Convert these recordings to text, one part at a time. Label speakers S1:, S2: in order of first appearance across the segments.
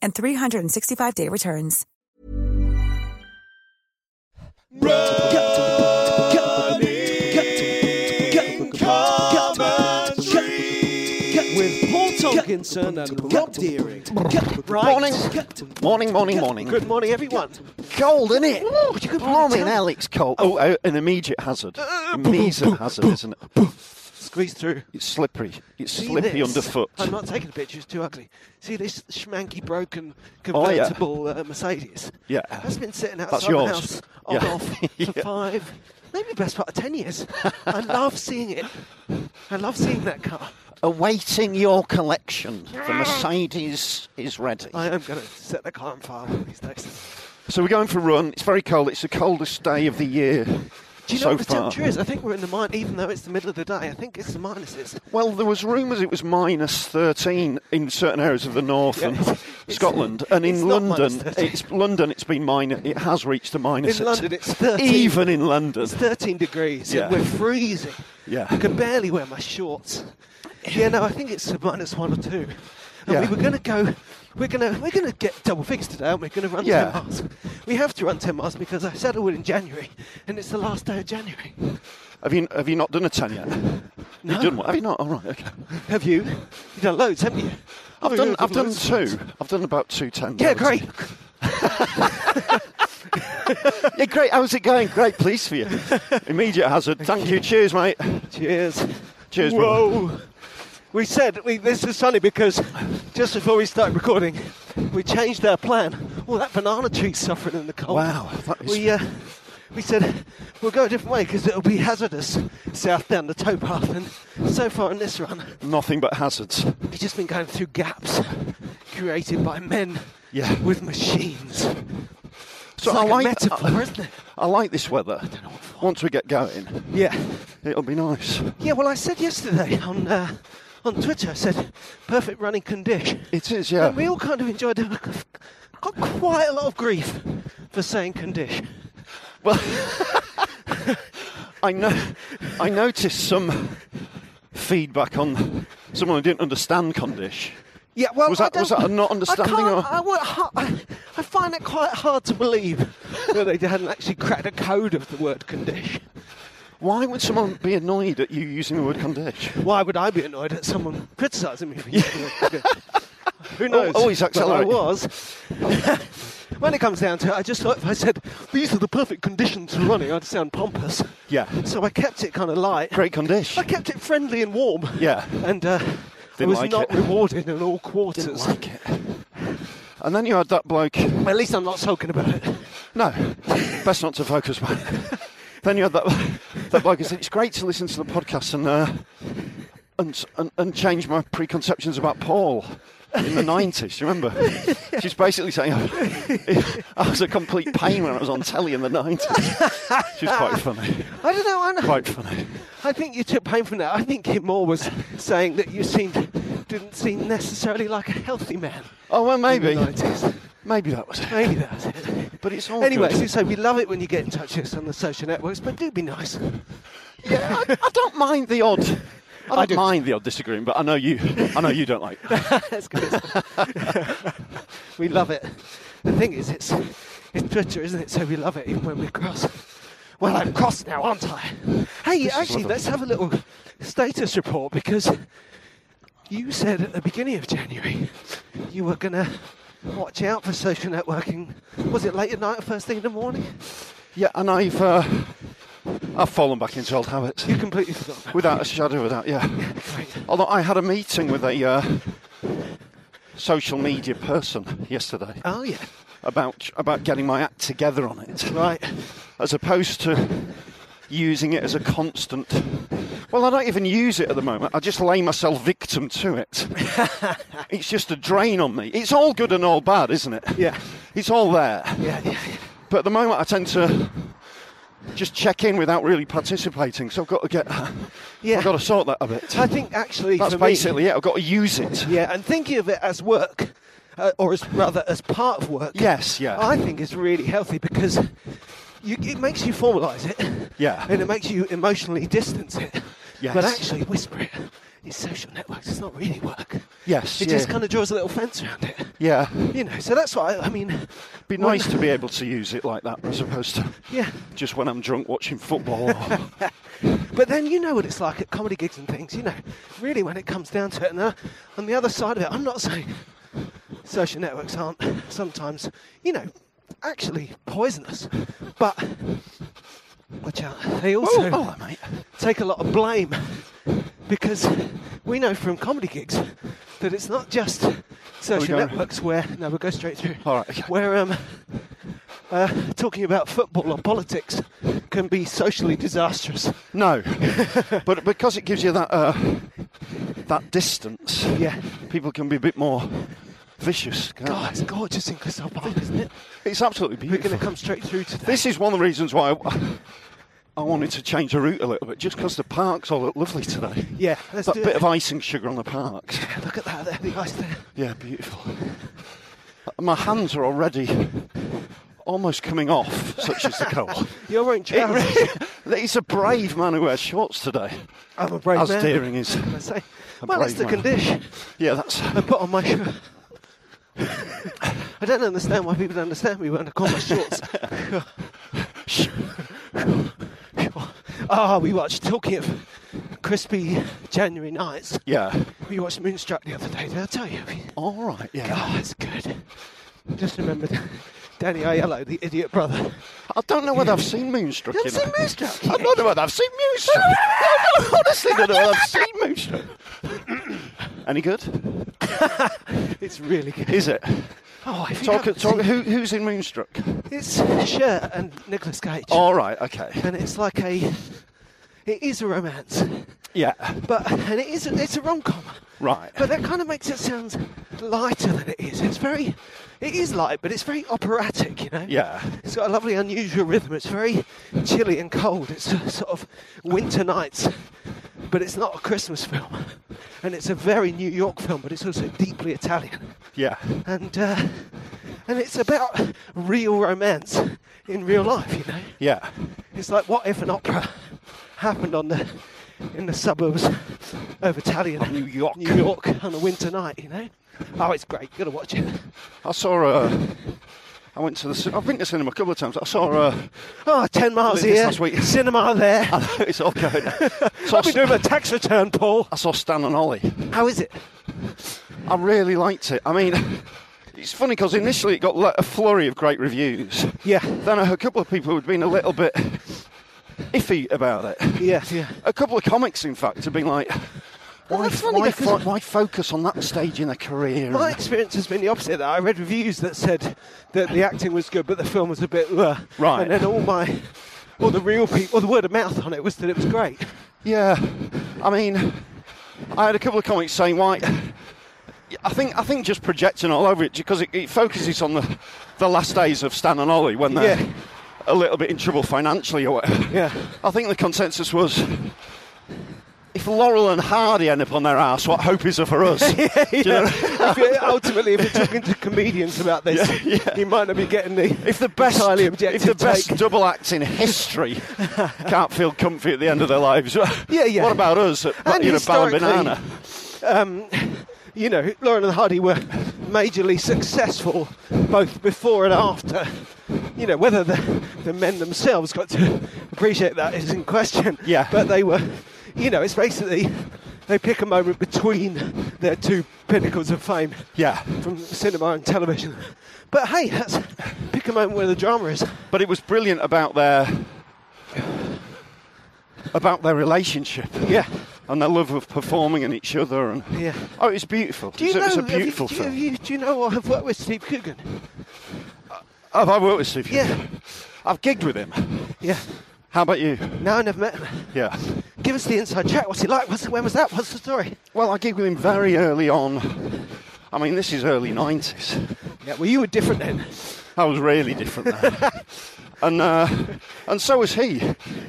S1: and 365-day returns.
S2: Running commentary
S3: with Paul Tolkinson and Rob Deering. Right.
S2: Morning. Morning, morning, morning.
S3: Good morning, everyone.
S2: Cold, isn't it?
S3: Ooh, you could
S2: Morning,
S3: tell-
S2: Alex Cole. Oh, uh, an immediate hazard.
S3: Uh,
S2: Immediate hazard, isn't it?
S3: Squeeze through.
S2: It's slippery. It's
S3: See
S2: slippery
S3: this?
S2: underfoot.
S3: I'm not taking a picture, it's too ugly. See this schmanky broken
S2: Oh, yeah.
S3: convertible uh, Mercedes?
S2: Yeah.
S3: That's been sitting
S2: That's
S3: outside the
S2: yours.
S3: house on
S2: Yeah.
S3: off for
S2: Yeah.
S3: five, maybe the best part of ten years. I love seeing it. I love seeing that car.
S2: Awaiting your collection. The Mercedes is ready.
S3: Ah. I am going to set that car on fire one of these days.
S2: So we're going for a run. It's very cold. It's the coldest day of the year
S3: Do you know
S2: so
S3: what the
S2: far.
S3: temperature is? I think we're in the minus, even though it's the middle of the day. I think it's the minuses.
S2: Well, there was rumours it was minus 13 in certain areas of the north
S3: Yeah,
S2: and
S3: it's- it's-
S2: Scotland, and
S3: it's
S2: in
S3: not minus
S2: London,
S3: 13.
S2: it's London. It's been minus. It has reached the minus.
S3: In London, it's 13.
S2: Even in London,
S3: It's 13 degrees
S2: Yeah.
S3: and we're freezing.
S2: Yeah.
S3: I can barely wear my shorts. Yeah, no, I think it's a minus one or two. And
S2: Yeah.
S3: we were going to go. We're gonna we're gonna get double figures today, aren't we? We're gonna run ten
S2: Yeah.
S3: miles. We have to run ten miles because I said I would in January, and it's the last day of January.
S2: Have you have you not done a ten yet? You've done one. Have you not? All right. Okay.
S3: Have you? You've done loads, haven't you?
S2: I've
S3: Oh,
S2: done.
S3: yeah,
S2: I've done
S3: loads.
S2: two. I've done about two ten.
S3: Yeah, great.
S2: Yeah, great. How's it going? Great. Pleased for you. Immediate hazard. Thank you. Cheers, mate.
S3: Cheers.
S2: Cheers, brother.
S3: Whoa. We said we, this is funny because just before we started recording, we changed our plan. Well, that banana tree's suffering in the cold.
S2: Wow, that is-
S3: We, uh, we said we'll go a different way because it'll be hazardous south down the towpath. And so far in this run,
S2: Nothing but hazards.
S3: we've just been going through gaps created by men
S2: Yeah.
S3: with machines.
S2: So
S3: it's like
S2: I like.
S3: a
S2: uh,
S3: metaphor,
S2: I,
S3: isn't it?
S2: I like this weather. Once we get going,
S3: Yeah.
S2: it'll be nice.
S3: Yeah, well, I said yesterday on uh, on Twitter, I said, perfect running condition.
S2: It is. Yeah.
S3: And we all kind of enjoyed it. Got quite a lot of grief for saying condition.
S2: Well, I know. I noticed some feedback on someone who didn't understand Condish.
S3: Yeah, well,
S2: Was
S3: I
S2: that- was
S3: don't-
S2: that a not
S3: I,
S2: understanding
S3: can't-
S2: or-
S3: I, wa- ha- I, I find it quite hard to believe that they hadn't actually cracked a code of the word condition.
S2: Why would someone be annoyed at you using the word Condish?
S3: Why would I be annoyed at someone criticising me for using the word condition? Who knows?
S2: always
S3: But I
S2: accelerate.
S3: was. when it comes down to it, I just thought if I said these are the perfect conditions for running, I'd sound pompous.
S2: Yeah.
S3: So I kept it kind of light.
S2: Great Condish.
S3: I kept it friendly and warm.
S2: Yeah.
S3: And uh, I
S2: Didn't
S3: was
S2: like
S3: not
S2: it.
S3: rewarded in all quarters.
S2: Didn't like it. And then you had that bloke.
S3: At least I'm not sulking about it.
S2: No, best not to focus. mate. then you had that that bloke who said it's great to listen to the podcast and uh, and, and and change my preconceptions about Paul in the nineties. Do you remember? She's basically saying I, I was a complete pain when I was on telly in the nineties. She's quite funny.
S3: I don't know. I, know.
S2: Quite funny.
S3: I think you took pain from that. I think Kim Moore was saying that you seemed didn't seem necessarily like a healthy man.
S2: Oh well, maybe
S3: In the 90s.
S2: maybe that was it.
S3: Maybe that was it.
S2: But it's all
S3: Anyway,
S2: good.
S3: so, so we love it when you get in touch with us on the social networks, but do be nice.
S2: Yeah, I, I don't mind the odd. I don't
S3: do.
S2: mind the odd disagreeing, but I know you. I know you don't like.
S3: That's good. we love it. The thing is, it's it's Twitter, isn't it? So we love it even when we're cross. Well, I'm cross now, aren't I? Hey, actually,
S2: lovely.
S3: let's have a little status report because you said at the beginning of January you were gonna watch out for social networking. Was it late at night or first thing in the morning?
S2: Yeah, and I've uh, I've fallen back into old habits
S3: You completely forgot. about
S2: without a shadow of a doubt. Yeah.
S3: it. Great.
S2: Although I had a meeting with a uh, social media person yesterday
S3: Oh yeah,
S2: about about getting my act together on it,
S3: right.
S2: as opposed to using it as a constant. Well, I don't even use it at the moment. I just lay myself victim to it. it's just a drain on me. It's all good and all bad, isn't it?
S3: Yeah.
S2: It's all there.
S3: Yeah, yeah, yeah.
S2: But at the moment, I tend to just check in without really participating. So I've got to get,
S3: Yeah.
S2: I've got to sort that a bit.
S3: I think actually
S2: That's
S3: for me-
S2: basically it. I've got to use it.
S3: Yeah, and thinking of it as work, uh, or as rather as part of work.
S2: Yes, yeah.
S3: I think is really healthy because you, it makes you formalise it.
S2: Yeah.
S3: And it makes you emotionally distance it.
S2: Yes.
S3: But actually, whisper it. It's social networks. It's not really work.
S2: Yes,
S3: It
S2: yeah.
S3: just kind of draws a little fence around it.
S2: yeah.
S3: You know. So that's why I, I mean.
S2: It'd be nice to be able to use it like that as opposed to
S3: Yeah.
S2: just when I'm drunk watching football.
S3: But then you know what it's like at comedy gigs and things, you know, really when it comes down to it. And uh, on the other side of it, I'm not saying social networks aren't sometimes, you know, actually poisonous. But watch out, they also
S2: oh, mate.
S3: take a lot of blame because we know from comedy gigs that it's not just social
S2: going?
S3: networks where, no, we'll go straight through.
S2: All right, okay.
S3: Where, um, uh, talking about football or politics can be socially disastrous.
S2: No. but because it gives you that, uh, that distance,
S3: Yeah.
S2: people can be a bit more vicious. can't
S3: God, it's gorgeous in Crystal Park, isn't it?
S2: they? It's absolutely
S3: We're
S2: beautiful.
S3: going to come straight through to
S2: This is one of the reasons why I, I wanted to change the route a little bit, just because the parks all look lovely today.
S3: Yeah, let's
S2: that
S3: do
S2: bit
S3: it.
S2: of icing sugar on the parks.
S3: Look at that, there, the ice there.
S2: Yeah, beautiful. My hands are already almost coming off, such is the cold.
S3: You're wearing trousers.
S2: It- It's a brave man who wears shorts today.
S3: I'm a brave
S2: As
S3: man.
S2: Deering is.
S3: I say,
S2: A
S3: well, that's the
S2: brave man.
S3: condition.
S2: Yeah, that's.
S3: I put on my shirt. I don't understand why people don't understand me when I call my shorts. Ah, we watched, talking of crispy January nights,
S2: Yeah.
S3: we watched Moonstruck the other day. Did I tell you?
S2: All right, yeah.
S3: God, it's good. Just remembered Danny Aiello, the idiot brother.
S2: I don't know whether I've seen Moonstruck.
S3: You haven't
S2: know.
S3: seen Moonstruck?
S2: I don't know whether I've seen Moonstruck. I don't- honestly don't know whether I've seen Moonstruck. Any good?
S3: It's really good.
S2: Is it?
S3: Oh, if you
S2: Talk,
S3: haven't
S2: talk,
S3: seen-
S2: who, who's in Moonstruck?
S3: It's Cher and Nicolas Cage,
S2: All right, okay.
S3: and it's like a, it is a romance,
S2: Yeah,
S3: but and it is a, it's a rom com,
S2: right.
S3: but that kind of makes it sound lighter than it is. It's very, it is light, but it's very operatic, you know.
S2: Yeah.
S3: It's got a lovely unusual rhythm. It's very chilly and cold. It's a sort of winter nights, but it's not a Christmas film, and it's a very New York film, but it's also deeply Italian.
S2: Yeah.
S3: and uh, and it's about real romance in real life. You know,
S2: Yeah.
S3: it's like what if an opera happened on the in the suburbs of Italian
S2: New York.
S3: New York on a winter night. You know, oh, it's great. You gotta watch it.
S2: I saw a. I went to the. cin- I've been to cinema a couple of times. I saw uh, a.
S3: Oh, 10 miles
S2: This
S3: here,
S2: last week.
S3: cinema there.
S2: it's all going. So I,
S3: I'll be doing
S2: saw,
S3: my tax return, Paul.
S2: I saw Stan and Ollie.
S3: How is it?
S2: I really liked it. I mean, it's funny because initially it got like a flurry of great reviews.
S3: Yeah.
S2: Then a couple of people had been a little bit iffy about it.
S3: Yeah, yeah.
S2: A couple of comics, in fact, have been like,
S3: Well,
S2: why,
S3: that's funny
S2: why,
S3: because-
S2: fo- why focus on that stage in a career?
S3: My
S2: And-
S3: experience has been the opposite. That I read reviews that said that the acting was good, but the film was a bit uh,
S2: Right.
S3: And then all my, all the real people, all the word of mouth on it was that it was great.
S2: Yeah, I mean, I had a couple of comics saying why. I think I think just projecting all over it because it, it focuses on the, the last days of Stan and Ollie when they're
S3: Yeah.
S2: a little bit in trouble financially or whatever.
S3: Yeah.
S2: I think the consensus was. If Laurel and Hardy end up on their ass, what hope is there for us? Do you know?
S3: If you- ultimately, if you're talking to comedians about this,
S2: Yeah, yeah.
S3: you might not be getting the
S2: If the best,
S3: entirely
S2: if
S3: objective
S2: the best
S3: take.
S2: double act in history can't feel comfy at the end of their lives,
S3: Yeah, yeah.
S2: What about us? At,
S3: And
S2: you know, Ballon
S3: historically-
S2: banana.
S3: um, you know, Lauren and Hardy were majorly successful both before and after. You know, whether the, the men themselves got to appreciate that is in question.
S2: Yeah.
S3: But they were, you know, it's basically they pick a moment between their two pinnacles of fame
S2: Yeah.
S3: from cinema and television. But hey, that's pick a moment where the drama is.
S2: But it was brilliant about their about their relationship.
S3: Yeah.
S2: And their love of performing and each other and
S3: Yeah.
S2: Oh, it's beautiful.
S3: Do you
S2: it's,
S3: know?
S2: a- it's a
S3: have you-
S2: beautiful
S3: do you,
S2: film.
S3: have you- do you know? I've worked with Steve Coogan.
S2: Have I worked with Steve?
S3: Yeah.
S2: Coogan? I've gigged with him.
S3: Yeah.
S2: How about you?
S3: No, I never met him.
S2: Yeah.
S3: Give us the inside track. What's he like? What's, when was that? What's the story?
S2: Well, I gigged with him very early on. I mean, this is early 90s.
S3: Yeah, well, you were different then.
S2: I was really different then. and, uh, and so was he.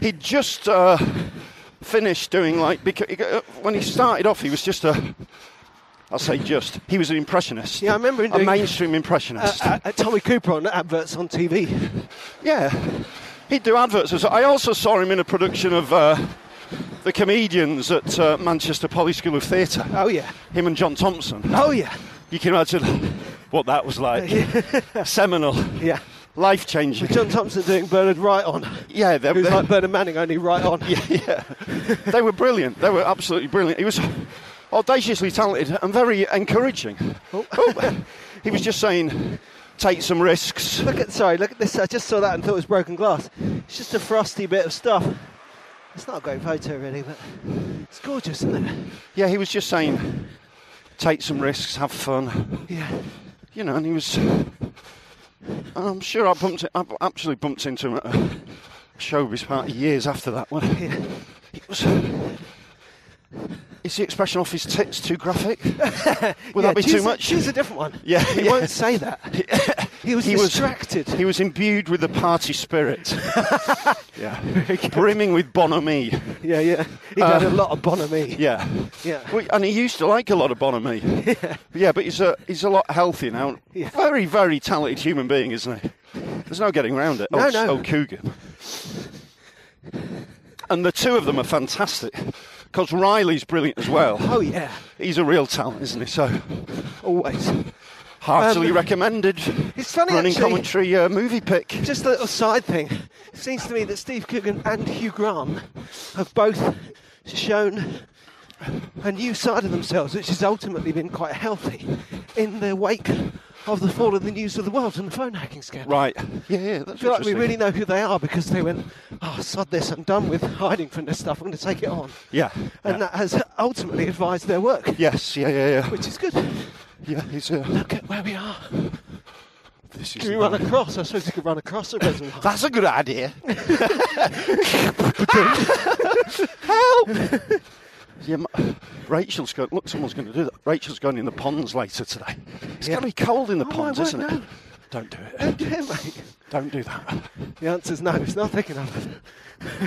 S2: He'd just uh, finished doing like, because, when he started off, he was just a, I'll say just, he was an impressionist.
S3: Yeah, I remember him
S2: A
S3: doing-
S2: mainstream
S3: Uh,
S2: impressionist.
S3: uh, uh, Tommy Cooper on adverts on TV.
S2: yeah. He'd do adverts. So I also saw him in a production of uh, The Comedians at uh, Manchester Poly School of Theatre.
S3: Oh yeah.
S2: Him and John Thompson.
S3: Oh yeah.
S2: You can imagine what that was like. Seminal.
S3: Yeah.
S2: Life changing.
S3: With John Thompson doing Bernard Wright on.
S2: Yeah, they,
S3: Who's
S2: they-
S3: like Bernard Manning, only right on.
S2: yeah, yeah. they were brilliant. They were absolutely brilliant. He was audaciously talented and very encouraging. Oh, he was just saying, take some risks.
S3: Look at, sorry, look at this. I just saw that and thought it was broken glass. It's just a frosty bit of stuff. It's not a great photo, really, but it's gorgeous, isn't it?
S2: Yeah, he was just saying, take some risks, have fun.
S3: Yeah.
S2: You know, and he was. I'm sure I bumped. I absolutely bumped into him at a showbiz party years after that one.
S3: Yeah.
S2: It was. Is the expression off his tits too graphic? Will
S3: Yeah,
S2: that be
S3: choose
S2: too
S3: a-
S2: much?
S3: Choose a different one.
S2: Yeah,
S3: He
S2: yeah.
S3: won't say that. He was distracted.
S2: he was imbued with the party spirit. yeah. Brimming with bonhomie.
S3: yeah, yeah. He had a lot of bonhomie.
S2: Yeah.
S3: Uh. Yeah.
S2: Well, and he used to like a lot of bonhomie. Yeah. but he's a, he's a lot healthier now.
S3: Yeah.
S2: Very, very talented human being, isn't he? There's no getting around it.
S3: No,
S2: oh,
S3: no.
S2: Oh, Coogan. And the two of them are fantastic. Because Riley's brilliant as well.
S3: Oh yeah.
S2: He's a real talent, isn't he? So
S3: Always.
S2: heartily
S3: Um,
S2: recommended.
S3: it's funny,
S2: Running
S3: actually.
S2: commentary uh, movie pick.
S3: Just a little side thing. It seems to me that Steve Coogan and Hugh Grant have both shown a new side of themselves, which has ultimately been quite healthy in the wake of the fall of the news of the world and the phone hacking scandal.
S2: Right. Yeah, yeah, that's
S3: I feel like we
S2: interesting.
S3: really know who they are because they went, oh, sod this, I'm done with hiding from this stuff, I'm going to take it on.
S2: Yeah.
S3: And
S2: yeah.
S3: that has ultimately advised their work,
S2: yes, yeah, yeah, yeah.
S3: which is good.
S2: Yeah, he's uh,
S3: Look at where we are.
S2: this is
S3: Can we run across? I suppose we could run across the reservoir.
S2: That's a good idea.
S3: Help!
S2: Yeah, m- Rachel's going. Look, someone's going to do that. Rachel's going in the ponds later today. It's
S3: Yeah.
S2: going to be cold in the
S3: Oh, I
S2: ponds,
S3: won't
S2: isn't it?
S3: know.
S2: Don't do it.
S3: Don't do it, mate.
S2: Don't do that.
S3: The answer's no, it's not thick enough.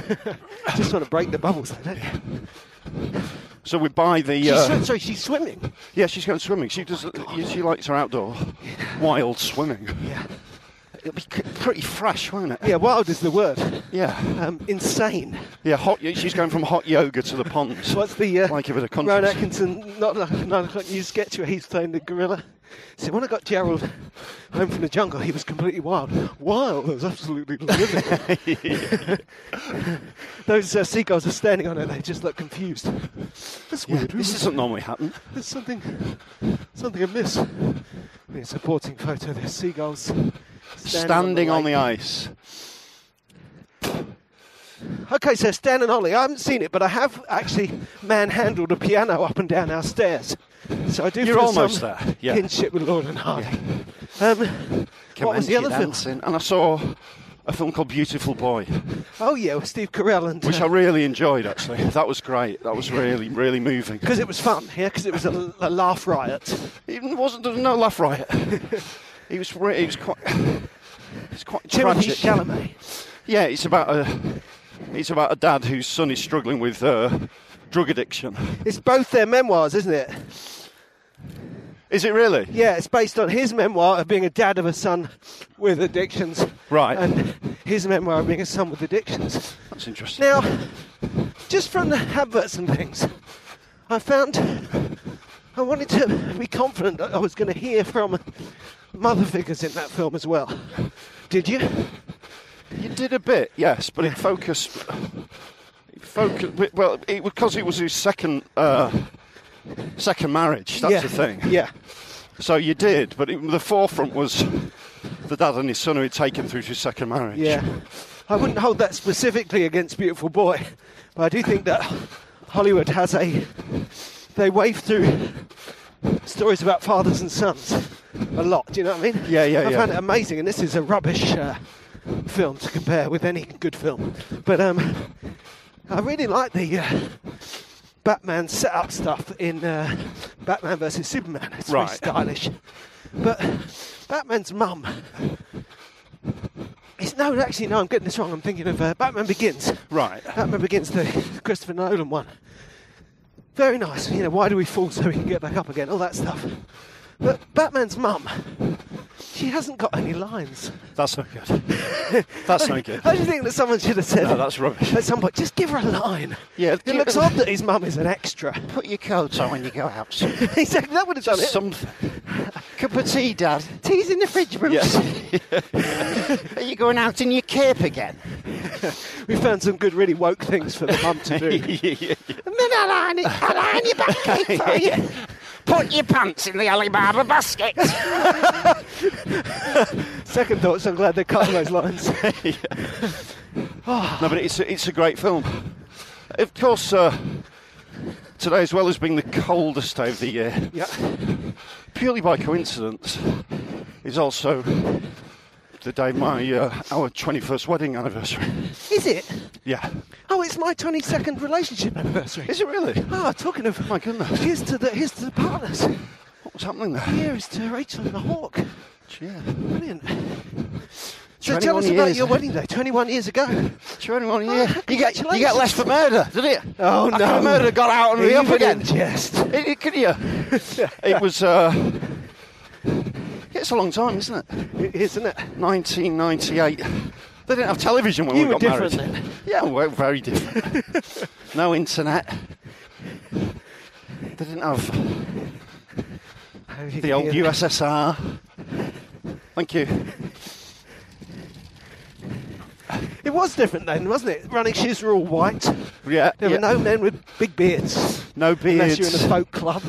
S3: Just want to break the bubbles, I don't you?
S2: So we buy the.
S3: She's,
S2: Uh,
S3: swi- sorry, she's swimming.
S2: yeah, she's going swimming.
S3: Oh
S2: She does. yeah, She likes her outdoor wild swimming.
S3: Yeah.
S2: It'll be c- pretty fresh, won't it?
S3: Yeah, wild is the word.
S2: Yeah.
S3: Um, insane.
S2: Yeah. Hot. y- She's going from hot yoga to the ponds.
S3: What's the uh,
S2: Like a bit of conscience.
S3: Ron Atkinson, not like nine o'clock news sketch where he's playing the gorilla? So when I got Gerald home from the jungle, he was completely wild. Wild, I was absolutely living. Those uh, seagulls are standing on it, they just look confused. That's
S2: Yeah,
S3: weird.
S2: this doesn't normally happen.
S3: There's something, something amiss. The supporting photo. There's seagulls standing,
S2: Standing on the
S3: lake.
S2: ice.
S3: Okay, so Stan and Ollie. I haven't seen it, but I have actually manhandled a piano up and down our stairs. So I do
S2: You're
S3: feel
S2: almost
S3: some
S2: there, yeah.
S3: kinship with Lord and Hardy. Um, what was
S2: Commence
S3: the
S2: your
S3: other film?
S2: dancing. And I saw a film called Beautiful Boy,
S3: Oh yeah, with Steve Carell and uh,
S2: which I really enjoyed actually. That was great. That was really, really moving.
S3: because it was fun. Yeah, because it was a, a laugh riot.
S2: It wasn't, there was no laugh riot. It was, re- it was quite, it's quite
S3: Timothy
S2: tragic.
S3: Chalamet.
S2: Yeah, it's about a, it's about a dad whose son is struggling with uh, drug addiction.
S3: It's both their memoirs, isn't it?
S2: Is it really?
S3: Yeah, it's based on his memoir of being a dad of a son with addictions.
S2: Right.
S3: And his memoir of being a son with addictions.
S2: That's interesting.
S3: Now, just from the adverts and things, I found I wanted to be confident that I was going to hear from mother figures in that film as well. Did you?
S2: You did a bit, yes, but it focused. It focused well, it because it was his second uh, second marriage. That's
S3: yeah.
S2: the thing.
S3: Yeah.
S2: So you did, but it, the forefront was the dad and his son who had taken through to his second marriage.
S3: Yeah. I wouldn't hold that specifically against Beautiful Boy, but I do think that Hollywood has a. They wave through stories about fathers and sons a lot, do you know what I mean?
S2: Yeah, yeah,
S3: I
S2: yeah.
S3: found it amazing, and this is a rubbish uh, film to compare with any good film. But um, I really like the uh, Batman setup stuff in uh, Batman versus Superman. It's
S2: Right.
S3: very stylish. But Batman's mum it's no, actually, no. I'm getting this wrong. I'm thinking of uh, Batman Begins.
S2: Right.
S3: Batman Begins, the Christopher Nolan one. Very nice. You know, why do we fall so we can get back up again? All that stuff. But Batman's mum, she hasn't got any lines.
S2: That's not good. That's not good.
S3: I just think that someone should have said
S2: No, that's rubbish.
S3: at some point, just give her a line.
S2: Yeah,
S3: It
S2: give
S3: looks
S2: her-
S3: odd that his mum is an extra.
S2: Put your coat on when you go out.
S3: exactly. That would have done um, it.
S2: Something. Cup of tea, Dad.
S3: Tea's in the fridge, Bruce.
S2: Are you going out in your cape again?
S3: We found some good, really woke things for the mum to do.
S4: And then I'll iron, it, I'll iron your back cake for you. Put your pants in the Alibaba basket.
S3: Second thoughts, I'm glad they cut those lines.
S2: No, but it's a, it's a great film. Of course, uh, today, as well as being the coldest day of the year,
S3: yeah.
S2: purely by coincidence, is also the day my uh, our 21st wedding anniversary.
S3: Is it?
S2: Yeah.
S3: Oh, it's my 22nd relationship anniversary.
S2: Is it really?
S3: Oh, talking of
S2: My goodness.
S3: Here's to the here's to the partners.
S2: What's happening there?
S3: Here is to Rachel and the Hawk.
S2: Yeah.
S3: Brilliant. So tell
S2: 21
S3: us about
S2: years.
S3: your wedding day. 21 years ago.
S2: 21
S3: Oh,
S2: years. you, get, you get
S3: congratulations.
S2: less for murder, did it?
S3: Oh
S2: I thought murder got out and re up
S3: Even
S2: again.
S3: in jest.
S2: It, it, could you? it was. Uh, it's a long time, isn't it?
S3: It is, isn't it?
S2: 1998. They didn't have television when
S3: You
S2: Oh, we
S3: were
S2: got
S3: different
S2: married.
S3: then.
S2: Yeah, well, very different. no internet. They didn't have the old USSR. Thank you.
S3: It was different then, wasn't it? Running shoes were all white.
S2: Yeah,
S3: There
S2: yeah.
S3: were no men with big beards.
S2: no
S3: Unless
S2: beards,
S3: you're in a folk club.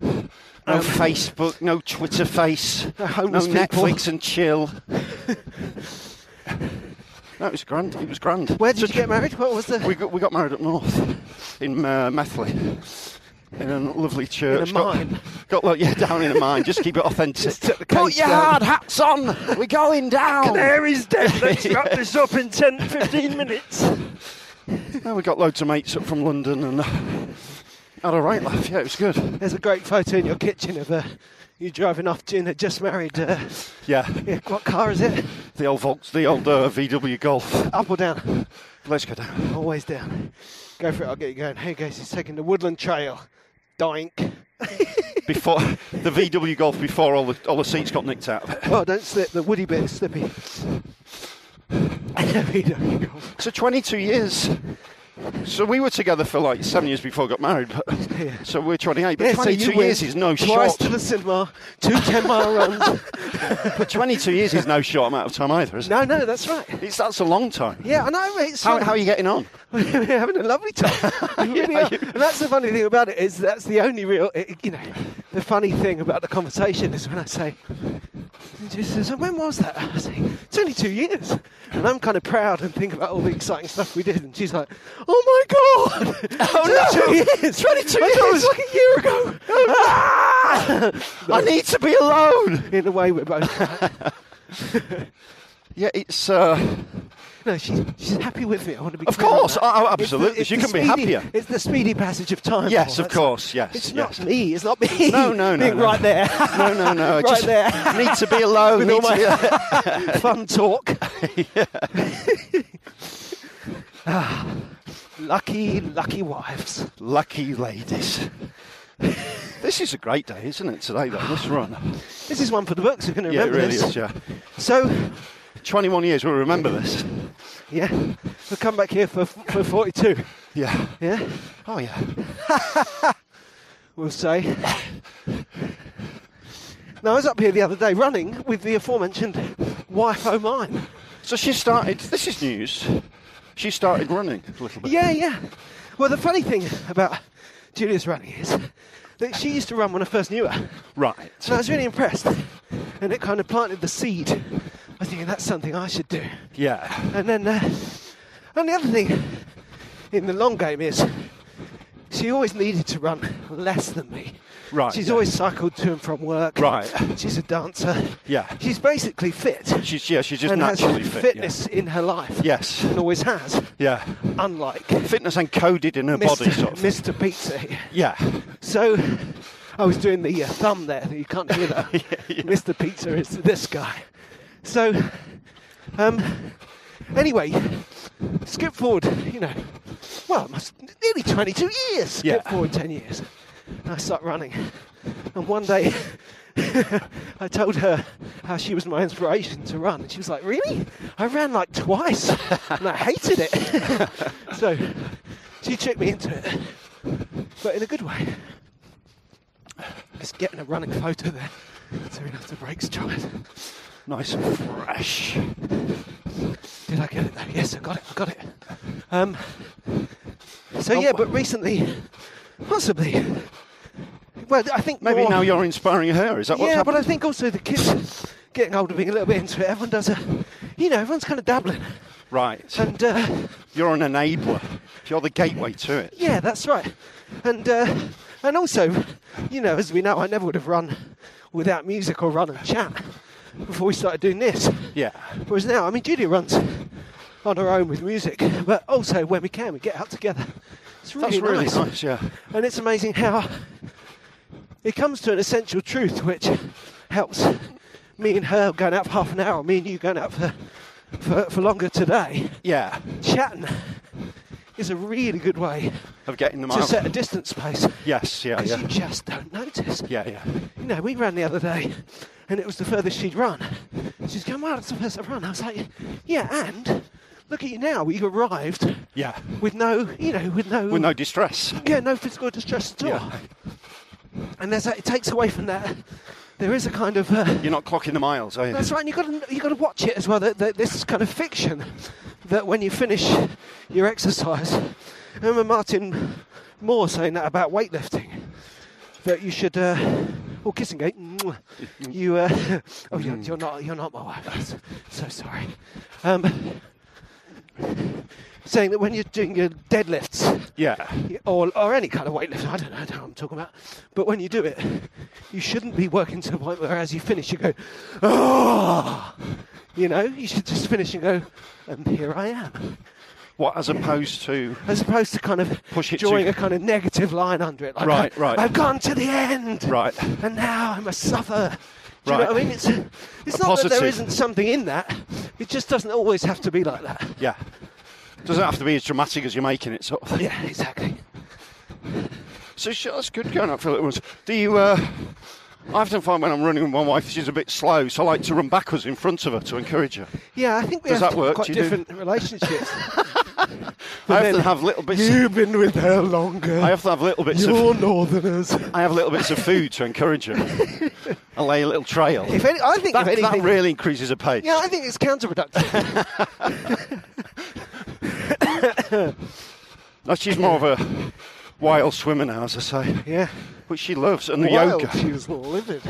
S2: no Facebook, no Twitter face,
S3: No homeless people.
S2: Netflix and chill. no, it was grand. It was grand.
S3: Where did
S2: Such-
S3: you get married? What was the?
S2: We got, we got married up north in uh, Methley in a lovely church.
S3: mine.
S2: Got, got well, yeah, down in a mine. Just keep it authentic.
S3: Just took the
S2: Put
S3: coats
S2: your
S3: down.
S2: hard hats on. We're going down.
S3: is dead. Let's wrap this up in 10, 15 minutes.
S2: No, we got loads of mates up from London and uh, had a right laugh. Yeah, it was good.
S3: There's a great photo in your kitchen of uh, you driving off to a just married. Uh,
S2: Yeah,
S3: yeah, what car is it?
S2: the old Volks, the old uh, VW Golf.
S3: Up or down?
S2: Let's go down.
S3: Always down. Go for it. I'll get you going. Hey guys, he's taking the Woodland Trail. Doink.
S2: Before the VW Golf, before all the all the seats got nicked out. of it.
S3: Oh, don't slip. The woody bit is slippy. We don't go.
S2: So 22 years. So we were together for like seven years before we got married. But,
S3: Yeah.
S2: So we're 28. But
S3: Yeah, so
S2: 22
S3: you win
S2: years is no
S3: twice
S2: short.
S3: to the cinema, two 10 mile runs.
S2: But 22 years is no short amount of time either, is it?
S3: No, no, that's right.
S2: It's, that's a long time.
S3: Yeah, I know. It's
S2: How,
S3: like-
S2: how are you getting on?
S3: we're having a lovely time. We really
S2: Yeah,
S3: are.
S2: you-
S3: And that's the funny thing about it is that's the only real, it- you know, the funny thing about the conversation is when I say, she says, when was that? I say, it's only two years. And I'm kind of proud and think about all the exciting stuff we did. And she's like, oh my God. Oh no. Two years. 22 I thought It was like a year ago.
S2: Oh, I need to be alone.
S3: In a way, we're both.
S2: Yeah, it's. Uh,
S3: No, she's, she's happy with me. I want to be.
S2: Of
S3: clear on
S2: course,
S3: that.
S2: oh, oh,
S3: It's the-
S2: absolutely.
S3: it's
S2: You
S3: the
S2: can be
S3: speedy-
S2: happier.
S3: It's the speedy passage of time.
S2: yes,
S3: Paul.
S2: of
S3: That's-
S2: course. Yes.
S3: It's
S2: yes.
S3: not me. It's not me.
S2: No, no, no,
S3: Being
S2: no.
S3: right there.
S2: No, no, no. I
S3: Right
S2: just
S3: there.
S2: Need to be alone.
S3: With
S2: need
S3: all
S2: to
S3: my-
S2: be alone.
S3: Fun talk. Ah, lucky, lucky wives.
S2: Lucky ladies. this is a great day, isn't it? Today, though, this run.
S3: This is one for the books. We're going to
S2: Yeah, it
S3: remember
S2: really
S3: this.
S2: is. Yeah.
S3: So,
S2: 21 years. We'll remember this.
S3: yeah, we'll come back here for for 42.
S2: Yeah.
S3: Yeah,
S2: Oh yeah.
S3: we'll say. Now, I was up here the other day running with the aforementioned wife o' mine.
S2: So she started. This is news. She started running a little bit.
S3: Yeah, yeah. Well, the funny thing about Julia's running is that she used to run when I first knew her.
S2: Right.
S3: So I was really impressed. And it kind of planted the seed. I was thinking, that's something I should do.
S2: Yeah.
S3: And then, uh, and the other thing in the long game is she always needed to run less than me.
S2: Right,
S3: She's
S2: yeah.
S3: always cycled to and from work.
S2: Right.
S3: She's a dancer.
S2: Yeah.
S3: She's basically fit.
S2: She's yeah. She's just
S3: and has
S2: naturally fit. yeah.
S3: fitness in her life.
S2: Yes.
S3: And always has.
S2: Yeah.
S3: Unlike
S2: Fitness encoded in her
S3: Mr.
S2: body, sort of. thing.
S3: Mr. Pizza. here.
S2: Yeah.
S3: So I was doing the uh, thumb there. You can't hear that. Mr. Pizza is this guy. So, um, anyway, skip forward, you know, well, it must nearly 22 years. Skip
S2: Yeah.
S3: forward 10 years. And I start running. And one day, I told her how she was my inspiration to run. And she was like, Really? I ran like twice. and I hated it. so, she tricked me into it. But in a good way. Just getting a running photo there. Soon after breaks tried.
S2: Nice and fresh.
S3: Did I get it though? Yes, I got it. I got it. Um,
S2: Oh,
S3: so yeah, but recently, possibly. Well, I think
S2: Maybe
S3: more-
S2: now you're inspiring her. Is that what's
S3: yeah, but
S2: happening?
S3: I think also the kids getting older, being a little bit into it. Everyone does a, you know, everyone's kind of dabbling.
S2: Right.
S3: And uh,
S2: You're an enabler. You're the gateway to it.
S3: yeah, that's right. And uh, and also, you know, as we know, I never would have run without music or run and chat before we started doing this.
S2: Yeah.
S3: Whereas now, I mean, Julia runs on her own with music, but also when we can, we get out together. It's
S2: That's
S3: really,
S2: really, nice. Yeah.
S3: And it's amazing how it comes to an essential truth which helps me and her going out for half an hour, me and you going out for, for, for longer today.
S2: Yeah.
S3: Chatting is a really good way
S2: Of getting them
S3: to
S2: out.
S3: set a distance pace
S2: yes. Yeah.
S3: because
S2: Oh, Yeah.
S3: you just don't notice.
S2: Yeah. Yeah.
S3: You know, we ran the other day, and it was the furthest she'd run. She's going, "Wow, that's the first I've run." I was like, "Yeah, and look at you now. You've arrived
S2: Yeah.
S3: with no, you know, with no,
S2: With no distress.
S3: yeah, no physical distress at all."
S2: Yeah.
S3: And there's that, it takes away from that. There is a kind of uh,
S2: You're not clocking the miles, are you?
S3: that's right. And you got to you got to watch it as well. That, that this is kind of fiction that when you finish your exercise, I remember Martin Moore saying that about weightlifting, that you should. Uh, or kissing gate. You. Uh, oh, you're, you're not. You're not my wife. I'm so- so sorry. Um, saying that when you're doing your deadlifts,
S2: Yeah.
S3: or, or any kind of weightlifting, I don't know, I don't know what I'm talking about. But when you do it, you shouldn't be working to the point where as you finish, you go, oh, you know, you should just finish and go, and here I am.
S2: What as opposed to
S3: As opposed to kind of
S2: Push it
S3: drawing
S2: to-
S3: a kind of negative line under it. Like,
S2: Right, right.
S3: I've gone to the end.
S2: Right.
S3: And now I must suffer. Do you
S2: Right.
S3: know what I mean? It's, it's
S2: A
S3: not that
S2: positive.
S3: there isn't something in that. It just doesn't always have to be like that.
S2: yeah. Doesn't have to be as dramatic as you're making it, sort of. thing.
S3: Yeah, exactly.
S2: So sh- that's good going up for little ones. Do you? Uh, I often find when I'm running with my wife, she's a bit slow, so I like to run backwards in front of her to encourage her.
S3: Yeah, I think we
S2: Does
S3: have
S2: that work?
S3: quite
S2: Do you do-
S3: different relationships.
S2: I often
S3: then-
S2: have little bits.
S3: You've been with her longer.
S2: I often have little bits of.
S3: You're northerners.
S2: I have little bits of food to encourage her. I lay a little trail.
S3: If any, I think
S2: that,
S3: if
S2: that
S3: anything,
S2: really increases her pace.
S3: yeah, I think it's counterproductive.
S2: No, she's more of a wild swimmer now, as I say,
S3: yeah.
S2: which she loves, and the
S3: Wild,
S2: yoga.
S3: She was livid.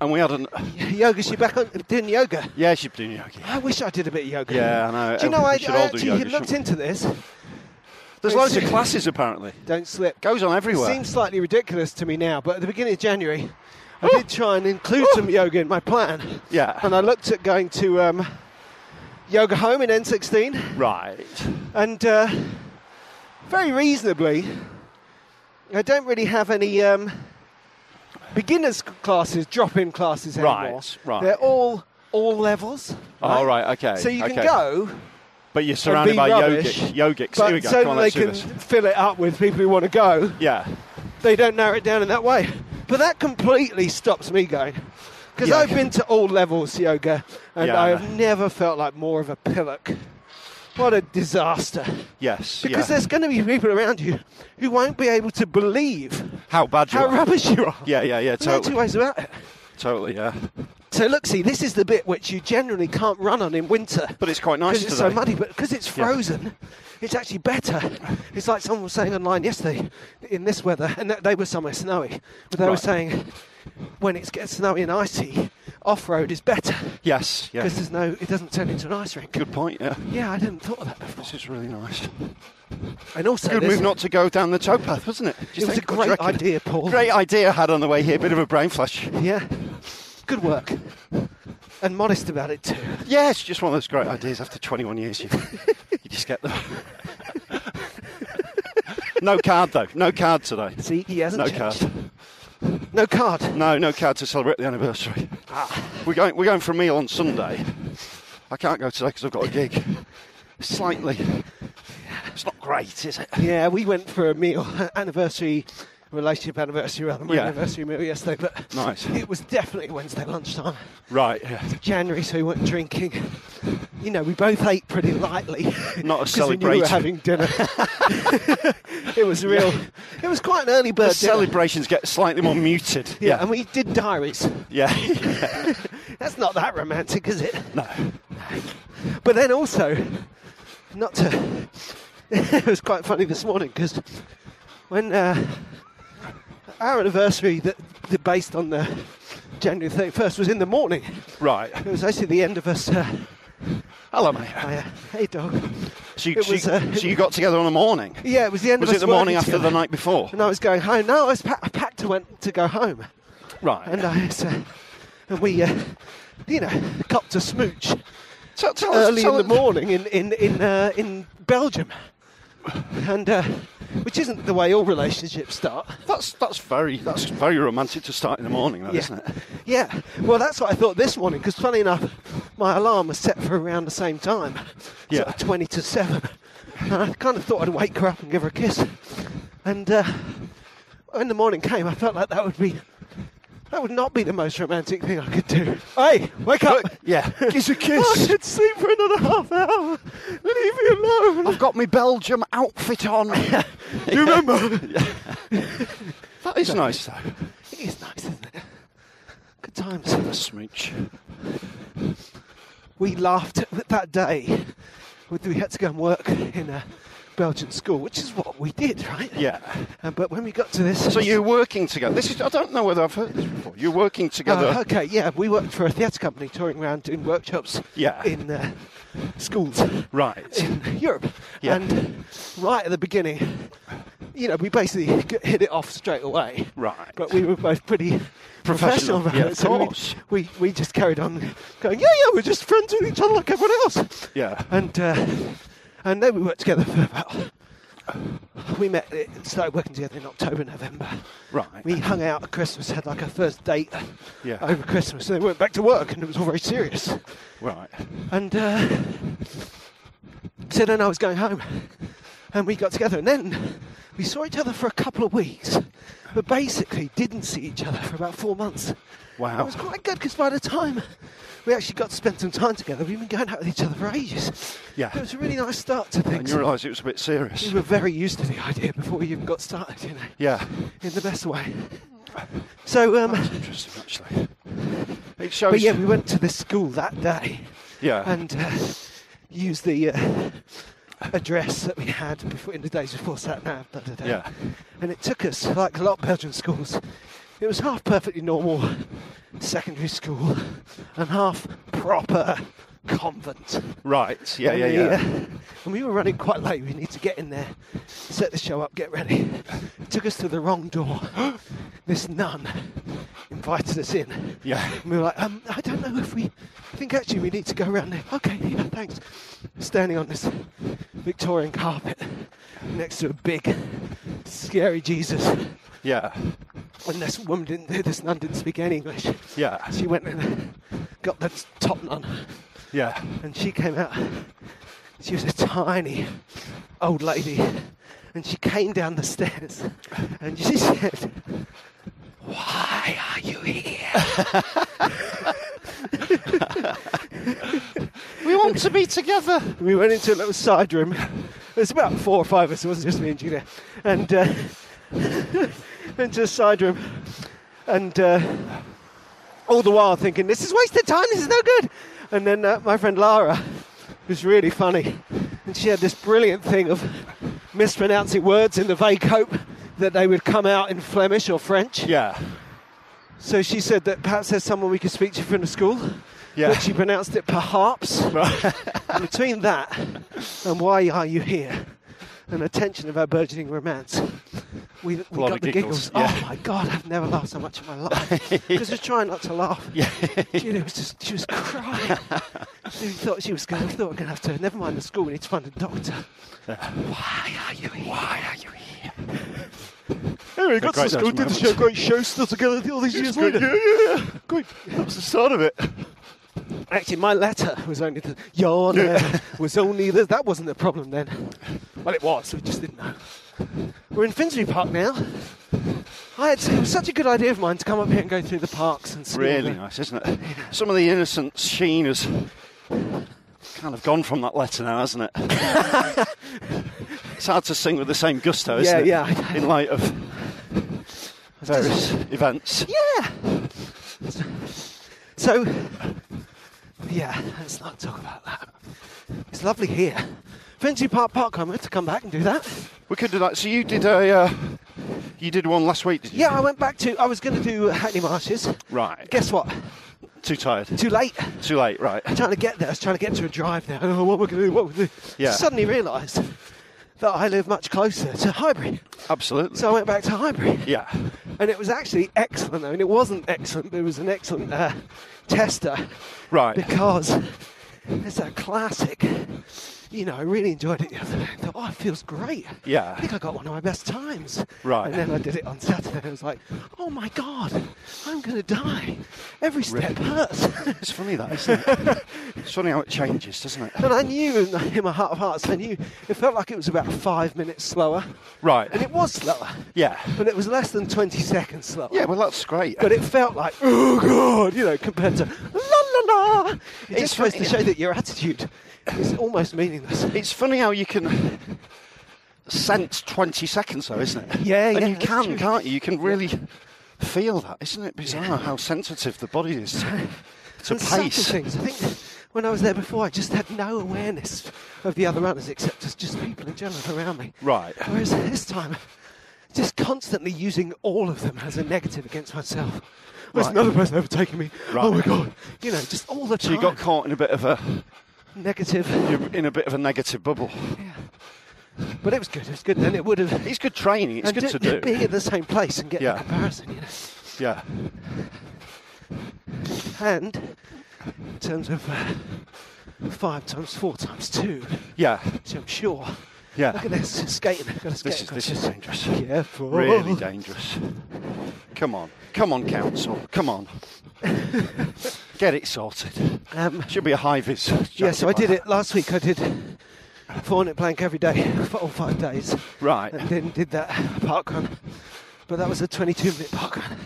S2: And we had an.
S3: Yoga. She back on doing yoga.
S2: Yeah, she's doing yoga.
S3: I wish I did a bit of yoga.
S2: Yeah, I know.
S3: Do you know?
S2: We
S3: I,
S2: should
S3: I
S2: all do
S3: actually
S2: yoga,
S3: had looked
S2: shouldn't
S3: into this. It's-
S2: There's loads of classes apparently.
S3: Don't slip.
S2: Goes on everywhere.
S3: Seems slightly ridiculous to me now, but at the beginning of January, I did try and include some yoga in my plan.
S2: Yeah.
S3: And I looked at going to um, yoga home in N16.
S2: Right.
S3: and uh, very reasonably, I don't really have any um, beginners c- classes, drop-in classes
S2: Right,
S3: anymore.
S2: right.
S3: They're all all levels.
S2: Oh, right, okay,
S3: So you
S2: okay.
S3: can go
S2: But you're
S3: and be
S2: surrounded by
S3: rubbish,
S2: yogic, yogics.
S3: but
S2: Here we go.
S3: so
S2: Come on,
S3: that they
S2: let's do
S3: can
S2: this.
S3: fill it up with people who want to go.
S2: Yeah.
S3: They don't narrow it down in that way. But that completely stops me going. Because
S2: Yeah.
S3: I've been to all levels yoga, and
S2: Yeah,
S3: I
S2: I
S3: have
S2: know.
S3: never felt like more of a pillock. What a disaster!
S2: Yes.
S3: Because
S2: yeah.
S3: there's going to be people around you who won't be able to believe
S2: how bad you
S3: how
S2: are.
S3: rubbish you are.
S2: Yeah, yeah, yeah,
S3: There's no
S2: totally.
S3: two ways about it.
S2: Totally, yeah.
S3: So look, see, this is the bit which you generally can't run on in winter.
S2: But it's quite nice
S3: because it's so
S2: today.
S3: muddy. But because it's
S2: Yeah.
S3: frozen, it's actually better. It's like someone was saying online yesterday in this weather, and that- they were somewhere snowy, but they were
S2: Right.
S3: saying when it gets snowy and icy, off-road is better
S2: Yes, yeah.
S3: because there's no, it doesn't turn into an ice rink.
S2: Good point, yeah.
S3: Yeah, I hadn't thought of that before.
S2: This is really nice.
S3: And also,
S2: Good
S3: there's-
S2: move not to go down the towpath, wasn't it? Do
S3: It
S2: you
S3: was
S2: think?
S3: a
S2: What do you
S3: great
S2: reckon?
S3: idea, Paul.
S2: Great idea I had on the way here. Bit of a brain flash.
S3: Yeah, good work, and modest about it too.
S2: Yeah, it's just one of those great ideas. After 21 years, you, you just get them. no card though. No card today.
S3: See, he hasn't
S2: No
S3: changed.
S2: card.
S3: No card.
S2: No, no card to celebrate the anniversary.
S3: Ah.
S2: We're going. We're going for a meal on Sunday. I can't go today because I've got a gig. Slightly. It's not great, is it?
S3: Yeah, we went for a meal, anniversary, relationship anniversary rather, my
S2: Yeah.
S3: anniversary meal yesterday, but
S2: Nice.
S3: it was definitely Wednesday lunchtime,
S2: Right. yeah.
S3: January, so we weren't drinking. You know, we both ate pretty lightly.
S2: Not a
S3: 'cause we knew We were
S2: celebration.
S3: having dinner. it was real. It was quite an early bird
S2: The
S3: dinner.
S2: celebrations get slightly more muted.
S3: uh, Yeah, and we did diaries.
S2: Yeah.
S3: That's not that romantic, is it?
S2: no.
S3: But then also, not to. it was quite funny this morning because when uh, our anniversary that that based on the January 31st was in the morning,
S2: Right.
S3: it was actually the end of us. Uh,
S2: Hello, mate.
S3: I, uh, hey, dog.
S2: So you,
S3: It
S2: so
S3: was,
S2: you-
S3: uh,
S2: so you got together on the morning.
S3: Yeah, it was the end
S2: Was
S3: of
S2: it
S3: us.
S2: the morning
S3: working
S2: after the
S3: together.
S2: night before?
S3: And I was going home. No, I was pa- I packed to went to go home,
S2: Right.
S3: and I was, uh, and we, uh, you know, copped a smooch
S2: Tell- tell us-
S3: early in
S2: tell
S3: the
S2: us-
S3: morning in in in, uh, in Belgium, and uh, which isn't the way all relationships start.
S2: That's that's very that's very romantic to start in the morning, though,
S3: Yeah.
S2: isn't it?
S3: Yeah. Well, that's what I thought this morning because, funny enough, my alarm was set for around the same time,
S2: Yeah.
S3: sort of twenty to seven, and I kind of thought I'd wake her up and give her a kiss, and uh, when the morning came, I felt like that would be. That would not be the most romantic thing I could do. Hey, wake up!
S2: Yeah. Kiss a
S3: I
S2: kiss.
S3: could sleep for another half hour. Leave me alone.
S2: I've got my Belgium outfit on.
S3: Do you remember?
S2: that is nice though.
S3: It is nice, isn't it? Good times.
S2: A smooch.
S3: We laughed at that day. with- We had to go and work in a Belgian school, which is what we did, right?
S2: Yeah.
S3: Uh, but when we got to this,
S2: So you're working together. This is I don't know whether I've heard this before. You're working together.
S3: Uh, okay, yeah, we worked for a theatre company touring around doing workshops
S2: Yeah.
S3: in uh, schools
S2: Right.
S3: in Europe.
S2: Yeah.
S3: And right at the beginning, you know, we basically g- hit it off straight away.
S2: Right.
S3: But we were both pretty professional,
S2: Professional,
S3: about
S2: yeah,
S3: it.
S2: of
S3: so we-
S2: course.
S3: We, we just carried on going, yeah, yeah, we're just friends with each other like everyone else.
S2: Yeah.
S3: And, uh, and then we worked together for about. We met, it started working together in October, November.
S2: Right.
S3: We hung out at Christmas, had like a first date
S2: Yeah.
S3: over Christmas, and then went back to work, and it was all very serious.
S2: Right.
S3: And uh, so then I was going home, and we got together, and then we saw each other for a couple of weeks, but basically didn't see each other for about four months. It
S2: Wow.
S3: was quite good because by the time we actually got to spend some time together, we'd been going out with each other for ages.
S2: Yeah.
S3: it was a really nice start to
S2: And
S3: things.
S2: you realise it was a bit serious.
S3: we were very used to the idea before we even got started, you know,
S2: Yeah.
S3: in the best way. So, um,
S2: Interesting actually. It shows
S3: but yeah, we went to this school that day.
S2: Yeah.
S3: and uh, use the uh, address that we had before in the days before sat nav. Da, da, da.
S2: Yeah.
S3: And it took us like a lot of Belgian schools. It was half perfectly normal secondary school and half proper convent.
S2: Right. Yeah,
S3: And
S2: yeah,
S3: we,
S2: yeah.
S3: uh, and we were running quite late. We need to get in there, set the show up, get ready. It took us to the wrong door. this nun invited us in.
S2: Yeah.
S3: And we were like, um, I don't know if we. I think actually we need to go around there. Okay, yeah, thanks. Standing on this Victorian carpet next to a big, scary Jesus. uh,
S2: Yeah.
S3: And this woman didn't, this nun didn't speak any English.
S2: Yeah.
S3: She went and got the top nun
S2: Yeah.
S3: and she came out. She was a tiny old lady, and she came down the stairs, and she said, "Why are you here?"
S2: We want to be together.
S3: And we went into a little side room. There's about four or five of us. It wasn't just me and Julia, and. Uh, into the side room, and uh, all the while thinking, "This is wasted time. This is no good." And then uh, my friend Lara was really funny, and she had this brilliant thing of mispronouncing words in the vague hope that they would come out in Flemish or French.
S2: Yeah.
S3: So she said that perhaps there's someone we could speak to from the school.
S2: Yeah.
S3: But she pronounced it perhaps. And between that and why are you here and the tension of our burgeoning romance, we, we
S2: lot
S3: got
S2: of
S3: the giggles.
S2: giggles, yeah.
S3: Oh my God, I've never laughed so much in my life. Because I was trying not to laugh.
S2: Yeah.
S3: Julia was just, she was crying. she thought she was going, we thought we we're going to have to, never mind the school, we need to find a doctor. Why are you here? Why are you here? Anyway,
S2: got to the school, did the show,
S3: great show, still together all these years later.
S2: yeah, Great. That was the start of it.
S3: Actually, my letter was only the your letter was only the, that wasn't the problem then. Well, it was. We just didn't know. We're in Finsbury Park now. I had it was such a good idea of mine to come up here and go through the parks and see all
S2: Really
S3: the-
S2: nice, isn't it? Some of the innocent sheen has kind of gone from that letter now, hasn't it? it's hard to sing with the same gusto, isn't
S3: Yeah,
S2: it?
S3: yeah.
S2: In light of various events.
S3: Yeah. So, yeah, let's not talk about that. It's lovely here. Finsbury Park Park. I'm going to come back and do that.
S2: We could do that. So you did a, uh, you did one last week, did you?
S3: Yeah, I went back to. I was going to do Hackney Marshes.
S2: Right.
S3: Guess what?
S2: Too tired.
S3: Too late.
S2: Too late. Right.
S3: trying to get there. I was trying to get to a drive there. I don't know what we're going to do. What we're going to do.
S2: Yeah.
S3: Suddenly realised that I live much closer to Highbury,
S2: Absolutely.
S3: so I went back to Highbury.
S2: yeah.
S3: And it was actually excellent. I mean, it wasn't excellent, but it was an excellent uh, tester.
S2: Right.
S3: Because it's a classic. You know, I really enjoyed it the other day. I thought, oh, it feels great.
S2: Yeah.
S3: I think I got one of my best times.
S2: Right.
S3: And then I did it on Saturday. I was like, oh my God, I'm going to die. Every step hurts.
S2: It's funny that, isn't it? it's funny how it changes, doesn't it?
S3: And I knew in, in my heart of hearts, I knew it felt like it was about five minutes slower.
S2: Right.
S3: And it was slower.
S2: Yeah.
S3: But it was less than 20 seconds slower.
S2: Yeah. Well, that's great.
S3: But it felt like, oh God, you know, compared to la la la. It's,
S2: It's
S3: supposed
S2: funny.
S3: to show that your attitude is almost meaningless.
S2: It's funny how you can sense 20 seconds, though, isn't it?
S3: Yeah,
S2: and
S3: yeah,
S2: you
S3: that's
S2: can,
S3: true.
S2: can't you? You can really feel that. Isn't it bizarre how sensitive the body is to, to
S3: and subtle
S2: pace?
S3: things. I think when I was there before, I just had no awareness of the other runners except as just people in general around me.
S2: Right.
S3: Whereas this time, just constantly using all of them as a negative against myself. There's
S2: Right.
S3: another person overtaking me. Oh
S2: Right.
S3: my god! You know, just all the
S2: So
S3: time.
S2: you got caught in a bit of a
S3: negative.
S2: you're in a bit of a negative bubble.
S3: Yeah. But it was good. It was good, and it would have.
S2: It's good training. It's
S3: and
S2: good to
S3: do-
S2: do.
S3: Being at the same place and getting
S2: Yeah.
S3: the comparison, you know.
S2: Yeah.
S3: And in terms of uh, five times four times two,
S2: Yeah.
S3: which I'm sure.
S2: Yeah.
S3: Look at this skating. I've got to skate
S2: This
S3: across
S2: is this is dangerous.
S3: Careful.
S2: Really dangerous. Come on. Come on, council. Come on. Get it sorted.
S3: Um,
S2: Should be a high vis.
S3: Yeah, so I did it last week. I did four net plank every day for all five days.
S2: Right.
S3: And then did that park run. But that was a 22 minute park run.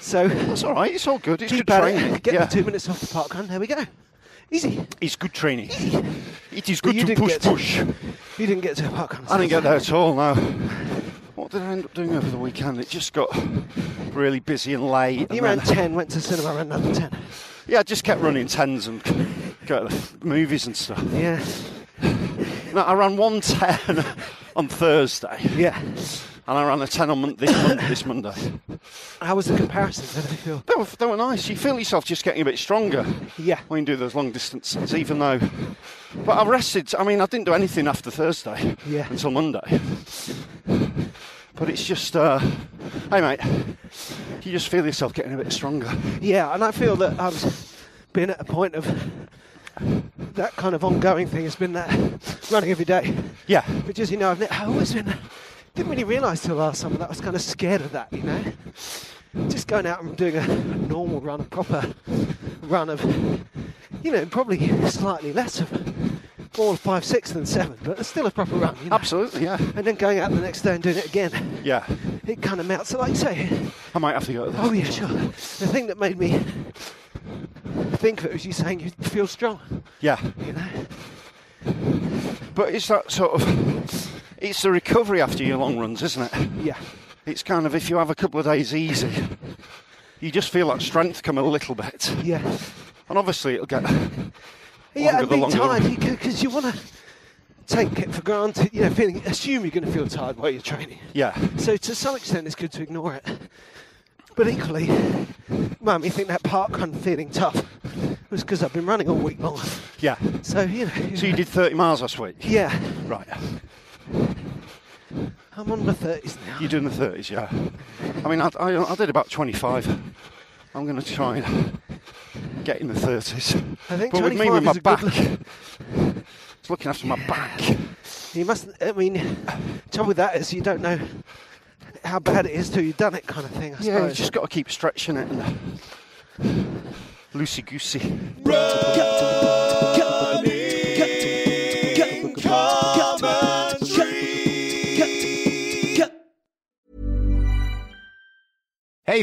S3: So
S2: That's all right. It's all good. It's
S3: keep
S2: good
S3: at
S2: training.
S3: it. Get
S2: yeah.
S3: the two minutes off the park run. There we go. Easy.
S2: It's good training. It is
S3: But
S2: good
S3: you
S2: to
S3: didn't
S2: push,
S3: get to-
S2: push.
S3: You didn't get to a park run.
S2: I didn't get there at all. No. What did I end up doing over the weekend? It just got really busy and late. and
S3: You ran
S2: then-
S3: 10, went to cinema, ran another 10.
S2: Yeah, I just kept running tens and go to the movies and stuff.
S3: Yeah.
S2: No, I ran one ten on Thursday,
S3: Yeah.
S2: and I ran a ten on mon- this, mon- this Monday.
S3: How was the comparison? How did I feel?
S2: They were, they were nice. You feel yourself just getting a bit stronger
S3: Yeah.
S2: when you do those long distances, even though. But I rested. I mean, I didn't do anything after Thursday
S3: Yeah.
S2: until Monday. But it's just, uh, hey mate, you just feel yourself getting a bit stronger.
S3: Yeah, and I feel that I've been at a point of that kind of ongoing thing has been that running every day.
S2: Yeah.
S3: Which is, you know, I've ne- I've always been, didn't really realise till last summer that I was kind of scared of that, you know? Just going out and doing a normal run, a proper run of, you know, probably slightly less of four or five, six than seven, but it's still a proper run. You know?
S2: Absolutely, yeah.
S3: And then going out the next day and doing it again,
S2: Yeah.
S3: it kind of melts. So, like you say,
S2: I might have to go to that.
S3: Oh yeah, sure. The thing that made me think of it was you saying you feel strong.
S2: Yeah.
S3: You know?
S2: But it's that sort of, it's the recovery after your long runs, isn't it?
S3: Yeah.
S2: it's kind of if you have a couple of days easy, you just feel that strength come a little bit.
S3: Yeah.
S2: And obviously it'll get.
S3: Yeah, and
S2: longer, the
S3: be
S2: longer the-
S3: tired because you want to take it for granted. You know, feeling, assume you're going to feel tired while you're training.
S2: Yeah.
S3: So to some extent, it's good to ignore it. But equally, mum, you think that park run feeling tough was because I've been running all week long.
S2: Yeah.
S3: So you know.
S2: So you did 30 miles last week?
S3: Yeah,
S2: Right.
S3: I'm on my thirties now.
S2: You're doing the 30s, yeah. I mean, I, I, I did about 25. I'm going to try and get in the 30s.
S3: I think
S2: but with me,
S3: 25
S2: with
S3: is
S2: my
S3: a good
S2: back,
S3: look.
S2: it's looking after my back.
S3: You must. I mean, trouble with that is you don't know how bad it is till you've done it, kind of thing. I
S2: Yeah, you
S3: suppose.
S2: just got to keep stretching it and uh, loosey goosey.
S5: Hey,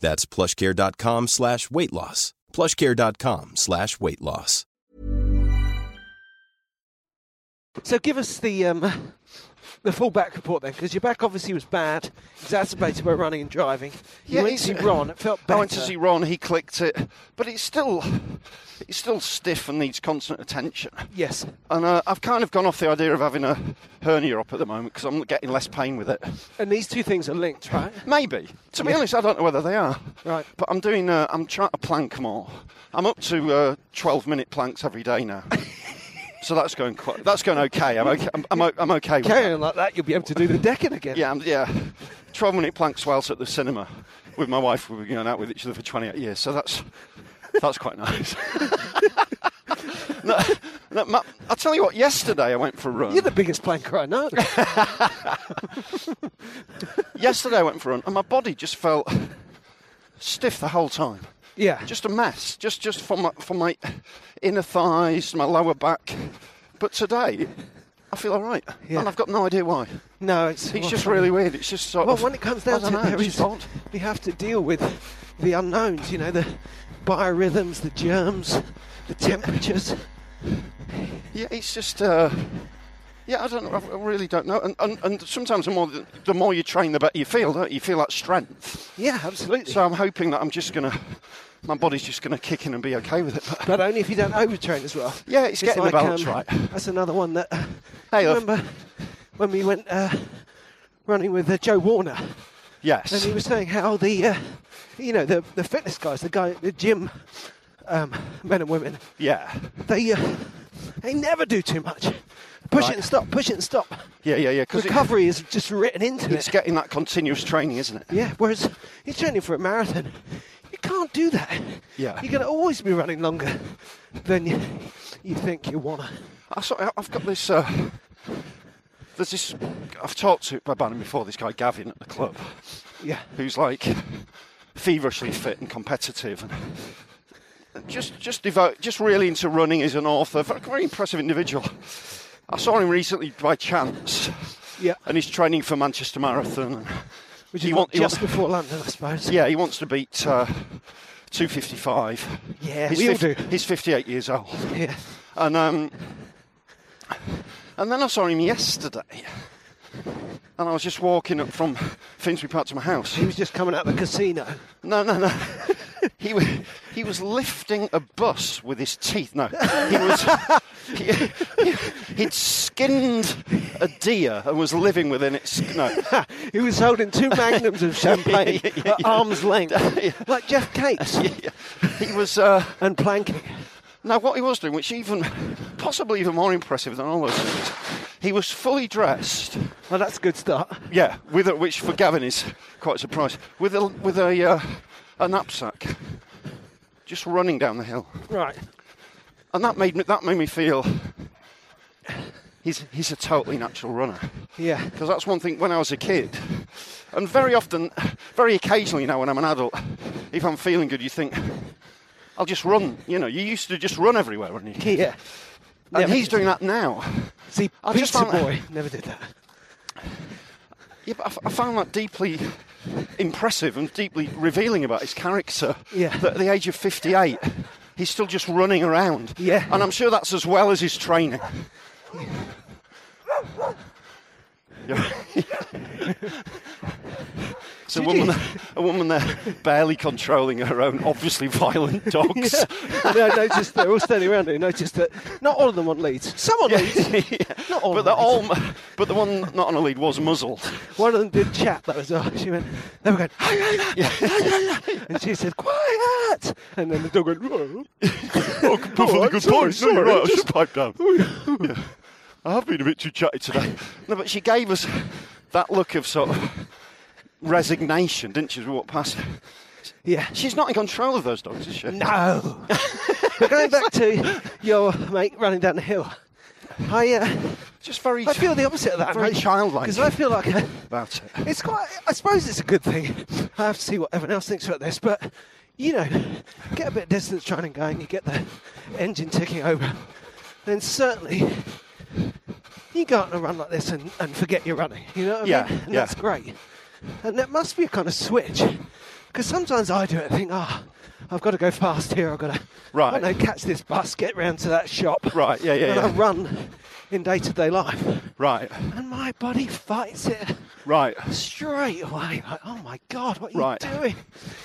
S6: That's plushcare.com slash weight loss. Plushcare.com slash weight loss.
S3: So give us the um, the full back report then, because your back obviously was bad, exacerbated by running and driving. You
S2: Yeah,
S3: went
S2: it's- uh,
S3: to see Ron. It felt better.
S2: I went to see Ron. He clicked it, but it's still, it's still stiff and needs constant attention.
S3: Yes.
S2: And uh, I've kind of gone off the idea of having a hernia up at the moment because I'm getting less pain with it.
S3: And these two things are linked, right?
S2: Maybe. To be honest, I don't know whether they are.
S3: Right.
S2: But I'm doing. Uh, I'm trying to plank more. I'm up to uh, 12 minute planks every day now. so that's going quite. That's going okay. I'm okay. I'm, I'm, o- I'm okay with
S3: Carrying
S2: that.
S3: on like that, you'll be able to do the decking again.
S2: Yeah. I'm, yeah. 12 minute planks whilst at the cinema with my wife. We've been going out with each other for 28 years. So that's that's quite nice. no, no, ma- I'll tell you what. Yesterday I went for a run.
S3: You're the biggest planker I know.
S2: yesterday I went for a run, and my body just felt stiff the whole time.
S3: yeah.
S2: just a mess, just just from my, from my inner thighs, my lower back. But today, I feel all right,
S3: Yeah.
S2: and I've got no idea why.
S3: no, it's,
S2: It's
S3: well,
S2: just really weird. It's just sort
S3: Well,
S2: of.
S3: when it comes
S2: I
S3: down to
S2: don't know,
S3: it, there
S2: it's
S3: is,
S2: just odd.
S3: we have to deal with the unknowns. You know, the biorhythms, the germs, the temperatures.
S2: Yeah, it's just. Uh, yeah, I don't know. I I really don't know. And, and, and sometimes the more the more you train, the better you feel. Don't you? you feel that strength.
S3: Yeah, absolutely.
S2: So I'm hoping that I'm just gonna, my body's just gonna kick in and be okay with it. But
S3: but only if you don't overtrain as well. um,
S2: Yeah, it's getting the balance right.
S3: That's another one that. Uh,
S2: Hey,
S3: I
S2: look.
S3: remember when we went uh, running with uh, Joe Warner, and
S2: yes,
S3: he was saying how the, uh, you know, the the fitness guys, the guy, the gym, um, men and women,
S2: yeah,
S3: they uh, they never do too much. Push
S2: Right.
S3: it and stop. Push it and stop.
S2: yeah, yeah, yeah. Because
S3: Recovery is just written into
S2: it's
S3: it.
S2: getting that continuous training, isn't it?
S3: Yeah. Whereas you're training for a marathon, you can't do that.
S2: Yeah.
S3: You're going to always be running longer than you, you think you want to.
S2: I sort of, I've got this. Uh, there's this. I've talked to about him before. This guy Gavin at the club,
S3: Yeah.
S2: who's like feverishly fit and competitive, and just just devote, just really into running. He's an author, very, very impressive individual. I saw him recently by chance,
S3: Yeah.
S2: and he's training for Manchester Marathon.
S3: Which
S2: Uh, He
S3: is
S2: want-
S3: what-
S2: he
S3: just
S2: want-
S3: before London, I suppose.
S2: Yeah, he wants to beat uh, 255.
S3: Yeah,
S2: he's
S3: we all
S2: fif-
S3: do.
S2: He's 58 years old.
S3: Yeah.
S2: And, um, and then I saw him yesterday. And I was just walking up from Finsbury Park to my house.
S3: He was just coming out of the casino.
S2: No, no, no. He was, he was lifting a bus with his teeth. No, he was. He, he, would skinned a deer and was living within its. No,
S3: He was holding two magnums of champagne
S2: Yeah, yeah,
S3: at arm's length, like Jeff Cates,
S2: he was. Uh,
S3: and planking.
S2: no, what he was doing, which even possibly even more impressive than all those things, he was fully dressed.
S3: Well, that's a good start.
S2: Yeah, with a, which for Gavin is quite a surprise. With a with a uh, a knapsack, just running down the hill.
S3: Right.
S2: and that made me that made me feel he's he's a totally natural runner
S3: Yeah.
S2: because that's one thing when I was a kid and very often very occasionally now when I'm an adult if I'm feeling good you think I'll just run you know you used to just run everywhere weren't you?
S3: Yeah.
S2: and
S3: Yeah.
S2: he's doing that now
S3: See,
S2: I just
S3: Pizza
S2: found that-
S3: Boy never did that.
S2: yeah but I f- I, found that deeply impressive and deeply revealing about his character
S3: Yeah.
S2: that at the age of 58 he's still just running around
S3: Yeah.
S2: and I'm sure that's as well as his training It's a woman, a woman there barely controlling her own obviously violent dogs.
S3: no, I noticed they're all standing around and I noticed that not all of them want leads. Some on leads. Not all.
S2: But they're all, but the one not on a lead was muzzled.
S3: One of them did chat. That was all. She went. They were going. "Hey, la, la, la, la, la," and she said, "Quiet!" And then the dog went. "Whoa."
S2: Oh, perfectly
S3: I'm
S2: good
S3: sorry,
S2: point. no, you're
S3: sorry,
S2: right. I
S3: just-
S2: should pipe down. Oh, Yeah. I have been a bit too chatty today. No, but she gave us that look of sort of resignation, didn't she? As we walked past.
S3: Yeah.
S2: She's not in control of those dogs, is she?
S3: No. but going back to your mate running down the hill, I uh,
S2: Just very.
S3: I feel the opposite of that.
S2: Very childlike.
S3: Because I feel like a,
S2: about it.
S3: it's quite. I suppose it's a good thing. I have to see what everyone else thinks about this, but you know, get a bit of distance trying and going, you get the engine ticking over, then certainly you go on a run like this and, and forget you're running. You know what I
S2: Yeah,
S3: mean? And
S2: yeah.
S3: That's great. And there must be a kind of switch, because sometimes I do it and think, ah, I've got to go fast here. I've got to,
S2: Right.
S3: I don't know, catch this bus, get round to that shop.
S2: Right, yeah, yeah,
S3: And I
S2: yeah.
S3: run in day-to-day life,
S2: Right,
S3: and my body fights it
S2: right.
S3: straight away. Like, oh my god, what are
S2: Right.
S3: you doing?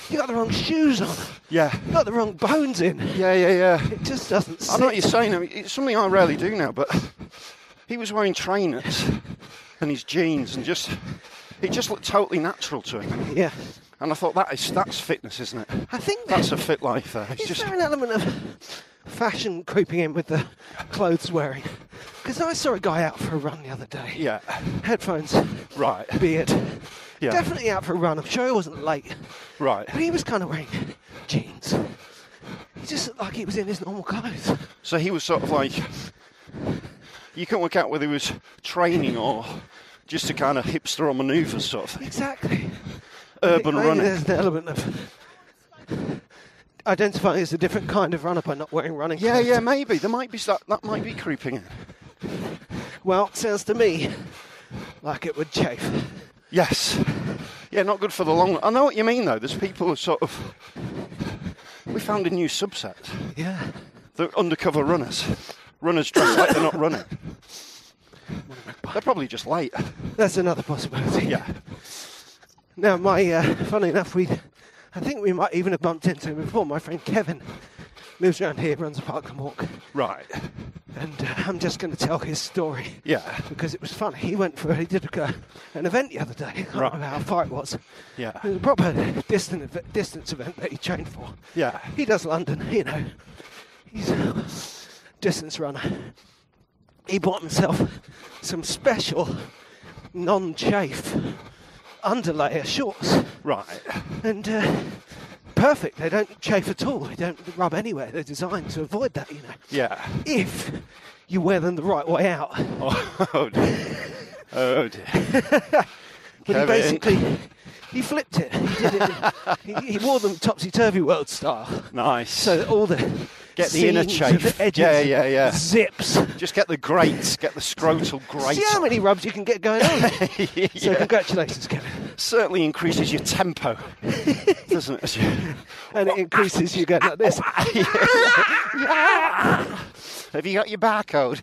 S3: You got the wrong shoes on.
S2: Yeah,
S3: You got the wrong bones in.
S2: yeah, yeah, yeah.
S3: It just doesn't.
S2: I know what
S3: sit.
S2: you're saying. I mean, it's something I rarely do now, but he was wearing trainers and his jeans, and just it just looked totally natural to him.
S3: Yeah.
S2: And I thought that is that's fitness, isn't it?
S3: I think
S2: That's a fit life. There, it's
S3: Is
S2: just
S3: there an element of fashion creeping in with the clothes wearing? Because I saw a guy out for a run the other day.
S2: yeah,
S3: Headphones,
S2: right,
S3: beard.
S2: Yeah.
S3: Definitely out for a run. I'm sure he wasn't late.
S2: right.
S3: But he was kind of wearing jeans. He just looked like he was in his normal clothes.
S2: So he was sort of like you couldn't work out whether he was training or just a kind of hipster on manoeuvres sort of thing.
S3: Exactly. I think
S2: urban running.
S3: There's an element of identifying as a different kind of runner by not wearing running.
S2: Yeah,
S3: clothes.
S2: yeah, maybe there might be that that might be creeping in.
S3: Well, sounds to me like it would chafe.
S2: Yes. Yeah, not good for the long. I know what you mean though. There's people who sort of. We found a new subset.
S3: Yeah.
S2: The undercover runners. Runners dressed like they're not running. They're probably just late.
S3: That's another possibility.
S2: Yeah.
S3: Now, my, uh, funny enough, we, I think we might even have bumped into him before. My friend Kevin lives around here, runs a park and walk,
S2: Right.
S3: and uh, I'm just going to tell his story.
S2: Yeah.
S3: Because it was funny. He went for he did like a, an event the other day. I can't
S2: Right.
S3: remember how far it was.
S2: Yeah.
S3: It was a proper distant ev- distance event that he trained for.
S2: Yeah.
S3: He does London, you know. He's a distance runner. He bought himself some special non-chafe underlayer shorts
S2: Right.
S3: and uh, perfect. They don't chafe at all. They don't rub anywhere. They're designed to avoid that, you know.
S2: Yeah.
S3: If you wear them the right way out.
S2: Oh, oh dear. Oh dear.
S3: But
S2: Kevin.
S3: he basically he flipped it. He, did it. he, he wore them topsy turvy world style,
S2: Nice.
S3: so that all the
S2: Get the inner
S3: seams,
S2: chafe.
S3: The edges,
S2: Yeah, yeah, yeah.
S3: Zips.
S2: Just get the grates, get the scrotal grates.
S3: See how many rubs you can get going on. So
S2: Yeah.
S3: congratulations, Kevin.
S2: Certainly increases your tempo, doesn't it?
S3: And it increases you going like this.
S2: Have you got your barcode?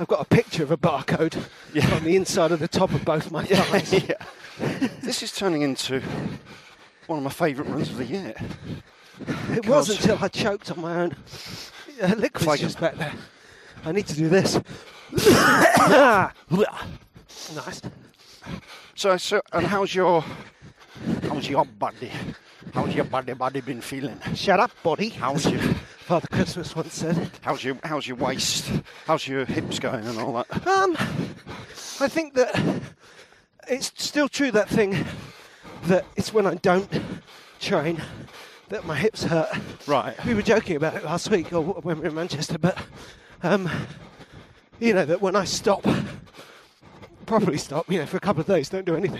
S3: I've got a picture of a barcode
S2: Yeah.
S3: on the inside of the top of both my thighs.
S2: yeah. This is turning into one of my favourite runs of the year.
S3: It was until I choked on my own uh, liquids
S2: Flagon.
S3: just back there. I need to do this. nice.
S2: So, so and how's your how's your body? How's your body body been feeling?
S3: Shut up, body.
S2: How's your
S3: Father Christmas once said.
S2: how's your how's your waist? How's your hips going and all that?
S3: Um, I think that it's still true that thing that it's when I don't train that my hips hurt.
S2: Right.
S3: We were joking about it last week or when we were in Manchester, but um, you know that when I stop, properly stop, you know, for a couple of days, don't do anything,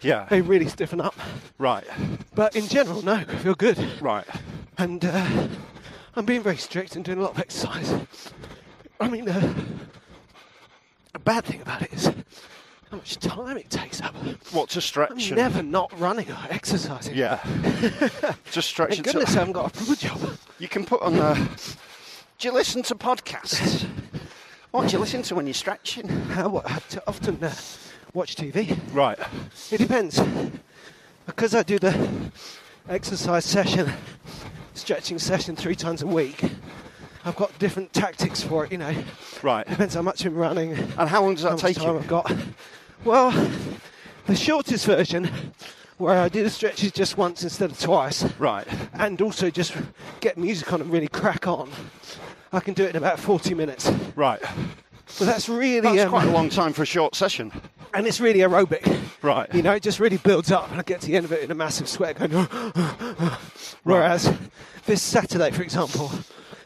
S3: they
S2: Yeah.
S3: really stiffen up.
S2: Right.
S3: But in general, no, I feel good.
S2: Right.
S3: And uh, I'm being very strict and doing a lot of exercise. I mean, uh, a bad thing about it is how much time it takes up.
S2: What's a
S3: I'm
S2: stretch? and-
S3: never not running or exercising.
S2: Yeah. Just stretch
S3: Thank
S2: until
S3: goodness I haven't got a proper job.
S2: you can put on. Uh, do you listen to podcasts? What do you listen to when you're stretching?
S3: I wa- I t- often uh, watch TV.
S2: Right.
S3: It depends. Because I do the exercise session, stretching session three times a week, I've got different tactics for it, you know.
S2: Right.
S3: Depends how much I'm running.
S2: And how long does
S3: how
S2: that
S3: much
S2: take
S3: time
S2: you?
S3: I've got. Well, the shortest version, where I do the stretches just once instead of twice,
S2: Right.
S3: and also just get music on and really crack on, I can do it in about 40 minutes.
S2: Right.
S3: But that's really
S2: That's
S3: um,
S2: quite a long time for a short session.
S3: and it's really aerobic.
S2: Right.
S3: You know, it just really builds up, and I get to the end of it in a massive sweat. Going, Whereas this Saturday, for example,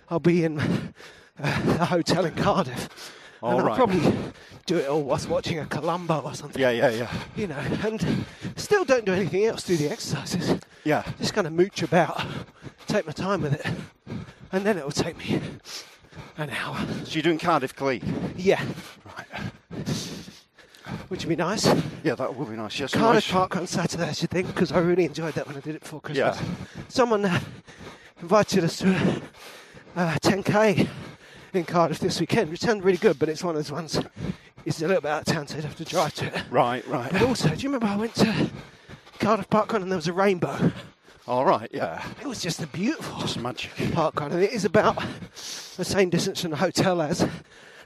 S3: I'll be in uh, a hotel in Cardiff,
S2: All
S3: and
S2: right.
S3: I'll probably do it all whilst watching a Columbo or something.
S2: Yeah, yeah, yeah.
S3: You know, and still don't do anything else. Do the exercises.
S2: Yeah.
S3: Just kind of mooch about, take my time with it, and then it'll take me an hour.
S2: So you're doing Cardiff Glee?
S3: Yeah. Which would be nice.
S2: Yeah, that would be nice. Yes,
S3: Cardiff
S2: nice.
S3: Park on Saturday, I should think, because I really enjoyed that when I did it before Christmas.
S2: Yeah.
S3: Someone uh, invited us to a uh, 10k in Cardiff this weekend, which sounded really good, but it's one of those ones, it's a little bit out of town, so you'd have to drive to it.
S2: Right,
S3: But
S2: right.
S3: also, do you remember I went to Cardiff Park and there was a rainbow?
S2: All right, yeah.
S3: It was just a beautiful
S2: It's magic.
S3: park run, and it is about the same distance from the hotel as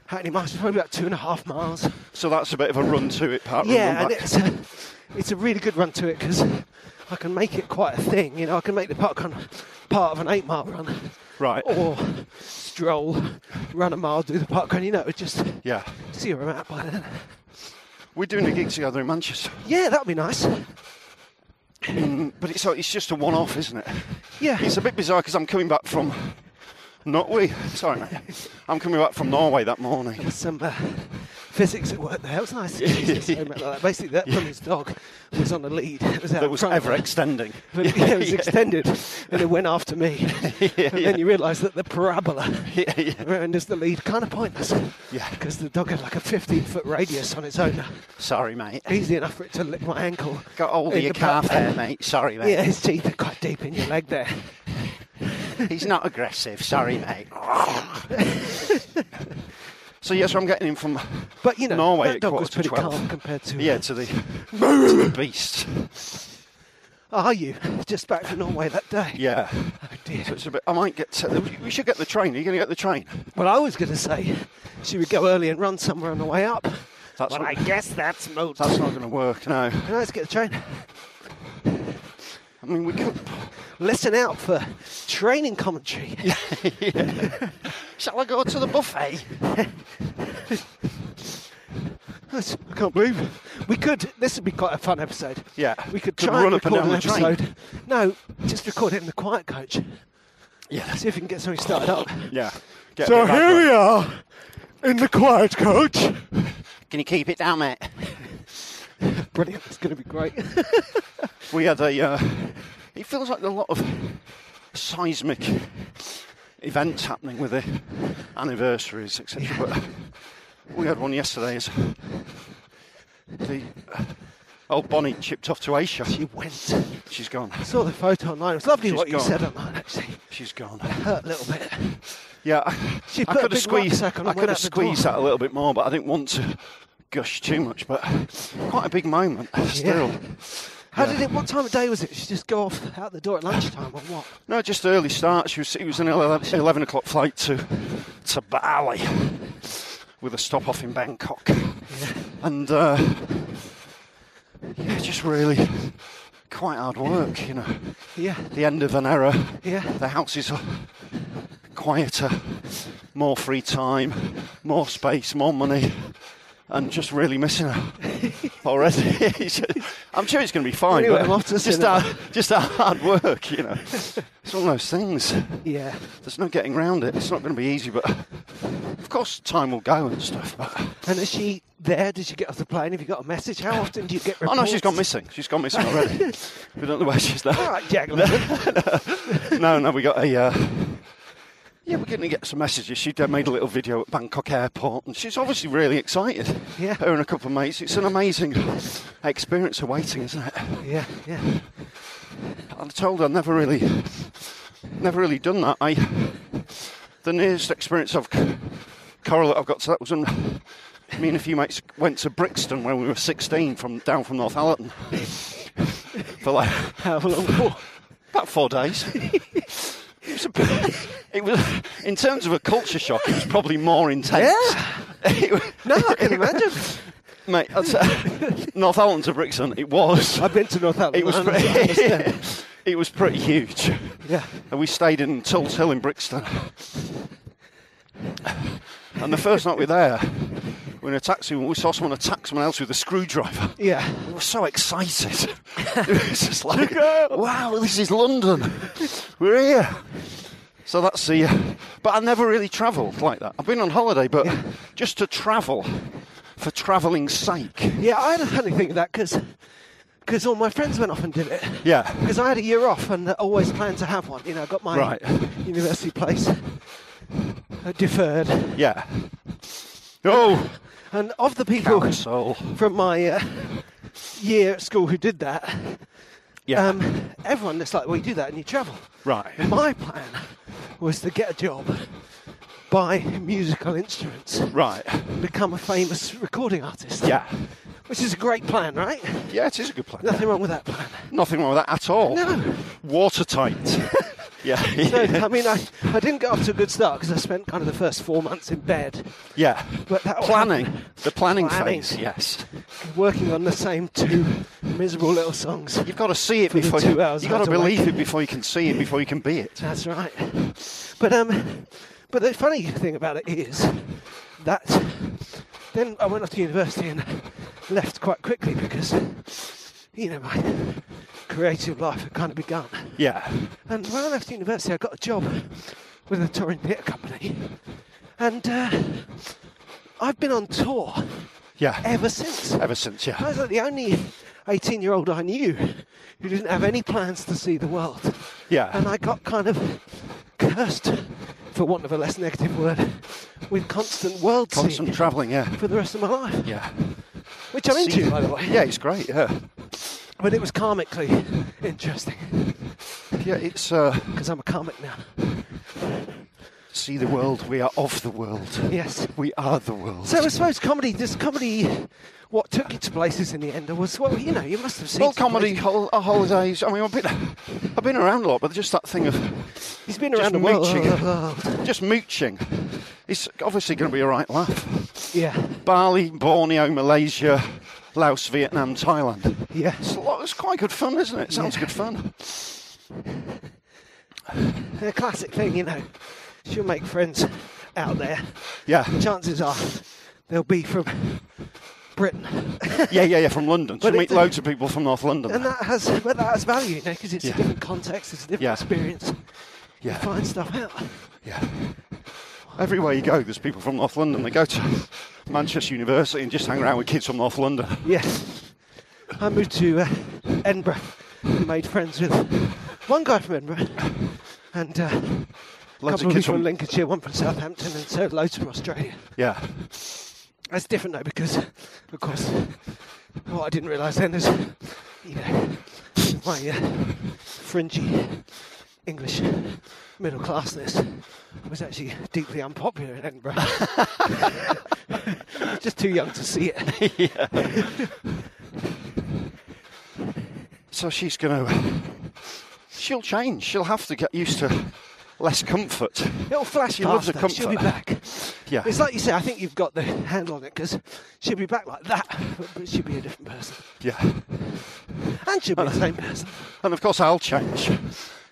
S3: Hackney Miles, probably about two and a half miles.
S2: So that's a bit of a run to it, part run
S3: Yeah, and
S2: back.
S3: it's a, it's a really good run to it because I can make it quite a thing. You know, I can make the park run part of an eight mile run,
S2: Right.
S3: Or stroll, run a mile, do the park run. You know, it just
S2: Yeah.
S3: see where I'm at by then.
S2: We're doing a gig together in Manchester.
S3: Yeah, that'd be nice.
S2: But it's, it's just a one off, isn't it?
S3: Yeah,
S2: It's a bit bizarre because I'm coming back from. Not we. Sorry, mate. I'm coming back from Norway that morning.
S3: some uh, physics at work there. It was nice. Jesus, I remember that. Basically, that from his dog was on the lead. It was out
S2: That
S3: in
S2: was
S3: front of
S2: ever
S3: her.
S2: extending.
S3: But it, was extended and it went after me. and then you realise that the parabola around as the lead kind of pointless.
S2: Yeah.
S3: Because the dog had like a 15 foot radius on its own.
S2: Sorry, mate.
S3: Easy enough for it to lick my ankle.
S2: Got hold of
S3: in
S2: your
S3: the back.
S2: calf there, mate. Sorry, mate.
S3: Yeah, his teeth are quite deep in your leg there.
S2: He's not aggressive. Sorry, mate. so yes, I'm getting him from
S3: But you know,
S2: Norway
S3: that
S2: at
S3: dog was
S2: quarter
S3: pretty
S2: to 12.
S3: calm compared to.
S2: yeah to the, to the beast.
S3: uh, Are you just back from Norway that day?
S2: Yeah.
S3: Oh dear.
S2: So it's a bit. I might get. To, we should get the train. Are you going to get the train?
S3: Well, I was going to say, she would go early and run somewhere on the way up.
S2: That's
S4: Well,
S2: not,
S4: I guess that's moot.
S2: that's not going to work. No.
S3: Can I just get the train?
S2: I mean, we could.
S3: Listen out for training commentary.
S2: Shall I go to the buffet?
S3: That's- I can't believe it. we could. This would be quite a fun episode.
S2: Yeah.
S3: we could
S2: Could
S3: try and
S2: run up and
S3: record
S2: down
S3: an
S2: the train.
S3: episode. No, just record it in the quiet coach.
S2: Yeah. that's-
S3: See if we can get something started up.
S2: Yeah. Get
S3: So here we are in the quiet coach.
S2: Can you keep it down, mate?
S3: Brilliant. It's going to be great.
S2: We had a. Uh, it feels like a lot of seismic events happening with the anniversaries, etc. But we had one yesterday. Is the old Bonnie chipped off to Asia.
S3: She went.
S2: She's gone.
S3: I saw the photo online. It was lovely
S2: She's
S3: what you
S2: gone.
S3: said online, actually.
S2: She's gone.
S3: Hurt a little bit.
S2: Yeah, I,
S3: She
S2: I
S3: put a
S2: could have
S3: big
S2: squeezed.
S3: rucksack on
S2: I
S3: and
S2: could
S3: went
S2: have
S3: out the door.
S2: squeezed that a little bit more, but I didn't want to gush too much. But quite a big moment still.
S3: How did it? What time of day was it? She just go off out the door at lunchtime or what?
S2: No, just early start. She was, it was an 11, 11 o'clock flight to to Bali with a stop off in Bangkok, and uh, yeah, just really quite hard work, you know.
S3: Yeah.
S2: The end of an era.
S3: Yeah.
S2: The house is quieter, more free time, more space, more money. And just really missing her already. I'm sure it's going to be fine.
S3: Anyway,
S2: but
S3: I'm off to the
S2: just
S3: cinema.
S2: our, just our hard work, you know. It's one of those things.
S3: Yeah.
S2: There's no getting round it. It's not going to be easy, but of course time will go and stuff. But
S3: And is she there? Did she get off the plane? Have you got a message? How often do you get
S2: oh
S3: reports?
S2: no, she's gone missing. She's gone missing already. we don't know where she's
S3: All
S2: now.
S3: right, Jack. London.
S2: No, no, we got a. Uh, yeah, we're going to get some messages. She did- made a little video at Bangkok Airport, and she's obviously really excited.
S3: Yeah.
S2: Her and a couple of mates. It's an amazing experience awaiting, isn't it?
S3: yeah, yeah.
S2: I'm told I've never really, never really done that. I, the nearest experience of coral that I've got to that was when me and a few mates went to Brixton when we were 16 from down from Northallerton for like
S3: How long?
S2: about four days. It was, a bit- it was, in terms of a culture shock, it was probably more intense. It was-
S3: No, I can imagine.
S2: mate, I'd say- Northallerton to Brixton, it was.
S3: I've been to Northampton.
S2: It was,
S3: I
S2: pretty,
S3: understand.
S2: it was pretty huge.
S3: Yeah.
S2: And we stayed in Tulse Hill in Brixton. And the first night we were there, we were in a taxi and we saw someone attack someone else with a screwdriver.
S3: Yeah.
S2: We were so excited. it was just like, wow, this is London. We're here. So that's the. uh, But I never really travelled like that. I've been on holiday, but just to travel for travelling's sake.
S3: Yeah, I had a funny thing of that because all my friends went off and did it.
S2: Yeah.
S3: Because I had a year off and always planned to have one. You know, I got my
S2: Right.
S3: university place uh, deferred.
S2: Yeah. Oh,
S3: And of the people
S2: council.
S3: from my uh, year at school who did that,
S2: Yeah.
S3: um, everyone that's like, well, you do that and you travel.
S2: right.
S3: My plan was to get a job, buy musical instruments,
S2: Right.
S3: and become a famous recording artist.
S2: Yeah.
S3: Which is a great plan, right?
S2: Yeah, it is a good plan.
S3: Nothing wrong with that plan.
S2: Nothing wrong with that at all.
S3: No.
S2: Watertight. yeah.
S3: No,
S2: um,
S3: I mean, I, I didn't get off to a good start because I spent kind of the first four months in bed
S2: yeah.
S3: But that-
S2: planning. The planning,
S3: Planning.
S2: phase. Yes.
S3: working on the same two miserable little songs.
S2: You've got to see it
S3: For the
S2: before
S3: two
S2: you.
S3: hours
S2: You've
S3: I
S2: got
S3: had
S2: to
S3: to
S2: believe
S3: wait.
S2: it before you can see it before you can be it.
S3: That's right. But um, but the funny thing about it is that then I went off to university and left quite quickly because you know my creative life had kind of begun.
S2: Yeah.
S3: And when I left university, I got a job with a touring theatre company, and uh, I've been on tour
S2: Yeah.
S3: ever since.
S2: Ever since.
S3: I
S2: Yeah.
S3: was like the only 18 year old I knew who didn't have any plans to see the world.
S2: Yeah.
S3: And I got kind of cursed, for want of a less negative word, with constant world
S2: Constant
S3: seeing
S2: travelling. Yeah.
S3: for the rest of my life,
S2: Yeah.
S3: which I'm
S2: See-
S3: into, by the way.
S2: Yeah, it's great. Yeah.
S3: But it was karmically interesting
S2: Yeah, it's uh,
S3: because I'm a karmic now.
S2: see the world. We are of the world.
S3: Yes.
S2: We are the world.
S3: So I suppose comedy, this comedy, what took you to places in the end was, well, you know, you must have seen.
S2: well,
S3: some
S2: comedy,
S3: places.
S2: hol- uh, holidays. I mean, I've been, I've been around a lot, but just that thing of
S3: He's been
S2: just
S3: around the world.
S2: mooching. just mooching. It's obviously going to be a right laugh.
S3: Yeah,
S2: Bali, Borneo, Malaysia, Laos, Vietnam, Thailand.
S3: yeah.
S2: It's, a lot, it's quite good fun, isn't it? sounds good fun.
S3: The classic thing, you know, she'll make friends out there.
S2: Yeah,
S3: chances are they'll be from Britain,
S2: yeah, yeah, yeah. From London, so
S3: But
S2: meet
S3: it-
S2: loads of people from North London.
S3: and that has but that has value, you know, because it's
S2: Yeah.
S3: a different context, it's a different
S2: Yeah.
S3: experience.
S2: yeah,
S3: Find stuff out.
S2: yeah. Everywhere you go, there's people from North London. They go to Manchester University and just hang around with kids from North London.
S3: Yeah, I moved to uh, Edinburgh and made friends with one guy from Edinburgh and uh, a
S2: Loads
S3: couple
S2: of
S3: of
S2: kids
S3: kids
S2: from-
S3: from Lincolnshire, one from Southampton, and so loads from Australia.
S2: Yeah.
S3: That's different though, because of course, what I didn't realise then is, you know, my uh, fringy English middle classness was actually deeply unpopular in Edinburgh. I was just too young to see it.
S2: So she's going to. She'll change. She'll have to get used to less comfort.
S3: It'll flash
S2: She loves
S3: past
S2: the
S3: her. She'll be
S2: comfort.
S3: back.
S2: Yeah.
S3: It's like you say. I think you've got the handle on it because she'll be back like that, but, but she'll be a different person,
S2: Yeah.
S3: and she'll be the same person.
S2: And of course, I'll change.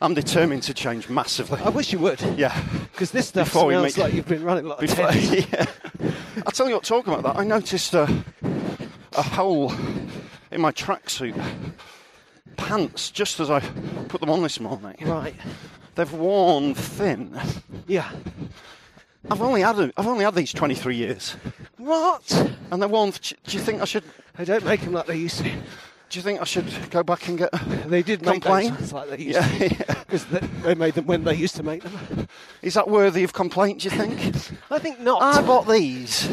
S2: I'm determined to change massively.
S3: I wish you would.
S2: Yeah.
S3: Because this stuff
S2: Before we
S3: smells
S2: meet-
S3: like you've been running a lot of
S2: Before,
S3: tennis.
S2: yeah. I tell you what, talking about that, I noticed a, a hole in my tracksuit pants just as I put them on this morning.
S3: Right.
S2: They've worn thin.
S3: Yeah.
S2: I've only had them, I've only had these 23 years,
S3: What?
S2: and they're worn. Do you think I should?
S3: They don't make them like they used to.
S2: Do you think I should go back and get?
S3: They did make
S2: Complain?
S3: those ones like they used
S2: Yeah,
S3: to.
S2: yeah.
S3: Because they, they made them when they used to make them.
S2: Is that worthy of complaint? Do you think?
S3: I think not.
S2: I bought these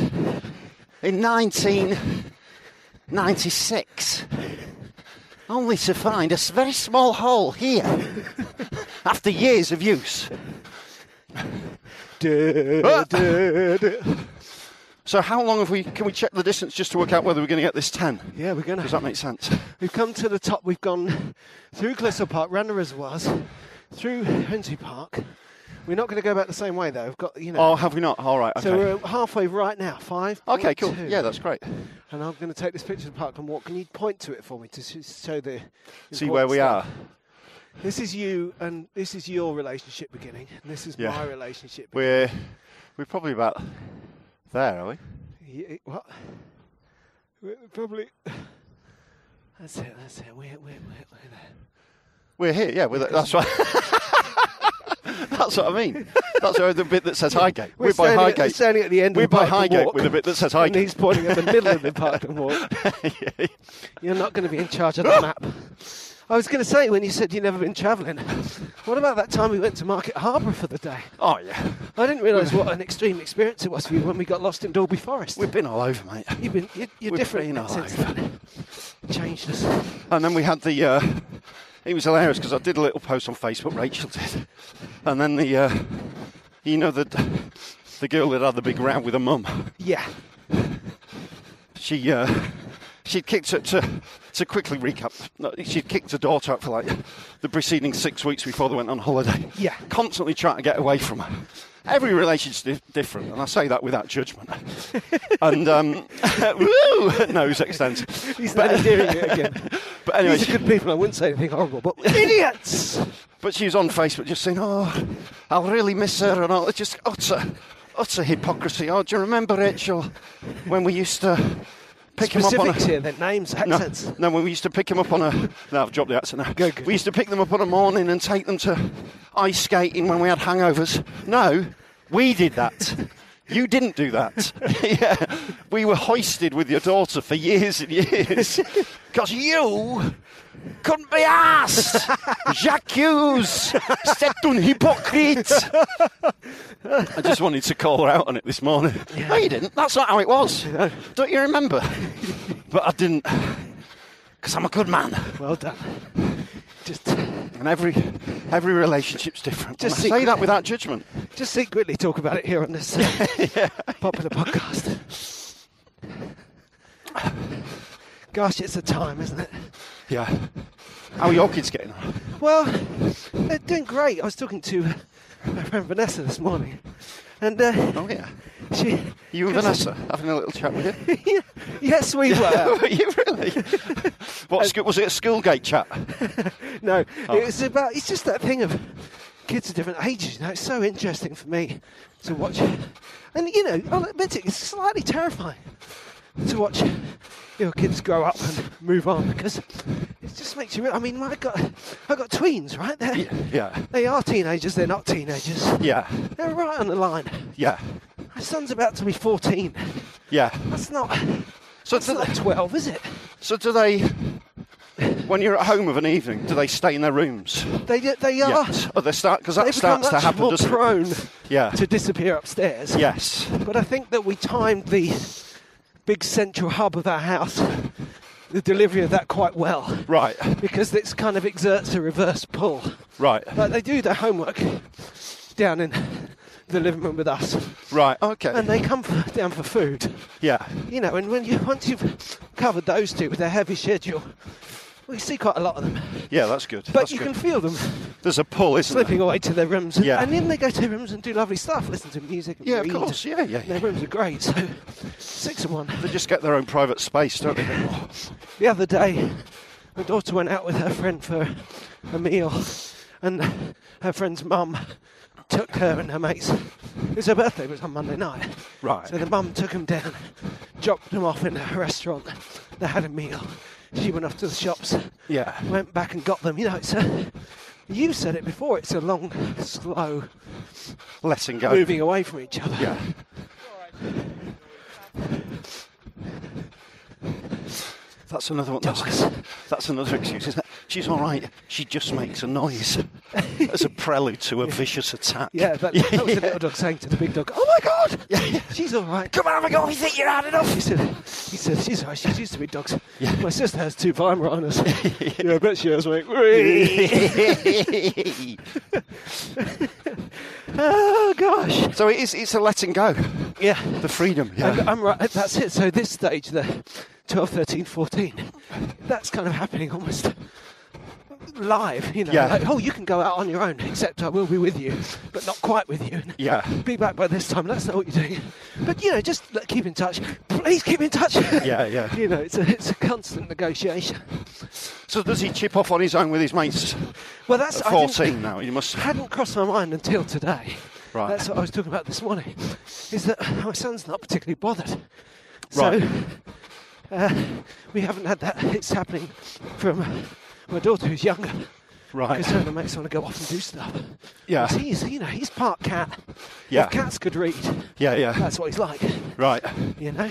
S2: in 1996, only to find a s- very small hole here after years of use. Ah.
S3: Du- du- du.
S2: So, how long have we? Can we check the distance just to work out whether we're going to get this 10?
S3: Yeah, we're gonna.
S2: Does that make sense?
S3: We've come to the top. We've gone through Glisser Park, round the reservoirs, through Henty Park. We're not going to go back the same way though. We've got you know.
S2: Oh, have we not? All right. Okay.
S3: So we're halfway right now. Five.
S2: okay. Cool. Yeah, that's great.
S3: And I'm going to take this picture of the park and walk. Can you point to it for me to s- show the?
S2: See where we
S3: importance
S2: are.
S3: This is you, and this is your relationship beginning, and this is
S2: Yeah.
S3: my relationship.
S2: We're we're probably about there, are we?
S3: Ye- what? We're probably. That's it. That's it. We're, we're, we're, we're there.
S2: We're here. Yeah. We're there. That's right. That's what I mean. That's the bit that says Highgate. We're, by
S3: standing At,
S2: Highgate.
S3: we're standing at the end.
S2: We're
S3: of the
S2: by
S3: Parkland
S2: Highgate
S3: walk,
S2: with a bit that says
S3: And he's
S2: Highgate.
S3: pointing at the middle of the park and walk. You're not going to be in charge of the map. I was going to say when you said you've never been travelling. What about that time we went to Market Harbour for the day?
S2: Oh yeah,
S3: I didn't realise what an extreme experience it was for you when we got lost in Dalby Forest.
S2: we've been all over, mate.
S3: You've been you're, you're
S2: We've
S3: different
S2: been
S3: now since
S2: alive.
S3: then. Changed us.
S2: And then we had the. Uh, it was hilarious because I did a little post on Facebook. Rachel did, and then the. Uh, you know the the girl that had the big row with her mum.
S3: Yeah.
S2: She uh, she kicked her to to quickly recap. no, She'd kicked her daughter out for like the preceding six weeks before they went on holiday.
S3: Yeah.
S2: constantly trying to get away from her. Every relationship's di- different, and I say that without judgment. and um, woo, nose extends.
S3: He's not endearing it again.
S2: But anyway,
S3: These are good people. I wouldn't say anything horrible, but idiots.
S2: But she was on Facebook just saying, "Oh, I'll really miss her," and all. It's just utter, utter hypocrisy. Oh, do you remember Rachel when we used to pick him up on
S3: Specifics
S2: a?
S3: here, their names,
S2: No,
S3: accents.
S2: no, when we used to pick him up on a. No, I've dropped the accent now.
S3: Good, good.
S2: We used to pick them up on a morning and take them to ice skating when we had hangovers. No, we did that. You didn't do that. yeah. We were hoisted with your daughter for years and years because you couldn't be asked. Jacques Hughes, c'est un hypocrite. I just wanted to call her out on it this morning. No, you didn't. That's not how it was. Don't you remember? But I didn't. Because I'm a good man.
S3: Well done. Just,
S2: And every every relationship's different.
S3: Just
S2: and I say
S3: secret-
S2: that without judgment.
S3: just secretly talk about it here on this uh, popular podcast. Gosh, it's a time, isn't it?
S2: Yeah. How are your kids getting on?
S3: Well, they're doing great. I was talking to uh, my friend Vanessa this morning, and uh,
S2: Oh yeah.
S3: she.
S2: You and Vanessa having a little chat with you?
S3: yes, we were.
S2: Were you really? What school, was it a school gate chat?
S3: No,
S2: Oh.
S3: it was about. It's just that thing of kids of different ages. You know, it's so interesting for me to watch, and you know, I'll admit it, it's slightly terrifying to watch your kids grow up and move on because it just makes you. Real, I mean, I got I got tweens, right? They're,
S2: Yeah.
S3: They are teenagers. They're not teenagers.
S2: Yeah.
S3: They're right on the line.
S2: Yeah.
S3: My son's about to be 14.
S2: Yeah.
S3: That's not.
S2: So
S3: That's
S2: do,
S3: not
S2: they,
S3: 12, is it?
S2: so do they when you're at home of an evening, do they stay in their rooms?
S3: They do- they
S2: Yeah.
S3: are.
S2: Oh, they start because
S3: They
S2: that
S3: become
S2: starts to
S3: much
S2: happen.
S3: more
S2: doesn't it?
S3: prone
S2: Yeah.
S3: to disappear upstairs.
S2: Yes.
S3: But I think that we timed the big central hub of our house, the delivery of that quite well.
S2: Right.
S3: Because this kind of exerts a reverse pull.
S2: Right.
S3: Like they do their homework down in the living room with us,
S2: Right. Okay.
S3: and they come f down for food.
S2: yeah.
S3: You know, and when you once you've covered those two with their heavy schedule, we see quite a lot of them.
S2: Yeah. That's good.
S3: But
S2: that's
S3: you
S2: good.
S3: can feel them
S2: There's a pull, isn't
S3: slipping
S2: there?
S3: away to their rooms, and,
S2: Yeah.
S3: and then they go to their rooms and do lovely stuff, listen to music. And
S2: Yeah, of
S3: read.
S2: course. Yeah, yeah,
S3: Their
S2: yeah.
S3: rooms are great. So six of one.
S2: They just get their own private space, don't they? Oh,
S3: The other day, my daughter went out with her friend for a meal, and her friend's mum took her and her mates. It was her birthday, it was on Monday night.
S2: Right.
S3: So the mum took them down, dropped them off in a restaurant. They had a meal. She went off to the shops,
S2: Yeah.
S3: went back and got them. You know, it's a, you said it before, it's a long, slow
S2: Letting go.
S3: moving away from each other.
S2: Yeah. That's another one. That's, that's another excuse, isn't it? She's all right. She just makes a noise as a prelude to a vicious attack.
S3: Yeah, that, that was the little dog saying to the big dog, "Oh my God, she's all right. Come on, have a go. You think you're had enough?" He said, "He said she's all right. She's used to big dogs. My sister has two Weimaraners. yeah, I bet she has, mate. Whee! oh gosh.
S2: so it is. It's a letting go.
S3: Yeah,
S2: The freedom. Yeah.
S3: and uh, I'm right. That's it. So this stage, the 12, 13, 14, that's kind of happening almost." Live, you know,
S2: Yeah.
S3: like, oh, you can go out on your own, except I will be with you, but not quite with you.
S2: yeah.
S3: be back by this time. Let us know what you're doing. But you know, just like, keep in touch. Please keep in touch.
S2: Yeah, yeah.
S3: You know, it's a it's a constant negotiation.
S2: So does he chip off on his own with his mates?
S3: Well, that's
S2: At
S3: I didn't-
S2: 14 now. You must.
S3: hadn't crossed my mind until today.
S2: Right.
S3: That's what I was talking about this morning. Is that my son's not particularly bothered.
S2: Right.
S3: So uh, we haven't had that. It's happening from my daughter who's younger.
S2: Right.
S3: Because her and her mates want to go off and do stuff.
S2: Yeah.
S3: He's, you know, he's part cat.
S2: Yeah.
S3: If cats could read,
S2: Yeah, yeah.
S3: that's what he's like.
S2: Right.
S3: you know.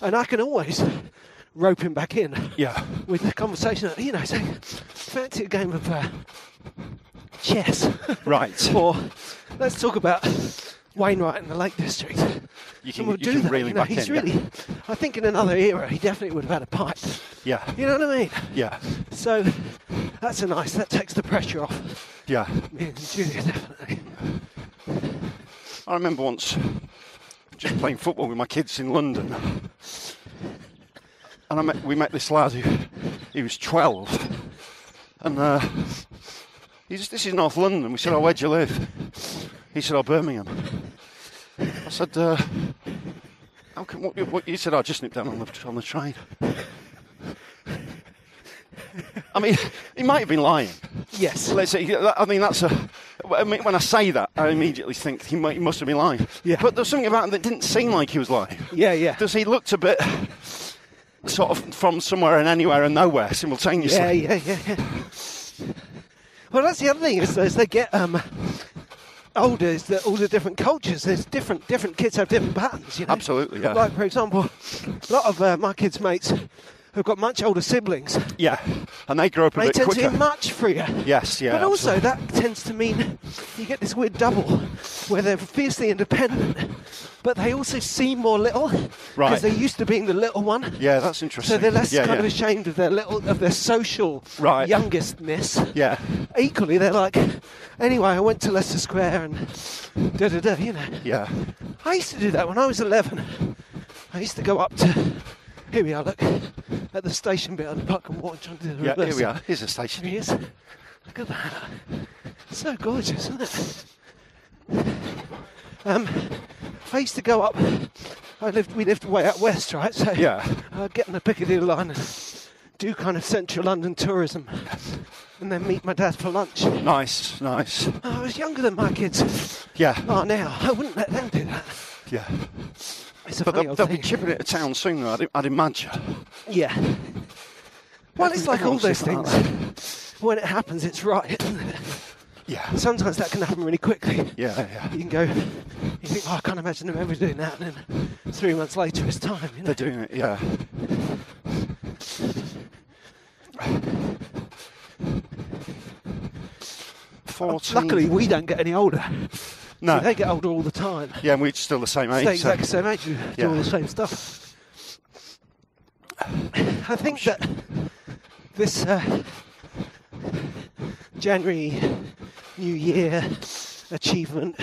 S3: And I can always rope him back in
S2: Yeah.
S3: with the conversation, you know, saying, fancy a game of uh, chess.
S2: Right.
S3: or let's talk about Wainwright in the Lake District.
S2: You
S3: and
S2: can-
S3: we'll
S2: you
S3: do
S2: can
S3: that.
S2: reel him
S3: you know,
S2: back
S3: he's
S2: in, yeah.
S3: really, I think in another era, he definitely would have had a pipe.
S2: Yeah.
S3: You know what I mean?
S2: Yeah.
S3: So that's a nice, that takes the pressure off
S2: Yeah.
S3: me and Julia, definitely.
S2: I remember once just playing football with my kids in London, and I met, we met this lad who he was 12, and uh, he said, "This is North London." We said, "Oh, where do you live?" He said, "Oh, Birmingham." I said, uh, "How can what, what?" He said, oh, "I just nipped down on the on the train." I mean, he might have been lying.
S3: Yes.
S2: Let's say, I mean, that's a. I mean, when I say that, I immediately think he, mu- he must have been lying.
S3: Yeah.
S2: But there's something about him that didn't seem like he was lying.
S3: Yeah, yeah.
S2: Does he looked a bit sort of from somewhere and anywhere and nowhere simultaneously?
S3: Yeah, yeah, yeah, yeah. Well, that's the other thing is, is they get um, older. Is that all the different cultures? There's different different kids have different patterns. You know?
S2: Absolutely, yeah.
S3: Like for example, a lot of uh, my kids' mates who've got much older siblings,
S2: Yeah. And they grow up a
S3: they
S2: bit
S3: tend
S2: quicker.
S3: to be much freer.
S2: Yes, yeah,
S3: But also that tends to mean you get this weird double where they're fiercely independent, but they also seem more little
S2: Right.
S3: because they're used to being the little one.
S2: yeah, that's interesting.
S3: So they're less
S2: yeah,
S3: kind
S2: yeah.
S3: of ashamed of their little of their social
S2: Right.
S3: youngestness.
S2: Yeah.
S3: Equally, they're like, anyway, I went to Leicester Square and da da da. You know,
S2: Yeah.
S3: I used to do that when I was 11. I used to go up to here we are, look at the station bit on the park and watch onto the
S2: Yeah,
S3: reverse.
S2: here we are. Here's a
S3: Here
S2: station.
S3: he is. Look at that. So gorgeous, isn't it? Um, I used to go up. I lived. We lived way out west, right? So
S2: Yeah.
S3: I'd get on the Piccadilly line and do kind of central London tourism, and then meet my dad for lunch. Oh,
S2: Nice, nice.
S3: I was younger than my kids
S2: Yeah.
S3: are now. I wouldn't let them do that.
S2: Yeah.
S3: It's a
S2: But
S3: funny
S2: they'll,
S3: old
S2: they'll be
S3: thing.
S2: chipping it at town soon, though, I'd, I'd imagine.
S3: Yeah. Well, it's like all
S2: Everyone's
S3: those
S2: just like
S3: things. When it happens, it's right. isn't it?
S2: Yeah.
S3: Sometimes that can happen really quickly.
S2: Yeah, yeah.
S3: You can go. You think, oh, I can't imagine them ever doing that, and then three months later, it's time. You know? Uh,
S2: They're doing it, yeah. 14.
S3: Luckily, we don't get any older.
S2: No.
S3: See, they get older all the time.
S2: Yeah, and we're still the same age.
S3: Stay
S2: so-
S3: exactly the same age. You do all
S2: Yeah.
S3: the same stuff. I think that this uh, January New Year achievement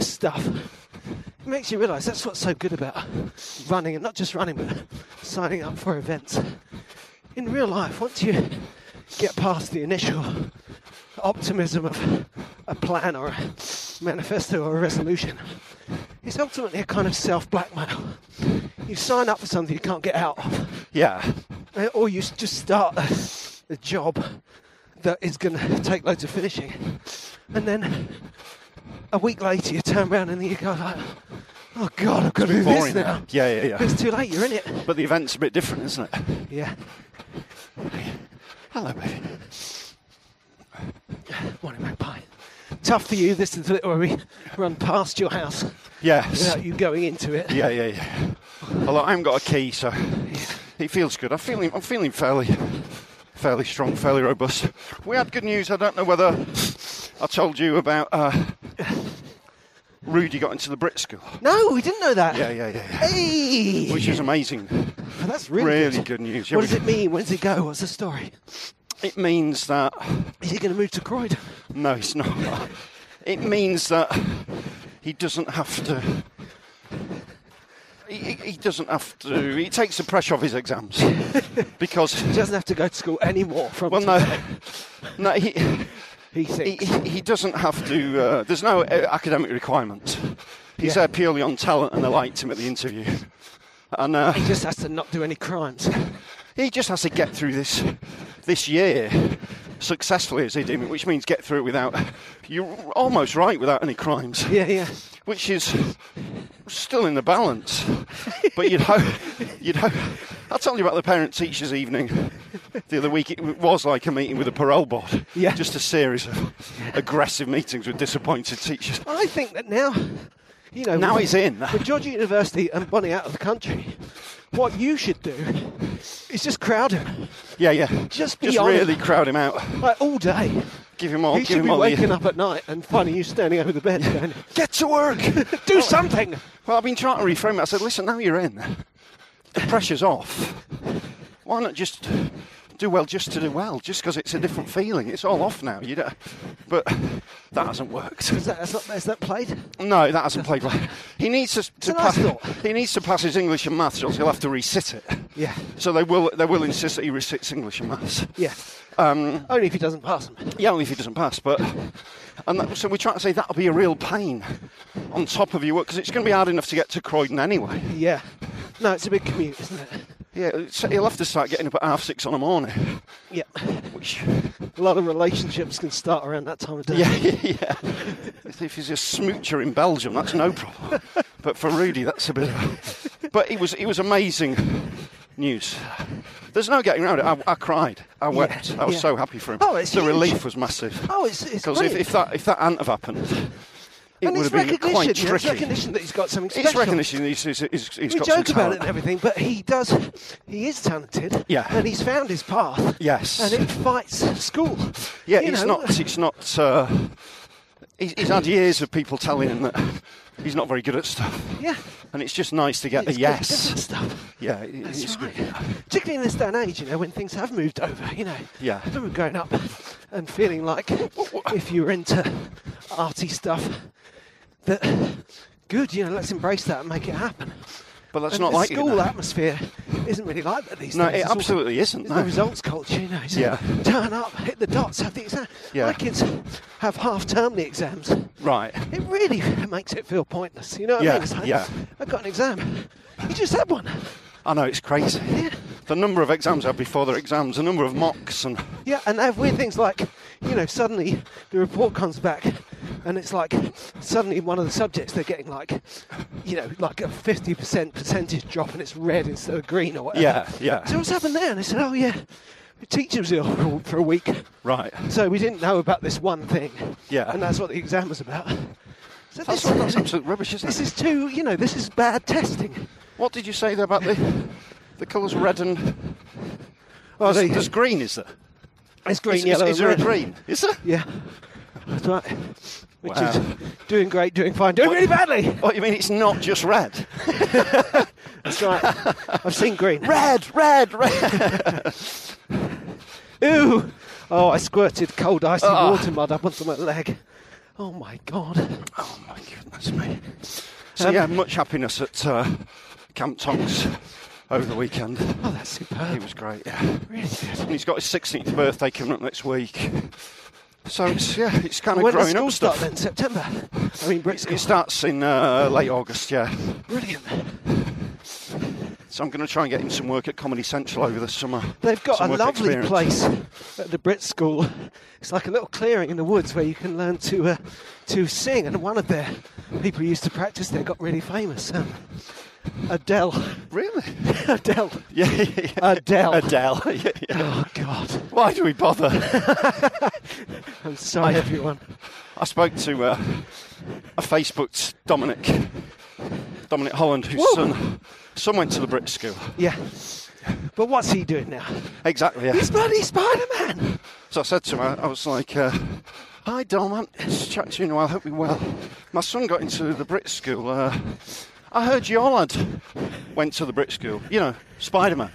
S3: stuff makes you realise that's what's so good about running, and not just running, but signing up for events. In real life, once you get past the initial optimism of a plan or a manifesto or a resolution, it's ultimately a kind of self blackmail. You sign up for something you can't get out of,
S2: Yeah.
S3: uh, or you s- just start a, a job that is going to take loads of finishing, and then a week later you turn around and you go like, "Oh God, I've got to do this
S2: Boring.
S3: now."
S2: Yeah, yeah, yeah.
S3: It's too late. You're in it.
S2: But the event's a bit different, isn't it?
S3: Yeah.
S2: Hello, baby.
S3: Morning, magpie. Tough for you. This is the bit where we run past your house
S2: Yes.
S3: without you going into it.
S2: Yeah, yeah, yeah. Although I haven't got a key, so it feels good. I'm feeling, I'm feeling fairly, fairly strong, fairly robust. We had good news. I don't know whether I told you about uh, Rudy got into the Brit school.
S3: No, we didn't know that.
S2: Yeah, yeah, yeah. yeah.
S3: Hey,
S2: Which is amazing.
S3: that's really,
S2: really good news. Yeah,
S3: What does
S2: we-
S3: it mean? When's it go? What's the story?
S2: It means that
S3: Is he going to move to Croydon?
S2: no, it's not. It means that he doesn't have to. He, he- he doesn't have to. He takes the pressure off his exams because
S3: He doesn't have to go to school anymore. From
S2: well,
S3: today,
S2: no, no, he
S3: he
S2: he,
S3: thinks.
S2: he he doesn't have to. Uh, there's no uh, academic requirement. He's
S3: Yeah.
S2: there purely on talent, and they liked him at the interview. And uh,
S3: He just has to not do any crimes.
S2: he just has to get through this this year successfully, as they deem it, which means get through it without. You're almost right, without any crimes,
S3: Yeah, yeah.
S2: which is still in the balance. But you'd hope, you'd hope. I told you about the parent teachers evening the other week. It was like a meeting with a parole board.
S3: Yeah.
S2: Just a series of aggressive meetings with disappointed teachers.
S3: I think that now, you know,
S2: Now
S3: with-
S2: he's in.
S3: With Georgia University and Bonnie out of the country, what you should do is just crowd him,
S2: Yeah, yeah.
S3: Just be
S2: just
S3: honest.
S2: really crowd him out.
S3: like all day.
S2: Give him all.
S3: he
S2: give
S3: should
S2: him
S3: be
S2: all.
S3: waking
S2: the,
S3: up at night and finding you standing over the bed. Going,
S2: Get to work.
S3: do something.
S2: Well, I've been trying to reframe it. I said, listen, now you're in, the pressure's off. Why not just do well just to do well, just because it's a different feeling? It's all off now. You don't, but that hasn't worked.
S3: Is that, that's not, is that played?
S2: No, that hasn't played well. He needs to, to
S3: a nice
S2: pass.
S3: thought.
S2: He needs to pass his English and maths, or else he'll have to resit it.
S3: Yeah.
S2: So they will. They will insist that he resits English and maths.
S3: Yeah.
S2: Um,
S3: Only if he doesn't pass them.
S2: yeah, only if he doesn't pass. But and that, so we're trying to say that'll be a real pain on top of your work because it's going to be hard enough to get to Croydon anyway.
S3: Yeah. No, it's a big commute, isn't it?
S2: Yeah, uh, so he'll have to start getting up at half six on a morning.
S3: Yeah.
S2: Which,
S3: A lot of relationships can start around that time of day.
S2: yeah, yeah. If he's a smoocher in Belgium, that's no problem. But for Rudy, that's a bit. Of a... But it was it was amazing news. There's no getting around it. I, I cried. I wept. I was
S3: yeah.
S2: so happy for him.
S3: Oh, it's
S2: the
S3: huge.
S2: relief was massive.
S3: Oh, it's it's
S2: Because if,
S3: brilliant.
S2: if that if that hadn't have happened, it
S3: and it's
S2: would have been
S3: recognition.
S2: quite
S3: yeah, It's
S2: tricky.
S3: recognition that he's got something special.
S2: It's recognition. He's, he's, he's, he's
S3: We
S2: got some
S3: joke about it
S2: talent.
S3: and everything, but he does. He is talented.
S2: Yeah.
S3: And he's found his path.
S2: Yes.
S3: And it fights school.
S2: Yeah,
S3: You
S2: it's
S3: know?
S2: not. It's not. Uh, he's, he's had years of people telling him that he's not very good at stuff,
S3: Yeah.
S2: and it's just nice to get
S3: It's
S2: a
S3: good, different
S2: Uh, yes.
S3: stuff.
S2: Yeah, it- it's
S3: That's right.
S2: good.
S3: Particularly in this day and age, you know, when things have moved over, you know.
S2: Yeah.
S3: I remember growing up and feeling like if you were into arty stuff, that good, you know, let's embrace that and make it happen.
S2: But that's
S3: And
S2: not
S3: the
S2: like it
S3: school
S2: now.
S3: atmosphere isn't really like that these
S2: No,
S3: days.
S2: it
S3: It's all-
S2: absolutely isn't.
S3: It's the
S2: No.
S3: results culture, you know. It's
S2: Yeah.
S3: Turn up, hit the dots, have the exam.
S2: Yeah.
S3: My kids have half termly exams.
S2: Right.
S3: It really makes it feel pointless, you know what
S2: Yeah,
S3: I mean? It's like,
S2: yeah.
S3: I've got an exam. You just had one.
S2: I know it's crazy.
S3: Yeah.
S2: The number of exams I had before their exams, the number of mocks, and
S3: Yeah, and they have weird things like, you know, suddenly the report comes back and it's like suddenly one of the subjects they're getting like, you know, like a 50% percentage drop and it's red instead of green or whatever.
S2: yeah, yeah,
S3: So what's happened there? And they said, oh yeah, the teacher was ill for- for a week.
S2: right.
S3: So we didn't know about this one thing.
S2: Yeah.
S3: And that's what the exam was about. So
S2: That's,
S3: this,
S2: that's absolute rubbish, isn't
S3: this
S2: it?
S3: is too, you know, this is bad testing.
S2: What did you say there about the the colours red and?
S3: Oh,
S2: there's, there's green, is there?
S3: It's green,
S2: Is, is-
S3: yellow,
S2: is
S3: and
S2: there a
S3: red.
S2: green? Is there?
S3: Yeah, that's right. Which is
S2: Wow.
S3: doing great, doing fine, doing really badly.
S2: What you mean? It's not just red.
S3: That's right. I've seen green.
S2: Red, red, red.
S3: Ooh! Oh, I squirted cold icy
S2: Ah.
S3: water mud up onto my leg. Oh my god.
S2: oh my goodness me. So yeah, much happiness at uh, Camp Tonks over the weekend.
S3: Oh, that's
S2: It
S3: superb.
S2: was great. Yeah.
S3: Really good.
S2: And he's got his 16th birthday coming up next week. So it's yeah, it's kind of
S3: When does
S2: growing
S3: school start
S2: up stuff.
S3: then? September. I mean, Brit
S2: It
S3: school.
S2: starts in uh, late August, yeah.
S3: Brilliant.
S2: So I'm going to try and get him some work at Comedy Central over the summer.
S3: They've got
S2: Some
S3: a
S2: work
S3: lovely
S2: experience.
S3: place at the Brit School. It's like a little clearing in the woods where you can learn to uh, to sing. And one of their people who used to practice there got really famous. Um, Adele.
S2: Really?
S3: Adele.
S2: Yeah. yeah.
S3: Adele.
S2: Adele. yeah, yeah.
S3: Oh God.
S2: Why do we bother?
S3: I'm sorry, everyone.
S2: I spoke to uh, a Facebook's Dominic, Dominic Holland, whose
S3: Woo.
S2: son, son went to the Brit School.
S3: Yeah. But what's he doing now?
S2: Exactly. Yeah.
S3: It's bloody Spider Man!
S2: So I said to him, I, I was like, uh, "Hi, Dom. I'm just chatting to you in a while. I hope you're well. My son got into the Brit School. Uh, I heard your lad went to the Brit School. You know, Spider Man."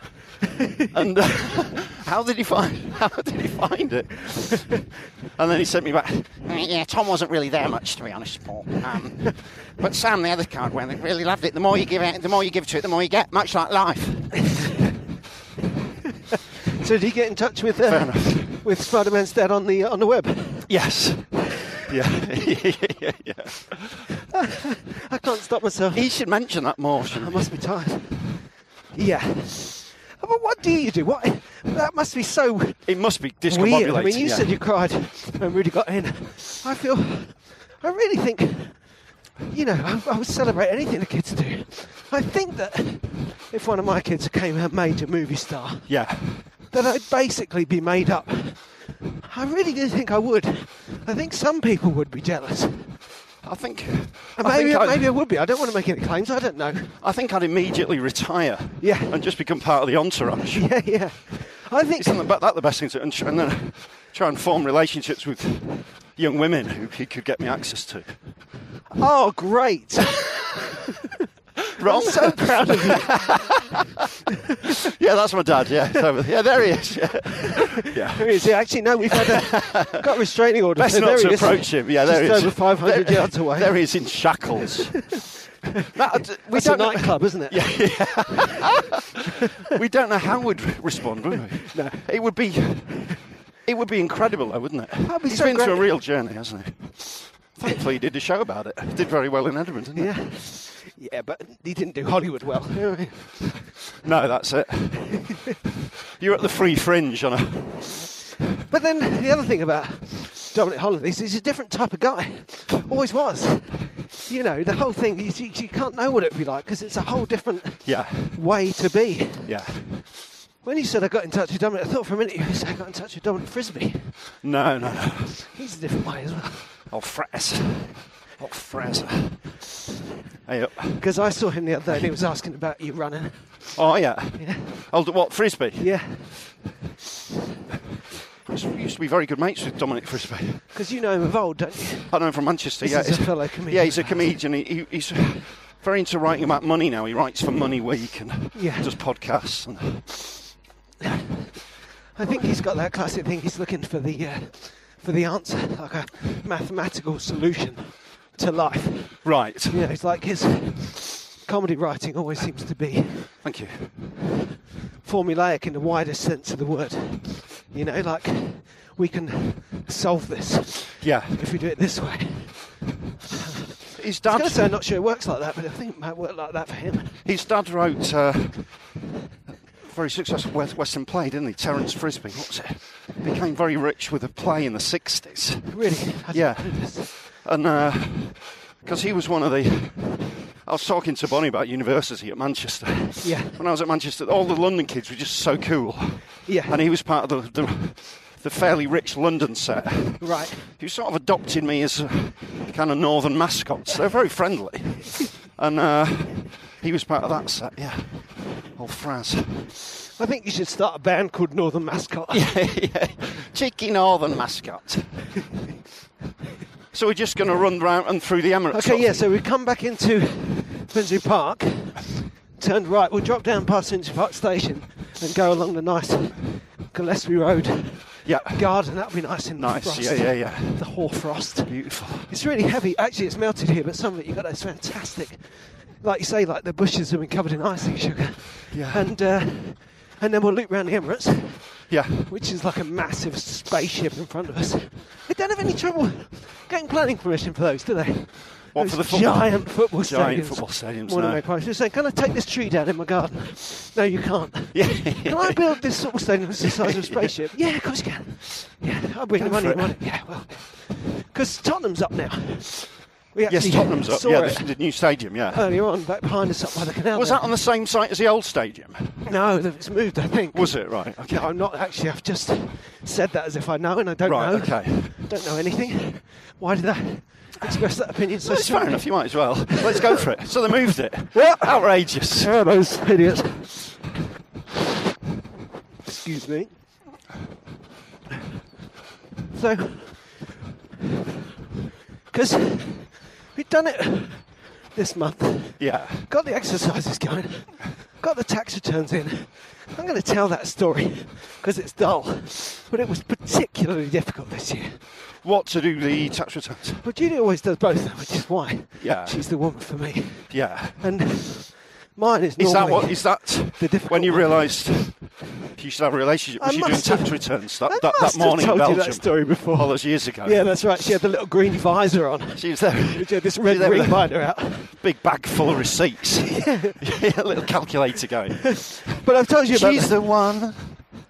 S2: and uh, how did he find? How did he find it? And then he sent me back.
S4: Yeah, Tom wasn't really there much, to be honest, Paul. Um, but Sam, the other card winner, really loved it. The more you give it, the more you give to it, the more you get. Much like life.
S3: So did he get in touch with uh, with Spider Man's dad on the on the web?
S2: Yes. Yeah. yeah, yeah.
S3: I can't stop myself.
S2: He should mention that more.
S3: I
S2: shouldn't he?
S3: must be tired. Yeah. Oh, But what do you do? What that must be so
S2: It must be discombobulated.
S3: weird. I mean, you
S2: yeah.
S3: said you cried when Rudy got in. I feel, I really think, you know, I, I would celebrate anything the kids do. I think that if one of my kids became a major movie star,
S2: Yeah.
S3: that I'd basically be made up. I really do think I would. I think some people would be jealous. And
S2: I think. I
S3: uh, maybe,
S2: think I-
S3: maybe I would be. I don't want to make any claims. I don't know.
S2: I think I'd immediately retire.
S3: Yeah.
S2: And just become part of the entourage.
S3: Yeah, yeah. I think.
S2: Isn't that, that the best thing to and, tr- and then try and form relationships with young women who he could get me access to.
S3: Oh, great!
S2: Wrong.
S3: so proud of you.
S2: yeah, that's my dad. Yeah, So- yeah, there he is. Yeah,
S3: There he is. Yeah, Actually, no, we've had a, got a restraining order.
S2: best
S3: so
S2: not
S3: there
S2: to
S3: he is.
S2: approach him. Yeah, there he
S3: Just
S2: is.
S3: over 500
S2: there,
S3: yards away.
S2: There he is in shackles. That- we
S3: It's a
S2: don't. know-
S3: nightclub, isn't it? Yeah.
S2: we don't know how we'd re- respond, would we? No. It would be. It would be incredible, though, wouldn't it?
S3: That'd be
S2: He's
S3: so
S2: been through a
S3: great.
S2: real journey, hasn't he? Thankfully, he did a show about it. Did very well in Edinburgh, didn't he?
S3: Yeah. Yeah, but he didn't do Hollywood well.
S2: No, that's it. You're at the free fringe on a.
S3: But then the other thing about Dominic Holland is he's a different type of guy. Always was. You know, the whole thing, you, you can't know what it'd be like because it's a whole different
S2: Yeah,
S3: way to be.
S2: yeah.
S3: When you said I got in touch with Dominic, I thought for a minute you said I got in touch with Dominic Frisbee.
S2: No, no, no.
S3: He's a different way as well.
S2: Oh, Fraser. Oh, Fraser. Hey up.
S3: Because I saw him the other day and he was asking about you running.
S2: Oh, yeah. Oh, the- what, Frisbee?
S3: Yeah.
S2: I was- used to be very good mates with Dominic Frisbee.
S3: Because you know him of old, don't you?
S2: I know him from Manchester.
S3: This
S2: yeah,
S3: is a
S2: he's
S3: fellow comedian.
S2: Yeah, he's a comedian. He, he, he's very into writing about money now. He writes for Money Week and
S3: Yeah.
S2: does podcasts. And,
S3: I think he's got that classic thing. He's looking for the uh, for the answer, like a mathematical solution to life.
S2: right.
S3: You know, it's like his comedy writing always seems to be
S2: Thank you.
S3: formulaic in the widest sense of the word. You know, like we can solve this
S2: Yeah.
S3: if we do it this way.
S2: His
S3: I was going
S2: dad,
S3: to say uh, I'm not sure it works like that, but I think it might work like that for him.
S2: his dad wrote uh, very successful West, Western play, didn't he? Terence Frisbee. What was it? Became very rich with a play in the 60s.
S3: Really? I didn't
S2: Yeah.
S3: know this.
S2: And because he was one of the. I was talking to Bonnie about university at Manchester.
S3: Yeah.
S2: When I was at Manchester, all the London kids were just so cool.
S3: Yeah.
S2: And he was part of the, the, the fairly rich London set.
S3: Right.
S2: He sort of adopted me as a kind of northern mascot. So they're very friendly. And uh, he was part of that set, yeah. Old Fraz.
S3: I think you should start a band called Northern Mascot.
S2: yeah,
S4: Cheeky northern mascot.
S2: So we're just going to run round and through the Emirates.
S3: Okay,
S2: Trophy.
S3: yeah, so we've come back into Finsbury Park, turned right, we'll drop down past Finsbury Park Station and go along the nice Gillespie Road
S2: Yeah.
S3: garden. That'll be nice in the
S2: Nice.
S3: frost.
S2: Yeah, yeah, yeah.
S3: The hoarfrost.
S2: Beautiful.
S3: It's really heavy. Actually, it's melted here, but some of it you've got those fantastic, like you say, like the bushes have been covered in icing sugar.
S2: Yeah.
S3: And, uh, and then we'll loop round the Emirates,
S2: Yeah.
S3: which is like a massive spaceship in front of us. They don't have any trouble getting planning permission for those, do they?
S2: What,
S3: Those
S2: for the football-
S3: giant football stadiums?
S2: giant football stadiums,
S3: One of
S2: no.
S3: my clients was saying, "Can I take this tree down in my garden?" No, you can't.
S2: Yeah.
S3: Can I build this football stadium that's the size of a spaceship? Yeah, of course you can. Yeah, I'll bring the
S2: Go for
S3: money.
S2: it.
S3: money. Yeah, well, because Tottenham's up now. We
S2: Yes,
S3: actually
S2: Tottenham's up.
S3: Saw
S2: Yeah,
S3: it Oh,
S2: the, the new stadium. Yeah.
S3: earlier on, back behind us up by the canal.
S2: Was
S3: there.
S2: that on the same site as the old stadium?
S3: No, th- it's moved. I think.
S2: Was it right? Okay.
S3: No, I'm not actually. I've just said that as if I know, and I don't
S2: Right,
S3: know.
S2: okay.
S3: Don't know anything. Why did I express that opinion so
S2: That's fair
S3: strongly?
S2: enough. You might as well. Let's go for it. So they moved it.
S3: Yeah.
S2: Outrageous.
S3: Oh, those idiots. Excuse me. So, because we've done it this month,
S2: Yeah.
S3: got the exercises going, got the tax returns in. I'm going to tell that story because it's dull, but it was particularly difficult this year.
S2: What to do the tax returns?
S3: But Judy always does both, which is why
S2: Yeah.
S3: she's the woman for me.
S2: Yeah.
S3: And mine is normally
S2: Is that what? Is that
S3: the difficult
S2: when you
S3: one.
S2: realised you should have a relationship? Was
S3: I
S2: you doing
S3: must have-
S2: tax returns that,
S3: I
S2: that, that
S3: must have
S2: morning in
S3: told you that
S2: Belgium?
S3: story before.
S2: All those years ago.
S3: Yeah, that's right. She had the little green visor on.
S2: She was there.
S3: She had this
S2: she
S3: red
S2: was there
S3: ring
S2: with a
S3: visor out.
S2: big bag full of receipts. yeah, a little calculator going.
S3: But I've told you about
S2: She's
S3: that.
S2: the one.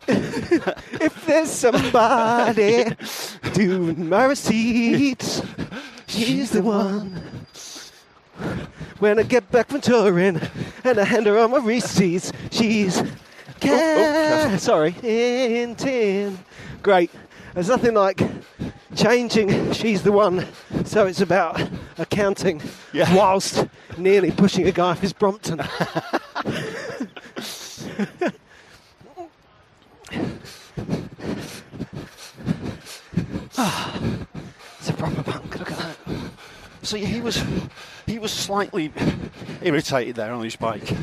S3: If there's somebody doing my receipts, she's the one. When I get back from touring and I hand her all my receipts, she's ca- sorry in tin. Great. There's nothing like changing. She's the one. So it's about accounting
S2: Yeah.
S3: whilst nearly pushing a guy off his Brompton. Ah, It's a proper punk. Look at that.
S2: So yeah, he was he was slightly irritated there on his bike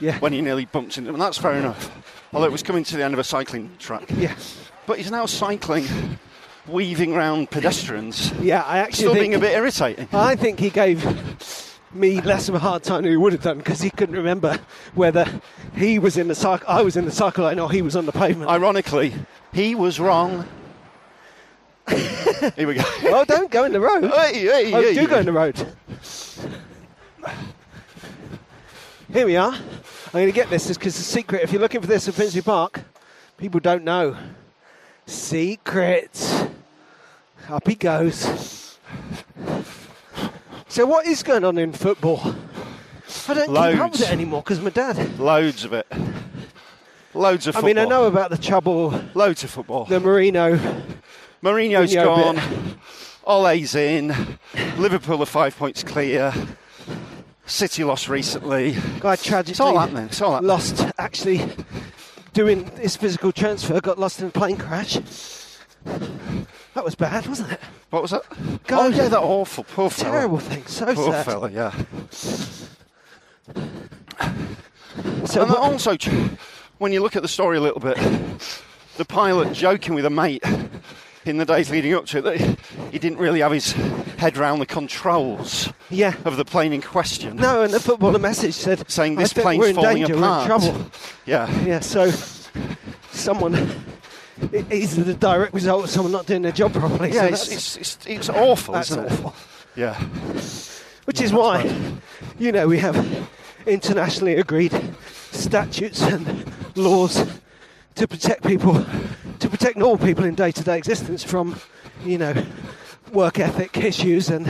S3: Yeah.
S2: when he nearly bumped into him, and that's fair enough. Although it was coming to the end of a cycling track.
S3: yeah.
S2: But he's now cycling, weaving round pedestrians.
S3: Yeah, I actually
S2: Still
S3: think
S2: being a bit irritating.
S3: I think he gave me less of a hard time than he would have done because he couldn't remember whether he was in the cycle, I was in the cycle lane, or he was on the pavement.
S2: Ironically, he was wrong. Here we go.
S3: well, don't go in the road.
S2: Hey, hey,
S3: oh,
S2: hey.
S3: do go in the road. Here we are. I'm going to get this because the secret. If you're looking for this at Finsbury Park, people don't know. Secrets. Up he goes. So what is going on in football? I don't keep up
S2: Loads.
S3: with it anymore because my dad.
S2: Loads of it. Loads of
S3: I
S2: football.
S3: mean, I know about the trouble,
S2: Loads of football.
S3: the Marino.
S2: Mourinho's
S3: Yeah, a
S2: gone.
S3: bit.
S2: Ole's in. Liverpool are five points clear. City lost recently.
S3: Guy tragically
S2: It's all happening. It's all happening.
S3: lost actually doing his physical transfer, got lost in a plane crash. That was bad, wasn't it?
S2: What was that?
S3: Go.
S2: Oh yeah, that awful. Poor fella.
S3: Terrible thing, so
S2: Poor
S3: sad.
S2: fella. Yeah.
S3: So
S2: and
S3: what-
S2: also, tr- when you look at the story a little bit, the pilot joking with a mate in the days leading up to it that he- he didn't really have his head round the controls
S3: yeah.
S2: of the plane in question.
S3: No, and the footballer message said
S2: Saying
S3: "I
S2: this
S3: think
S2: plane's
S3: we're in
S2: falling
S3: danger,
S2: apart.
S3: We're in trouble.
S2: Yeah.
S3: Yeah, so someone it is the direct result of someone not doing their job properly. so
S2: Yeah, it's,
S3: that's-
S2: it's, it's, it's awful,
S3: that's
S2: isn't
S3: awful.
S2: it? Yeah.
S3: Which is why, you know, we have internationally agreed statutes and laws to protect people, to protect normal people in day to day existence from, you know, work ethic issues and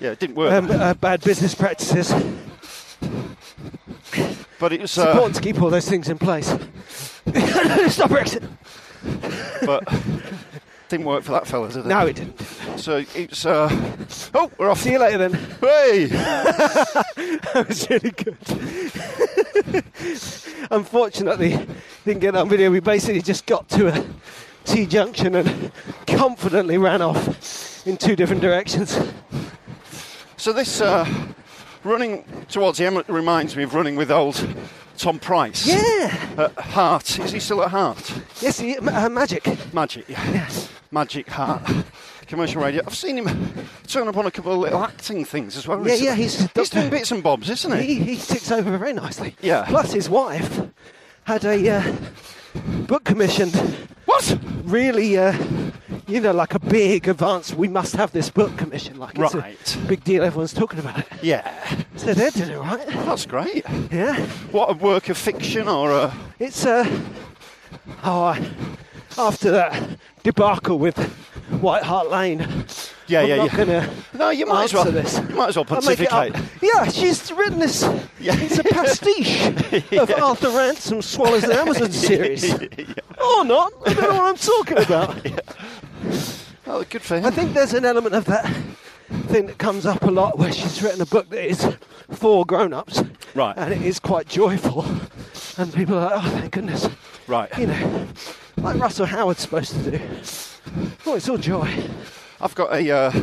S2: Yeah, it didn't work.
S3: um, uh, bad business practices.
S2: but it was.
S3: It's
S2: Uh,
S3: important to keep all those things in place. Stop Brexit!
S2: but didn't work for that fella, did it?
S3: No, it didn't.
S2: So it's. Uh, oh, we're off.
S3: See you later then.
S2: Hey!
S3: That was really good. Unfortunately, didn't get that on video. We basically just got to a T junction and confidently ran off in two different directions.
S2: So this uh, running towards the Emirate reminds me of running with old Tom Price.
S3: Yeah.
S2: At Hart. Is he still at Hart?
S3: Yes, he, uh, magic.
S2: Magic, yeah. Magic Hart. Commercial radio. I've seen him turn up on a couple of little acting things as well.
S3: Yeah,
S2: recently.
S3: yeah, he's-
S2: he's doing bits and bobs, isn't
S3: He,
S2: he?
S3: he ticks over very nicely.
S2: Yeah.
S3: Plus, his wife had a uh, book commissioned,
S2: What?
S3: really, uh, you know, like a big advance. We must have this book commissioned. Like, it's
S2: Right.
S3: a big deal. Everyone's talking about it.
S2: Yeah,
S3: So they're doing it right.
S2: that's great.
S3: Yeah.
S2: What a work of fiction or a.
S3: It's uh, oh, I, after that debacle with White Hart Lane.
S2: Yeah,
S3: I'm
S2: yeah,
S3: not
S2: yeah.
S3: Gonna
S2: No, you might as
S3: answer
S2: well.
S3: This.
S2: You might as well
S3: I'll make it up.
S2: pontificate.
S3: Yeah, she's written this.
S2: Yeah.
S3: It's a pastiche of Arthur Ransom Swallows the Amazon series. Or not. I don't know what I'm talking about.
S2: Oh, good for him.
S3: I think there's an element of that thing that comes up a lot where she's written a book that is for grown ups.
S2: Right.
S3: And it is quite joyful. And people are like, oh, thank goodness.
S2: Right.
S3: You know, like Russell Howard's supposed to do. Oh, it's all joy.
S2: I've got a. Uh,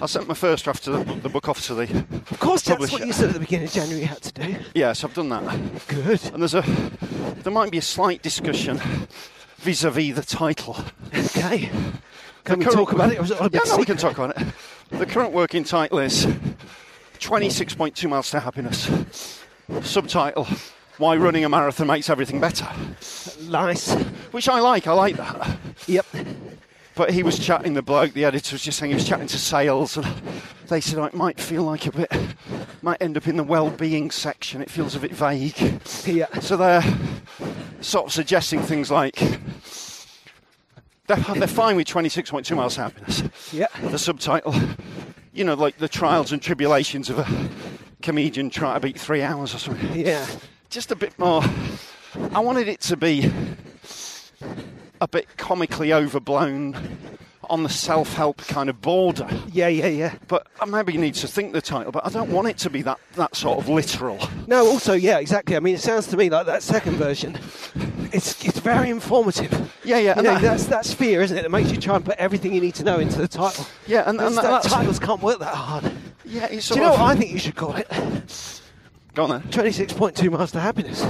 S2: I sent my first draft to the, the book off to the.
S3: Of course, that's
S2: Publish
S3: what
S2: it.
S3: you said at the beginning of January you had to do.
S2: Yes, I've done that.
S3: Good.
S2: And there's a, there might be a slight discussion vis-à-vis the title.
S3: Okay.
S2: The
S3: Can we
S2: current-
S3: talk about it? Or is it all a
S2: yeah,
S3: big
S2: no, we can
S3: secret?
S2: talk about it. The current working title is 26.2 Miles to Happiness. Subtitle, Why Running a Marathon Makes Everything Better.
S3: Nice.
S2: Which I like, I like that.
S3: Yep.
S2: But he was chatting, the bloke, the editor was just saying he was chatting to sales, and they said, oh, it might feel like a bit, might end up in the well-being section. It feels a bit vague.
S3: Yeah.
S2: So they're sort of suggesting things like they're, they're fine with 26.2 miles to happiness.
S3: Yeah.
S2: The subtitle, you know, like the trials and tribulations of a comedian trying to beat three hours or something.
S3: Yeah.
S2: Just a bit more. I wanted it to be a bit comically overblown on the self help kind of border.
S3: Yeah, yeah, yeah.
S2: But uh, maybe you need to think the title, but I don't want it to be that, that sort of literal.
S3: No, also, yeah, exactly. I mean, it sounds to me like that second version. It's it's very informative.
S2: Yeah, yeah,
S3: You
S2: and
S3: know,
S2: that-
S3: that's that's fear, isn't it? That makes you try and put everything you need to know into the title.
S2: Yeah, and-
S3: Those-
S2: and that's-
S3: titles can't work that hard.
S2: Yeah, it's
S3: Do you
S2: sort
S3: know
S2: of-
S3: what I think you should call it?
S2: Go on then.
S3: Twenty-six point two miles to happiness.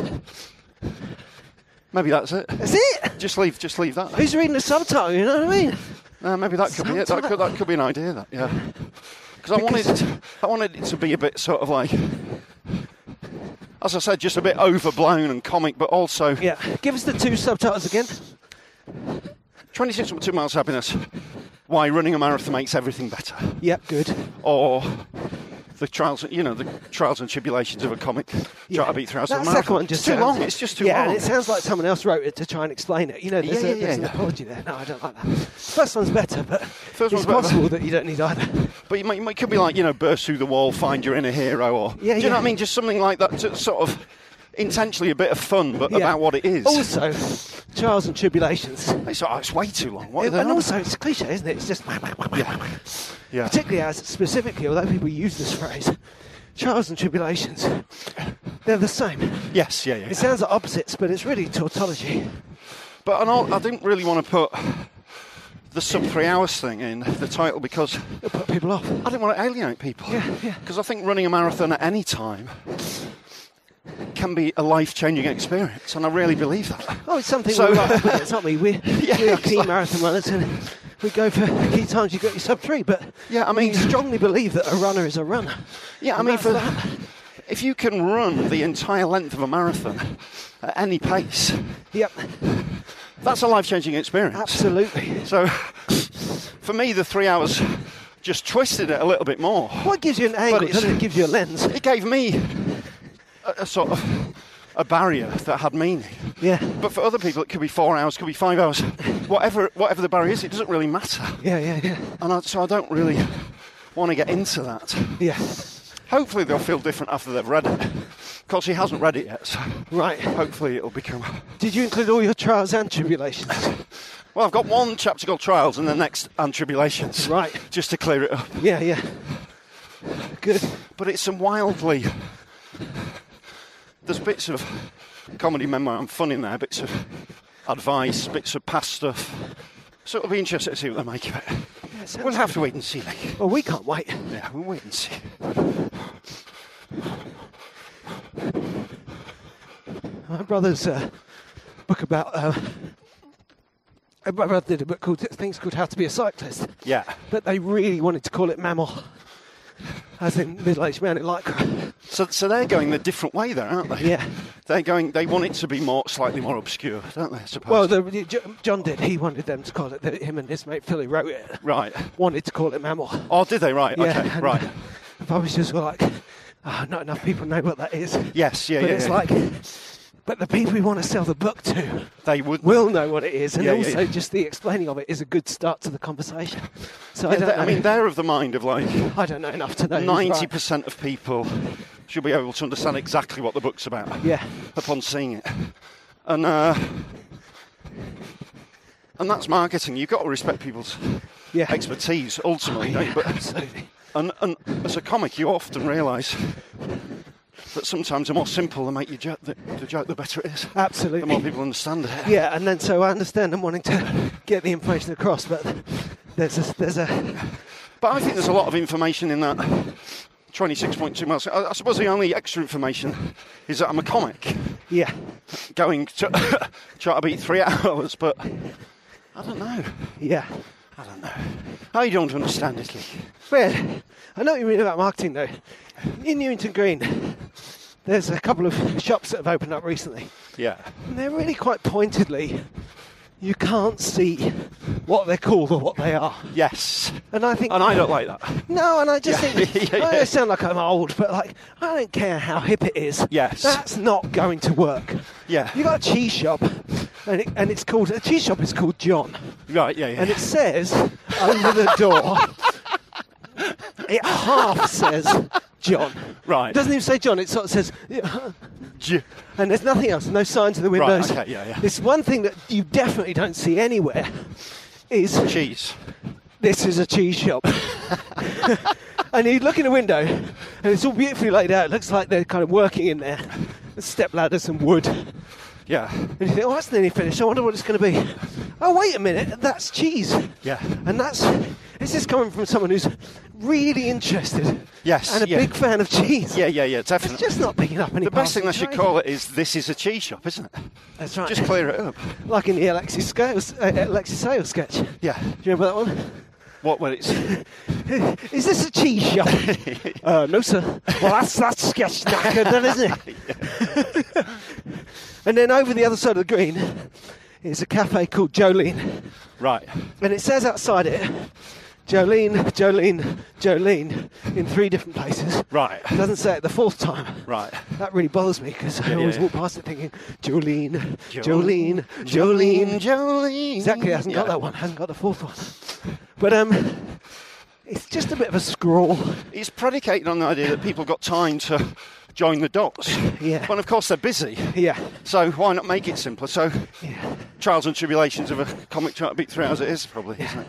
S2: Maybe that's it.
S3: That's it.
S2: Just leave, just leave that.
S3: Who's reading the subtitle? You know what I mean?
S2: No, maybe that could be it. That could, that could be an idea. That yeah. Because I wanted, I wanted it to be a bit sort of like, as I said, just a bit overblown and comic, but also
S3: Yeah. Give us the two subtitles again.
S2: 26.2 miles happiness. Why running a marathon makes everything better,
S3: Yep. Good.
S2: or the trials, you know, the trials and tribulations of a comic. Try to beat three hours.
S3: That
S2: of a marathon.
S3: second one just
S2: it's too
S3: sounds-
S2: long. It's just too
S3: yeah,
S2: long.
S3: and it sounds like someone else wrote it to try and explain it. You know, there's,
S2: Yeah,
S3: a,
S2: yeah, yeah,
S3: there's an
S2: yeah.
S3: apology there. No, I don't like that. First one's better, but
S2: First
S3: it's
S2: one's better.
S3: possible that you don't need either.
S2: But you might, it could be like, you know, burst through the wall, find your inner hero, or
S3: Yeah,
S2: do you know
S3: yeah.
S2: what I mean? Just something like that, to, sort of intentionally a bit of fun, but
S3: Yeah. Oh,
S2: about what it is.
S3: Also, trials and tribulations.
S2: it's, oh, it's way too long. What are
S3: And
S2: they on
S3: also,
S2: about?
S3: it's cliche, isn't it? It's just wah, wah, wah, wah, wah, wah.
S2: yeah,
S3: particularly as specifically, although people use this phrase, trials and tribulations, they're the same.
S2: yes, yeah, yeah.
S3: It sounds like opposites, but it's really tautology.
S2: but and all, I didn't really want to put the sub three hours thing in the title because
S3: It'll put people off.
S2: I didn't want to alienate people.
S3: Yeah, yeah.
S2: Because I think running a marathon at any time can be a life changing experience, and I really believe that.
S3: Oh, it's something
S2: So-
S3: we like, but it's not me. We're,
S2: Yeah,
S3: we're
S2: it's
S3: key
S2: like-
S3: marathon runners and we go for key times. You got your sub three, but
S2: Yeah, I
S3: we
S2: mean-
S3: strongly believe that a runner is a runner.
S2: Yeah, I
S3: And
S2: mean,
S3: that's
S2: for
S3: that.
S2: if you can run the entire length of a marathon at any pace,
S3: Yep,
S2: that's a life-changing experience.
S3: absolutely.
S2: So, for me, the three hours just twisted it a little bit more.
S3: What gives you an angle?
S2: it's-
S3: Doesn't it give you a lens?
S2: It gave me a, a sort of a barrier that had meaning.
S3: Yeah,
S2: But for other people, it could be four hours, could be five hours, whatever whatever the barrier is, it doesn't really matter.
S3: yeah, yeah, yeah.
S2: And I, so I don't really want to get into that.
S3: Yeah.
S2: Hopefully, they'll feel different after they've read it. Of course, he hasn't read it yet, so
S3: Right.
S2: hopefully it'll become.
S3: Did you include all your trials and tribulations?
S2: Well, I've got one chapter called Trials and the next and Tribulations.
S3: Right.
S2: Just to clear it up.
S3: yeah, yeah. Good.
S2: But it's some wildly. There's bits of comedy memoir and fun in there, bits of advice, bits of past stuff. So it'll be interesting to see what they make of it. we'll have to wait and see. Like.
S3: Well, we can't wait.
S2: Yeah, we'll wait and see.
S3: My brother's uh, book about. Uh, my brother did a book called Things Called How to Be a Cyclist,
S2: Yeah,
S3: but they really wanted to call it Mammal, as in middle aged man in lycra.
S2: so so they're going the different way there, aren't they?
S3: Yeah.
S2: they're going. They want it to be more slightly more obscure, don't they? I suppose.
S3: Well, the, the- Jo- John did. He wanted them to call it, the, him and his mate Philly wrote it,
S2: right.
S3: wanted to call it Mammal.
S2: Oh, did they? Right.
S3: Yeah,
S2: okay.
S3: and
S2: Right.
S3: The publishers were like, oh, not enough people know what that is.
S2: Yes. Yeah.
S3: but
S2: yeah.
S3: it's
S2: yeah.
S3: like, but the people we want to sell the book to
S2: they would.
S3: will know what it is, and
S2: Yeah, yeah,
S3: also
S2: yeah.
S3: just the explaining of it is a good start to the conversation. So I
S2: Yeah,
S3: don't.
S2: they-
S3: know.
S2: I mean, they're of the mind of like
S3: I don't know enough to know. who's
S2: ninety
S3: right.
S2: percent of people should be able to understand exactly what the book's about.
S3: Yeah.
S2: Upon seeing it, and uh, and that's marketing. You've got to respect people's
S3: Yeah.
S2: expertise ultimately.
S3: Oh,
S2: don't you? But
S3: Absolutely.
S2: And, and as a comic, you often realise that sometimes the more simple they make your joke, the, the joke, the better it is.
S3: Absolutely.
S2: The more people understand it.
S3: Yeah, and then so I understand them wanting to get the information across, but there's a, there's a
S2: But I think there's a lot of information in that 26.2 miles. I, I suppose the only extra information is that I'm a comic
S3: yeah.
S2: going to try to beat three hours, but I don't know.
S3: Yeah.
S2: I don't know. I don't understand it. Lee.
S3: Fred, I know what you mean about marketing though. In Newington Green, there's a couple of shops that have opened up recently.
S2: Yeah.
S3: And they're really quite pointedly, you can't see what they're called or what they are.
S2: Yes.
S3: And I think
S2: And I don't like that.
S3: No, and I just
S2: Yeah.
S3: think
S2: Yeah,
S3: I
S2: yeah.
S3: don't sound like I'm old, but like I don't care how hip it is.
S2: Yes.
S3: that's not going to work.
S2: Yeah.
S3: you got a cheese shop, and it, and it's called a cheese shop is called John,
S2: Right, yeah, yeah.
S3: and it says under the door, it half says John.
S2: Right.
S3: It doesn't even say John. It sort of says, yeah,
S2: Ju-
S3: and there's nothing else. No signs of the windows.
S2: okay, yeah, yeah.
S3: It's one thing that you definitely don't see anywhere. Is
S2: cheese.
S3: this is a cheese shop. and you look in the window, and it's all beautifully laid out. It looks like they're kind of working in there. Step ladders and wood. And
S2: Yeah.
S3: you think, oh, that's nearly finished. I wonder what it's going to be. Oh, wait a minute, that's cheese.
S2: Yeah.
S3: And that's. This is coming from someone who's really interested.
S2: Yes,
S3: And a
S2: yeah.
S3: big fan of cheese.
S2: Yeah, yeah, yeah,
S3: It's
S2: definitely.
S3: just not picking up any
S2: The best thing they
S3: parts of
S2: should
S3: the
S2: call it is this is a cheese shop, isn't it?
S3: trade. That's right.
S2: Just clear it up.
S3: Like in the Alexis, Scales, uh, Alexis Sales sketch. Do
S2: Yeah.
S3: you remember that one?
S2: What when it's
S3: Is this a cheese shop? uh, no, sir. Well, that's that's sketch knackered, then, isn't it? and then over the other side of the green is a cafe called Jolene,
S2: right.
S3: and it says outside it, Jolene, Jolene, Jolene, in three different places.
S2: Right.
S3: It doesn't say it the fourth time.
S2: Right.
S3: That really bothers me because I
S2: yeah,
S3: always
S2: yeah.
S3: walk past it thinking Jolene,
S2: Jolene,
S3: Jolene, Jolene, Jolene.
S2: Jolene.
S3: Exactly, hasn't got
S2: Yeah.
S3: that one, hasn't got the fourth one. But um, it's just a bit of a scrawl.
S2: It's predicated on the idea that people got time to join the dots.
S3: Yeah.
S2: But of course they're busy.
S3: Yeah,
S2: So why not make it simpler? So
S3: yeah.
S2: trials and tribulations of a comic trying to beat three hours it is probably, isn't it?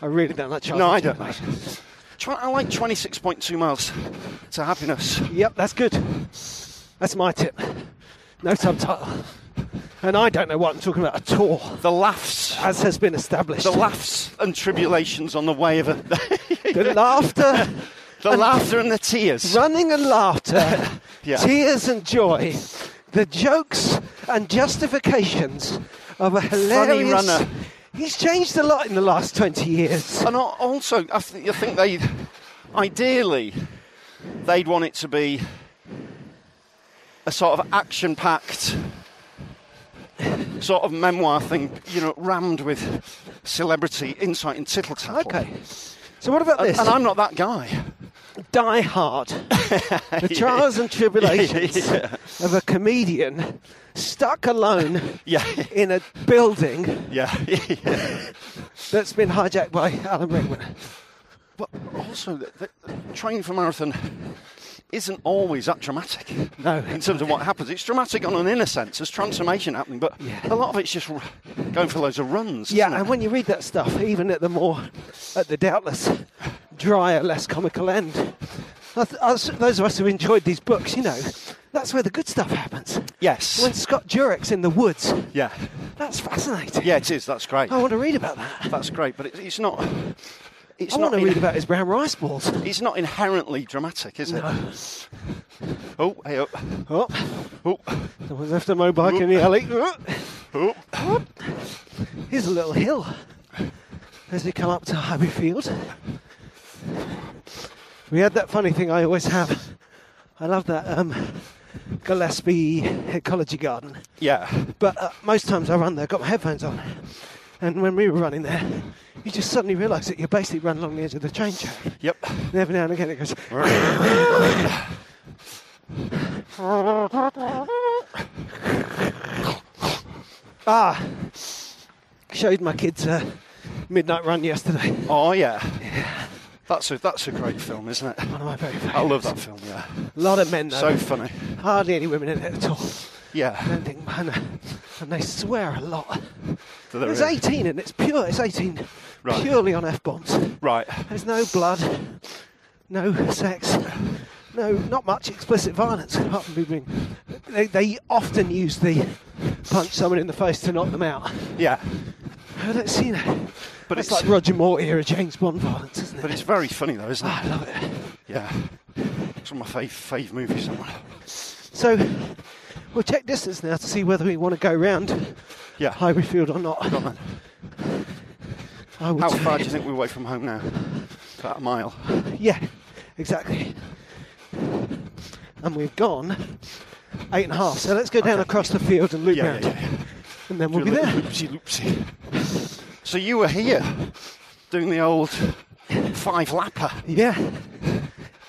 S3: I really don't like Charles.
S2: No, I don't like it. Try, I like 26.2 miles to happiness.
S3: Yep, that's good. That's my tip. No subtitle. And I don't know what I'm talking about at all,
S2: The laughs.
S3: as has been established.
S2: The laughs and tribulations on the way of a,
S3: The laughter,
S2: the laughter and the tears.
S3: running and laughter,
S2: Yeah.
S3: tears and joy, the jokes and justifications of a hilarious.
S2: runner.
S3: He's changed a lot in the last 20 years.
S2: And al- also, I, th- I think they, ideally, they'd want it to be a sort of action-packed, sort of memoir thing, you know, rammed with celebrity insight and tittle tattle.
S3: Okay. So what about
S2: Oh. And,
S3: this?
S2: and I'm not that guy.
S3: Die Hard. the trials and tribulations of a comedian stuck alone
S2: Yeah.
S3: in a building
S2: Yeah. yeah.
S3: that's been hijacked by Alan Rickman.
S2: But also, the, the training for marathon isn't always that dramatic.
S3: No.
S2: In terms of what happens, it's dramatic on an inner sense. There's transformation happening, but a lot of it's just r- going for loads of runs.
S3: Yeah,
S2: isn't it?
S3: and when you read that stuff, even at the more, at the doubtless drier, less comical end, us- us- those of us who enjoyed these books, you know, that's where the good stuff happens.
S2: Yes.
S3: When Scott Jurek's in the woods
S2: Yeah.
S3: That's fascinating.
S2: Yeah, it is. That's great.
S3: I want to read about that.
S2: That's great, but it, it's not. It's
S3: I
S2: not.
S3: want to
S2: in-
S3: read about his brown rice balls.
S2: It's not inherently dramatic, is it?
S3: No.
S2: Oh, hey up.
S3: Oh,
S2: Oh,
S3: someone's left a
S2: Mm.
S3: motorbike in the alley. Oh.
S2: oh.
S3: Here's a little hill as we come up to Highbury Field. We had that funny thing I always have. I love that um, Gillespie Ecology Garden.
S2: Yeah.
S3: But uh, most times I run there, got my headphones on, and when we were running there, you just suddenly realise that you're basically running along the edge of the train track.
S2: Yep.
S3: And every now and again it goes. ah, showed my kids uh, Midnight Run yesterday.
S2: Oh yeah. That's a that's a great film, isn't it?
S3: One of my very
S2: I
S3: favourites.
S2: love that film. Yeah.
S3: A lot of men though.
S2: Oh, So funny.
S3: Hardly any women in it at all. I
S2: Yeah.
S3: don't think, man, uh, and they swear a lot.
S2: There
S3: it's
S2: is.
S3: 18 and it's pure. It's 18
S2: Right.
S3: purely on f bombs.
S2: Right.
S3: There's no blood, no sex, no, not much explicit violence. Apart from being, they, they often use the punch someone in the face to knock them out.
S2: Yeah.
S3: I don't see that.
S2: But
S3: That's
S2: it's-
S3: like Roger Moore era James Bond violence, isn't it?
S2: But it's very funny though, isn't
S3: Ah, I
S2: it?
S3: love it.
S2: Yeah. It's one of my fave fave movies. that one.
S3: So we'll check distance now to see whether we want to go round
S2: Yeah.
S3: Highbury Field or not.
S2: Go on then.
S3: I would
S2: How
S3: say-
S2: far do you think we're away from home now? About a mile.
S3: Yeah, exactly. And we've gone eight and a half. So let's go down across the field and loop
S2: Yeah,
S3: round,
S2: yeah, yeah.
S3: and then we'll be
S2: Do a
S3: there.
S2: little Loopsy loopsy. So you were here doing the old five lapper.
S3: Yeah.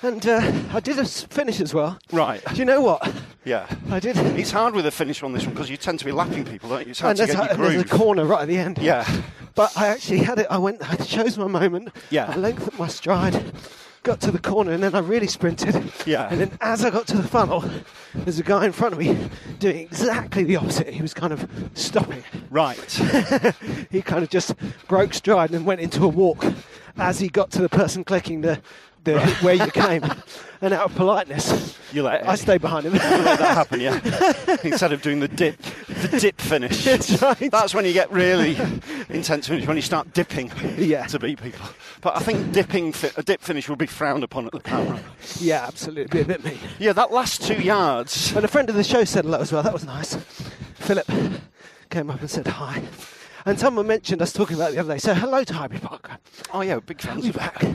S3: And uh, I did a s- finish as well.
S2: Right.
S3: Do you know what?
S2: Yeah.
S3: I did.
S2: It's hard with a finish on this one because you tend to be lapping people, don't you? It's
S3: and
S2: hard
S3: there's,
S2: to
S3: a,
S2: get your
S3: and there's a
S2: groove.
S3: corner right at the end.
S2: yeah.
S3: But I actually had it. I went. I chose my moment.
S2: Yeah.
S3: I lengthened my stride, got to the corner, and then I really sprinted.
S2: Yeah.
S3: And then as I got to the funnel, there's a guy in front of me doing exactly the opposite. He was kind of stopping.
S2: Right.
S3: he kind of just broke stride and went into a walk as he got to the person clicking the, the where you came. And out of politeness,
S2: You let
S3: I
S2: it.
S3: stayed behind him.
S2: Let that happen, yeah. Instead of doing the dip, the dip finish.
S3: That's right.
S2: That's when you get really intense finish, when you start dipping
S3: Yeah.
S2: to beat people. But I think dipping fi- a dip finish will be frowned upon at the power. hour.
S3: yeah, absolutely. Be a bit mean.
S2: Yeah, that last two yards.
S3: And a friend of the show said hello as well. That was nice. Philip came up and said hi. And someone mentioned us talking about it the other day. So hello to Highbury Park.
S2: Oh, yeah, big fans
S3: We're
S2: of
S3: back.
S2: it.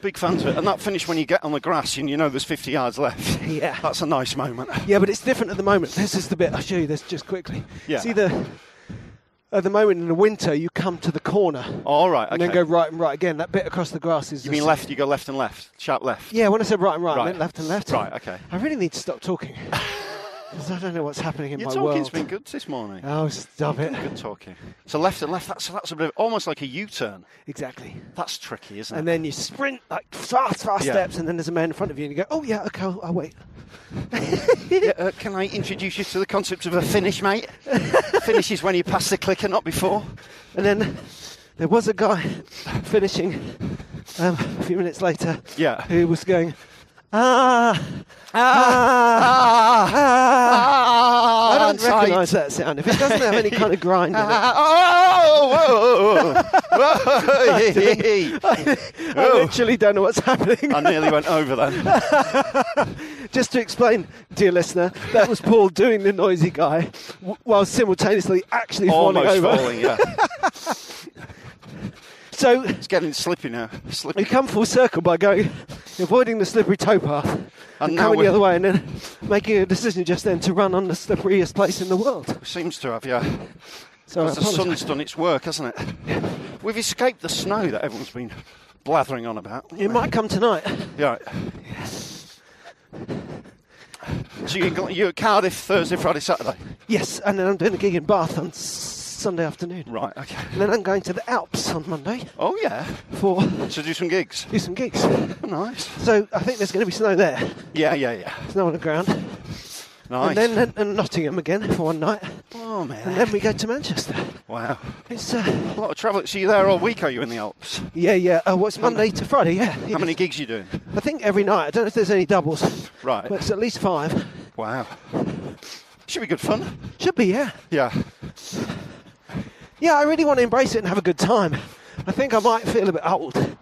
S2: Big fans of it. And that finish when you get on the grass and you know there's 50 yards left.
S3: Yeah.
S2: That's a nice moment.
S3: Yeah, but it's different at the moment. This is the bit I'll show you this just quickly.
S2: Yeah.
S3: See the at the moment in the winter you come to the corner.
S2: All right,
S3: And then
S2: okay.
S3: go right and right again. That bit across the grass is.
S2: You
S3: the
S2: mean
S3: s-
S2: left, you go left and left, sharp left.
S3: Yeah, when I said right and right, I
S2: Right.
S3: meant left and left.
S2: Right, okay.
S3: I really need to stop talking. 'Cause I don't know what's happening in
S2: Your
S3: my world.
S2: talking's been good this morning.
S3: Oh, stop it.
S2: Good talking. So left and left, that's, that's a bit of, almost like a U-turn.
S3: Exactly.
S2: That's tricky, isn't it?
S3: And then you sprint like fast, fast
S2: Yeah.
S3: steps, and then there's a man in front of you, and you go, oh, yeah, okay, I'll, I'll wait.
S2: Yeah, uh, can I introduce you to the concept of a finish, mate? finish is when you pass the clicker, not before.
S3: And then there was a guy finishing um, a few minutes later
S2: Yeah.
S3: who was going, ah, ah, ah.
S2: Ah,
S3: I don't
S2: onside.
S3: recognise that sound. If it doesn't have any kind of grind in it,
S2: Ah, oh, whoa, whoa, whoa, hee, hee, hee.
S3: I literally don't know what's happening.
S2: Oh. I nearly went over then.
S3: Just to explain, dear listener, that was Paul doing the noisy guy w- while simultaneously actually falling
S2: Almost
S3: over.
S2: falling, yeah.
S3: So
S2: It's getting slippy now. Slippy.
S3: we come full circle by going, avoiding the slippery towpath and,
S2: And now
S3: coming the
S2: we're-
S3: other way and then making a decision just then to run on the slipperiest place in the world.
S2: Seems to have, yeah.
S3: So I
S2: Because the
S3: apologise.
S2: sun's done its work, hasn't it? We've escaped the snow that everyone's been blathering on about.
S3: It might come tonight.
S2: Yeah. right. So you're, gl- you're at Cardiff Thursday, Friday, Saturday.
S3: Yes, and then I'm doing a gig in Bath on s- Sunday afternoon.
S2: Right. Okay.
S3: And then I'm going to the Alps on Monday
S2: Oh yeah.
S3: for
S2: So do some gigs.
S3: do some gigs.
S2: Nice.
S3: So I think there's going to be snow there.
S2: Yeah, yeah, yeah.
S3: Snow on the ground. And
S2: Nice.
S3: then uh, and Nottingham again for one night.
S2: oh man.
S3: And then we go to Manchester.
S2: wow.
S3: It's uh,
S2: A lot of travel. So you there all week? Are you in the Alps?
S3: yeah, yeah.
S2: Oh,
S3: Uh, what's Monday to Friday? Yeah.
S2: How many gigs you doing?
S3: I think every night. I don't know if there's any doubles.
S2: Right.
S3: But it's at least five.
S2: Wow. Should be good fun.
S3: Should be, yeah.
S2: Yeah.
S3: yeah, I really want to embrace it and have a good time. I think I might feel a bit old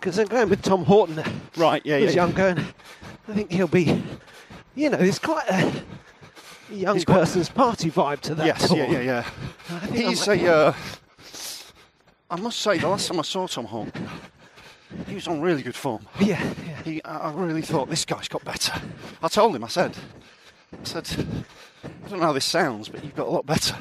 S3: because I'm going with Tom Horton.
S2: Right, yeah,
S3: who's
S2: yeah.
S3: young going. I think he'll be, you know, it's quite a young
S2: He's quite-
S3: person's party vibe to that.
S2: Yes,
S3: tour.
S2: yeah, yeah, yeah.
S3: think I
S2: He's
S3: might-
S2: a. Uh, I must say, the last time I saw Tom Horton, he was on really good form.
S3: yeah, yeah.
S2: He, I I really thought this guy's got better. I told him, I said, I said, I don't know how this sounds, but you've got a lot better.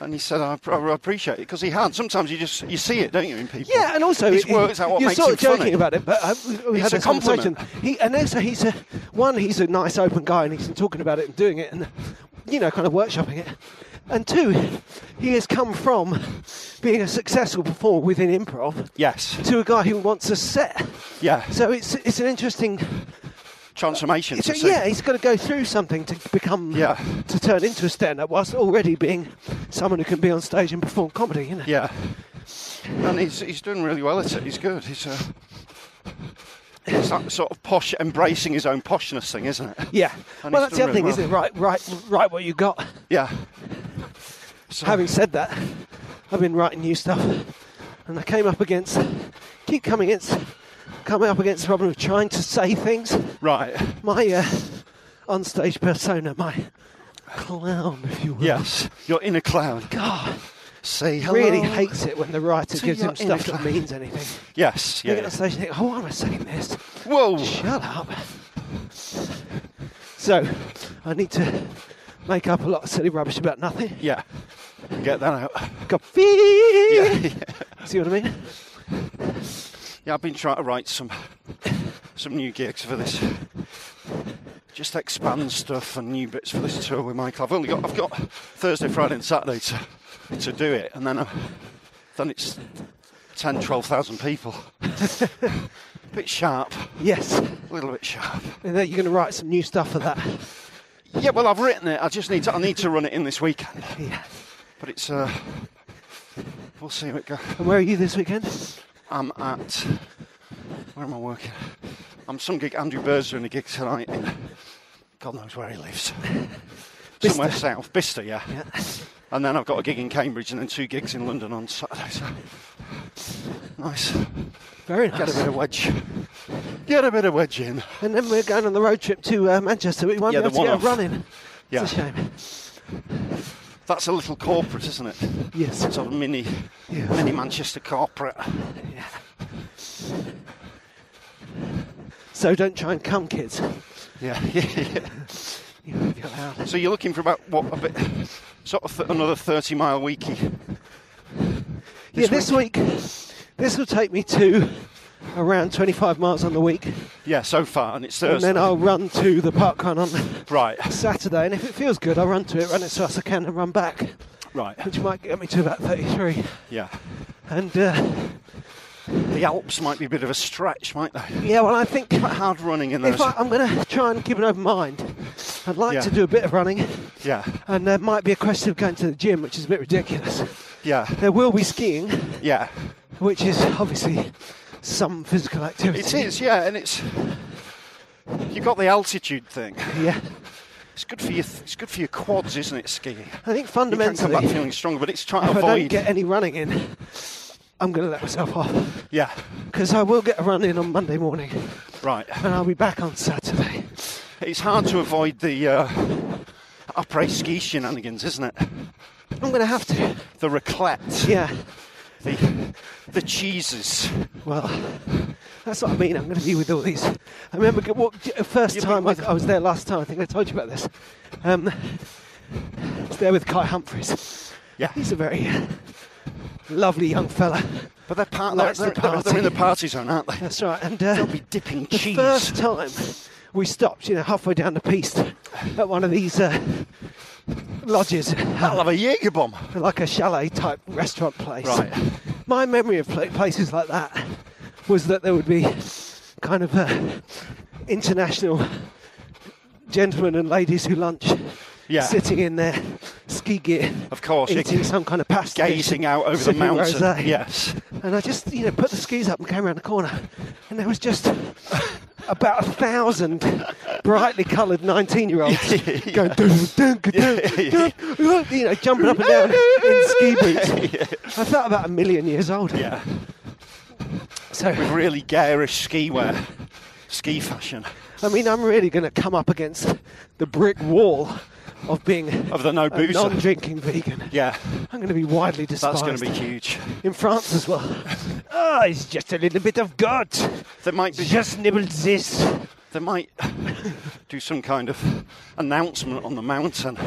S2: and he said, I, pr- I appreciate it because he had. Sometimes you just you see it, don't you, in people?
S3: Yeah, and also
S2: it
S3: it-
S2: works out what
S3: you're
S2: makes
S3: sort
S2: him
S3: of joking
S2: funny.
S3: about it, but uh, we, we
S2: It's
S3: had a
S2: a
S3: conversation.
S2: compliment.
S3: He, and also, he's a one. He's a nice, open guy, and he's talking about it and doing it, and you know, kind of workshopping it. And two, he has come from being a successful performer within improv
S2: Yes.
S3: to a guy who wants a set.
S2: Yeah.
S3: So it's it's an interesting.
S2: Transformation.
S3: It's
S2: to
S3: a,
S2: see.
S3: yeah, he's got to go through something to become
S2: Yeah.
S3: to turn into a stand-up whilst already being someone who can be on stage and perform comedy. You know.
S2: Yeah. And he's, he's doing really well at it. He's good. He's uh, it's that sort of posh, embracing his own poshness thing, isn't it?
S3: Yeah.
S2: And
S3: well,
S2: he's
S3: that's the
S2: done
S3: other thing,
S2: really
S3: isn't it? Right, right, right. What you got.
S2: Yeah. So,
S3: Having said that, I've been writing new stuff, and I came up against, keep coming against, coming up against the problem of trying to say things.
S2: right.
S3: My uh, onstage persona, my clown, if you will.
S2: Yes. You're in a cloud.
S3: God,
S2: Say hello.
S3: really hates it when the writer
S2: So
S3: gives
S2: you're
S3: him stuff
S2: in a
S3: that
S2: clown.
S3: means anything.
S2: Yes.
S3: You
S2: Yeah.
S3: get on stage and think, oh, why am I saying this?
S2: Whoa.
S3: Shut up. So, I need to make up a lot of silly rubbish about nothing.
S2: Yeah. Get that out.
S3: Coffee.
S2: Yeah, yeah.
S3: See what I mean?
S2: Yeah, I've been trying to write some some new gigs for this. Just expand stuff and new bits for this tour with Michael. I've only got I've got Thursday, Friday, and Saturday to to do it, and then i then it's 10, 12,000 people. bit sharp,
S3: Yes.
S2: a little bit sharp.
S3: And then you're going to write some new stuff for that.
S2: Yeah, well, I've written it. I just need to I need to run it in this weekend,
S3: Yeah.
S2: but it's uh, we'll see how it goes.
S3: And where are you this weekend?
S2: I'm at. Where am I working? I'm some gig. Andrew Bird's doing a gig tonight in. God knows where he lives. Somewhere south, Bicester, yeah. And then I've got a gig in Cambridge and then two gigs in London on Saturday. So nice.
S3: Very
S2: Get a
S3: nice.
S2: bit of wedge. Get a bit of wedge in.
S3: And then we're going on the road trip to uh, Manchester. We won't
S2: Yeah,
S3: be able
S2: the
S3: to get a
S2: one-off.
S3: run in.
S2: Yeah,
S3: It's a shame.
S2: that's a little corporate, isn't it?
S3: Yes.
S2: Sort of mini,
S3: Yeah.
S2: mini Manchester corporate.
S3: So don't try and come, kids.
S2: Yeah, yeah, yeah.
S3: You won't be allowed.
S2: So you're looking for about what a bit, sort of th- another 30 mile weekie.
S3: yeah, this week, this will take me to around 25 miles on the week.
S2: Yeah, so far, and it's Thursday.
S3: And then I'll run to the park run on
S2: Right,
S3: Saturday. And if it feels good, I'll run to it, run as fast as I can, and run back,
S2: right.
S3: which might get me to about 33.
S2: Yeah.
S3: And uh,
S2: The Alps might be a bit of a stretch, might they?
S3: yeah, well, I think.
S2: Quite hard running in those.
S3: If I, I'm going to try and keep an open mind. I'd like
S2: Yeah.
S3: to do a bit of running,
S2: Yeah,
S3: and there might be a question of going to the gym, which is a bit ridiculous.
S2: yeah,
S3: There will be skiing,
S2: yeah.
S3: which is obviously some physical activity.
S2: It is, yeah, and it's. You've got the altitude thing.
S3: Yeah,
S2: It's good for your. It's good for your quads, isn't it? Skiing.
S3: I think
S2: You can come
S3: fundamentally,
S2: back
S3: if
S2: feeling stronger, but it's trying to
S3: I
S2: avoid.
S3: don't get any running in, I'm going to let myself off
S2: Yeah,
S3: because I will get a run in on Monday morning,
S2: right.
S3: and I'll be back on Saturday.
S2: It's hard to avoid the uh, après ski shenanigans, isn't it?
S3: I'm going to have to.
S2: The raclette,
S3: Yeah.
S2: the the cheeses.
S3: Well, that's what I mean. I'm going to be with all these. I remember g- what, the first
S2: You'll be
S3: time I,
S2: with-
S3: I was there last time. I think I told you about this. Um, I was there with Kai Humphries.
S2: Yeah,
S3: He's a very lovely young fella.
S2: but they're part. They're,
S3: Likes
S2: they're,
S3: the
S2: they're- they're in the
S3: party.
S2: party zone, aren't they?
S3: That's right. And uh,
S2: They'll be dipping
S3: the
S2: cheese.
S3: first time we stopped, you know, halfway down the piste at one of these uh, lodges, uh,
S2: I'll have a Jaeger bomb.
S3: like a chalet type restaurant place.
S2: Right.
S3: My memory of pla- places like that was that there would be kind of uh, international gentlemen and ladies who lunch
S2: Yeah.
S3: sitting in their ski gear,
S2: Of course, you
S3: eating
S2: can-
S3: some kind of pasta, dish,
S2: gazing out over the
S3: sipping
S2: mountain.
S3: rosé.
S2: Yes.
S3: And I just, you know, put the skis up and came around the corner, and there was just about a thousand brightly coloured 19 year olds going, dun, dun, dun, dun, dun, you know, jumping up and down in ski boots. I felt about a million years old.
S2: Yeah.
S3: So,
S2: Really garish ski wear, ski fashion
S3: I mean, I'm really going to come up against the brick wall of being
S2: of the no
S3: a
S2: booter.
S3: non drinking vegan.
S2: yeah,
S3: I'm going to be widely
S2: that's
S3: despised.
S2: going to be huge.
S3: in France as well. Ah, it's just a little bit of God.
S2: There might be
S3: Just nibbled this.
S2: They might do some kind of announcement on the mountain.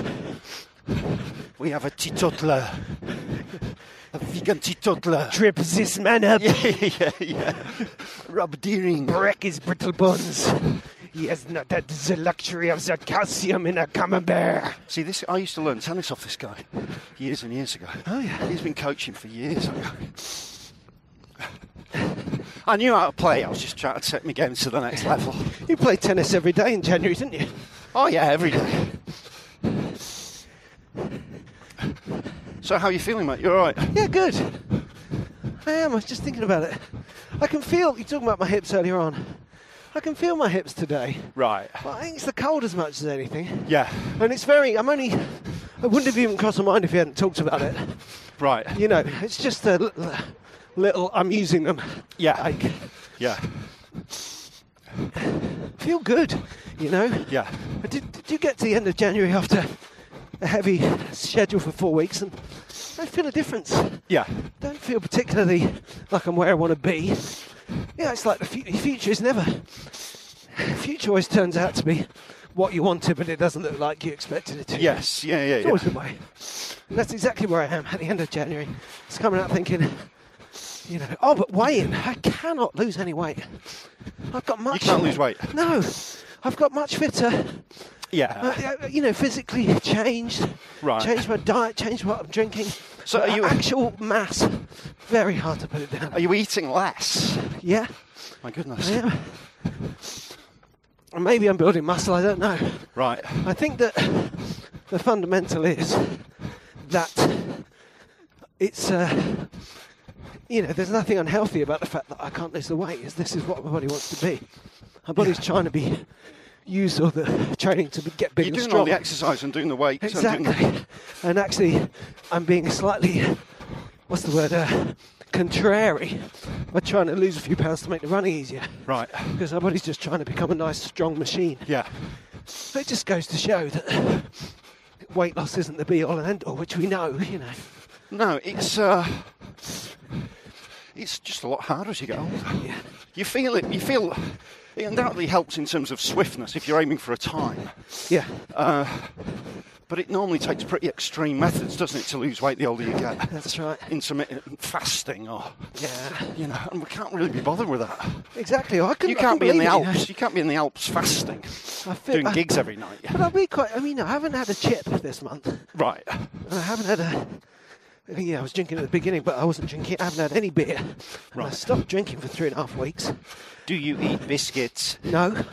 S2: We have a teetotaler, a vegan teetotaler.
S3: Trip this man up.
S2: yeah, yeah. Rob Deering.
S3: Break his brittle bones. He has not had the luxury of the calcium in a camembert.
S2: See, this I used to learn tennis off this guy years and years ago. Oh yeah, he's been coaching for years. I knew how to play. I was just trying to take my game to the next level.
S3: You play tennis every day in January, didn't you?
S2: Oh yeah, every day. So how you feeling, mate? You all right?
S3: Yeah, good. I am. I was just thinking about it. I can feel. You talking about my hips earlier on. I can feel my hips today.
S2: Right.
S3: But I think it's the cold as much as anything.
S2: Yeah.
S3: And it's very. I'm only. I wouldn't have even crossed my mind if you hadn't talked about it.
S2: Right.
S3: You know, it's just a little. little I'm using them.
S2: Yeah.
S3: Like,
S2: Yeah.
S3: feel good. You know.
S2: Yeah.
S3: I did, did you get to the end of January after a heavy schedule for four weeks, and I feel a difference.
S2: Yeah.
S3: Don't feel particularly like I'm where I want to be. Yeah, it's like the fu- future is never. Future always turns out to be what you wanted, but it doesn't look like you expected it to.
S2: Yes. Yeah.
S3: it's
S2: Yeah.
S3: always
S2: yeah.
S3: been way. And that's exactly where I am at the end of January. It's coming out thinking, you know, oh, but weighing, I cannot lose any weight. I've got much.
S2: can't lose weight?
S3: No, I've got much fitter.
S2: Yeah.
S3: Uh, uh, you know, physically changed.
S2: Right.
S3: Changed my diet, changed what I'm drinking.
S2: So
S3: But
S2: are you-
S3: actual mass? Very hard to put it down.
S2: Are you eating less?
S3: Yeah,
S2: My
S3: I
S2: goodness.
S3: am. And maybe I'm building muscle. I don't know.
S2: Right.
S3: I think that the fundamental is that it's. Uh, you know, there's nothing unhealthy about the fact that I can't lose the weight. Is this is what my body wants to be? My body's trying to be use all the training to be, get big
S2: You're
S3: and
S2: doing
S3: strong.
S2: all the exercise and doing the weights. And doing
S3: Exactly. And actually, I'm being slightly, what's the word, uh, contrary by trying to lose a few pounds to make the running easier.
S2: Right.
S3: Because our body's just trying to become a nice, strong machine.
S2: Yeah.
S3: But it just goes to show that weight loss isn't the be all and end all, which we know, you know.
S2: No, it's uh, it's just a lot harder as you get older.
S3: Yeah.
S2: You feel it. You feel it undoubtedly helps in terms of swiftness if you're aiming for a time.
S3: Yeah.
S2: Uh, but it normally takes pretty extreme methods, doesn't it, to lose weight the older you get?
S3: That's right.
S2: Intermittent fasting, or
S3: Yeah.
S2: you know, and we can't really be bothered with that.
S3: Exactly. I couldn't,
S2: You
S3: I
S2: can't be
S3: couldn't
S2: in the
S3: believe it, you know.
S2: Alps. You can't be in the Alps fasting,
S3: I feel-
S2: doing
S3: I-
S2: gigs every night.
S3: But I'll be quite, I mean, I haven't had a chip this month.
S2: Right.
S3: And I haven't had a. Yeah, I was drinking at the beginning, but I wasn't drinking. I haven't had any beer. And I
S2: Right.
S3: stopped drinking for three and a half weeks.
S2: Do you eat biscuits?
S3: No,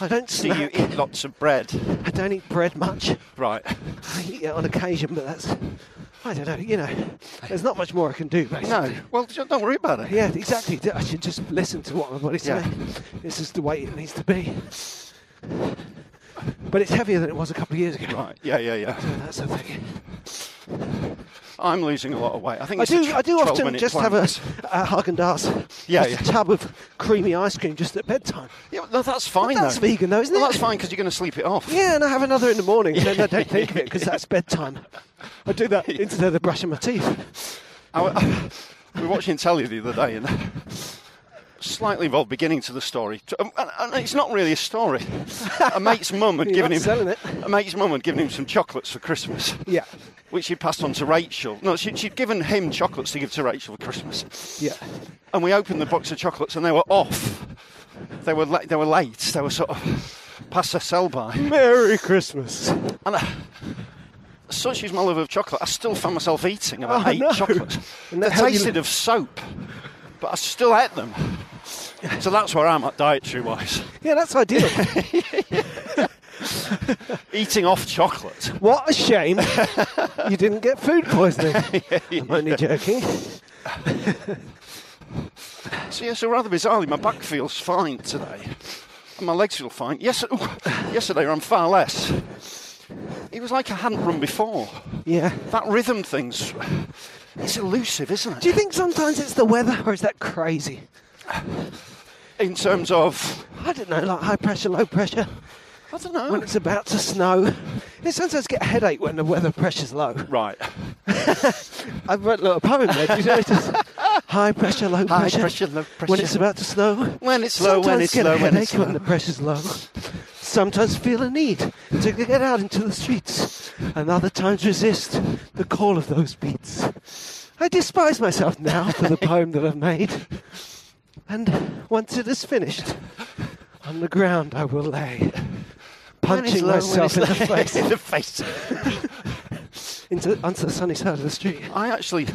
S3: I don't
S2: Do you
S3: snack.
S2: eat lots of bread?
S3: I don't eat bread much.
S2: Right.
S3: I eat it on occasion, but that's. I don't know. You know, there's not much more I can do. Basically.
S2: No. Well, j- don't worry about it.
S3: Yeah, exactly. I should just listen to what my body's
S2: Yeah.
S3: saying. This is the way it needs to be. But it's heavier than it was a couple of years ago.
S2: Right. Yeah, yeah, yeah.
S3: That's the thing.
S2: I'm losing a lot of weight. I think
S3: I
S2: it's a
S3: do.
S2: tw-
S3: I do
S2: 12
S3: often
S2: minute
S3: just
S2: plan.
S3: have a, a Haagen Dazs,
S2: Yeah,
S3: just
S2: yeah.
S3: a tub of creamy ice cream just at bedtime.
S2: Yeah, well, no, that's fine.
S3: But that's
S2: though.
S3: vegan though, isn't
S2: well,
S3: it?
S2: That's fine because you're going to sleep it off.
S3: Yeah, and I have another in the morning, and then I don't think of it because that's bedtime. I do that instead of brushing my teeth.
S2: I w- we were watching telly the other day and slightly involved beginning to the story. T- um, And, and it's not really a story. A mate's mum had
S3: You're
S2: given
S3: not
S2: him
S3: selling it.
S2: a mate's mum had given him some chocolates for Christmas.
S3: Yeah.
S2: Which she passed on to Rachel. No, she, she'd given him chocolates to give to Rachel for Christmas.
S3: Yeah.
S2: And we opened the box of chocolates and they were off. They were la- they were late. They were sort of past their sell by.
S3: Merry Christmas.
S2: And I, such is my love of chocolate, I still found myself eating about
S3: Oh,
S2: eight
S3: no.
S2: chocolates.
S3: And
S2: They
S3: that helped you-
S2: tasted of soap, but I still ate them. So that's where I'm at dietary wise.
S3: Yeah, that's ideal.
S2: Eating off chocolate.
S3: what a shame you didn't get food poisoning. I'm only joking.
S2: So yeah, so rather bizarrely, my back feels fine today. And my legs feel fine. Yes, ooh, yesterday I ran far less. It was like I hadn't run before.
S3: Yeah.
S2: That rhythm thing's it's elusive, isn't it?
S3: Do you think sometimes it's the weather, or is that crazy?
S2: In terms of
S3: I don't know, like high pressure, low pressure.
S2: I don't know.
S3: When it's about to snow, it sometimes get a headache when the weather pressure's low.
S2: right.
S3: I wrote a little poem there. Did you notice? high pressure, low
S2: High
S3: pressure.
S2: pressure, low
S3: When
S2: pressure.
S3: it's about to snow.
S2: When it's low, when
S3: Sometimes
S2: it's
S3: get a
S2: low, when it's
S3: headache
S2: low.
S3: the pressure's low. Sometimes feel a need to get out into the streets, and other times resist the call of those beats. I despise myself now for the poem that I've made, and once it is finished, on the ground I will lay, punching
S2: low, when
S3: myself in
S2: it's
S3: the
S2: low.
S3: face
S2: in the face.
S3: into onto the sunny side of the street.
S2: I actually,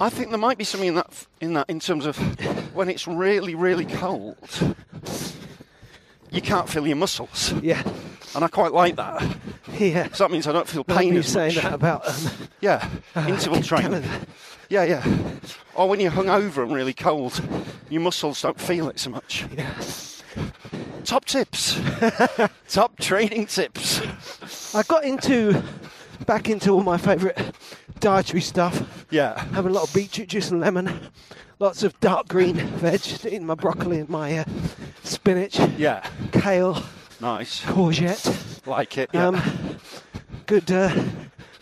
S2: I think there might be something in that in that in terms of when it's really really cold, you can't feel your muscles,
S3: Yeah,
S2: and I quite like that.
S3: yeah.
S2: So that means I don't feel
S3: Like
S2: pain
S3: you
S2: as
S3: saying
S2: much.
S3: that about um,
S2: Yeah, interval training.
S3: Canada.
S2: Yeah, yeah. Or when you're hungover and really cold, your muscles don't feel it so much. Top tips. Top training tips.
S3: I got into back into all my favourite dietary stuff.
S2: Yeah.
S3: Having a lot of beetroot juice and lemon, lots of dark green veg, eating my broccoli and my uh, spinach,
S2: Yeah.
S3: kale,
S2: Nice.
S3: courgette,
S2: Like it. Yeah.
S3: um, good uh,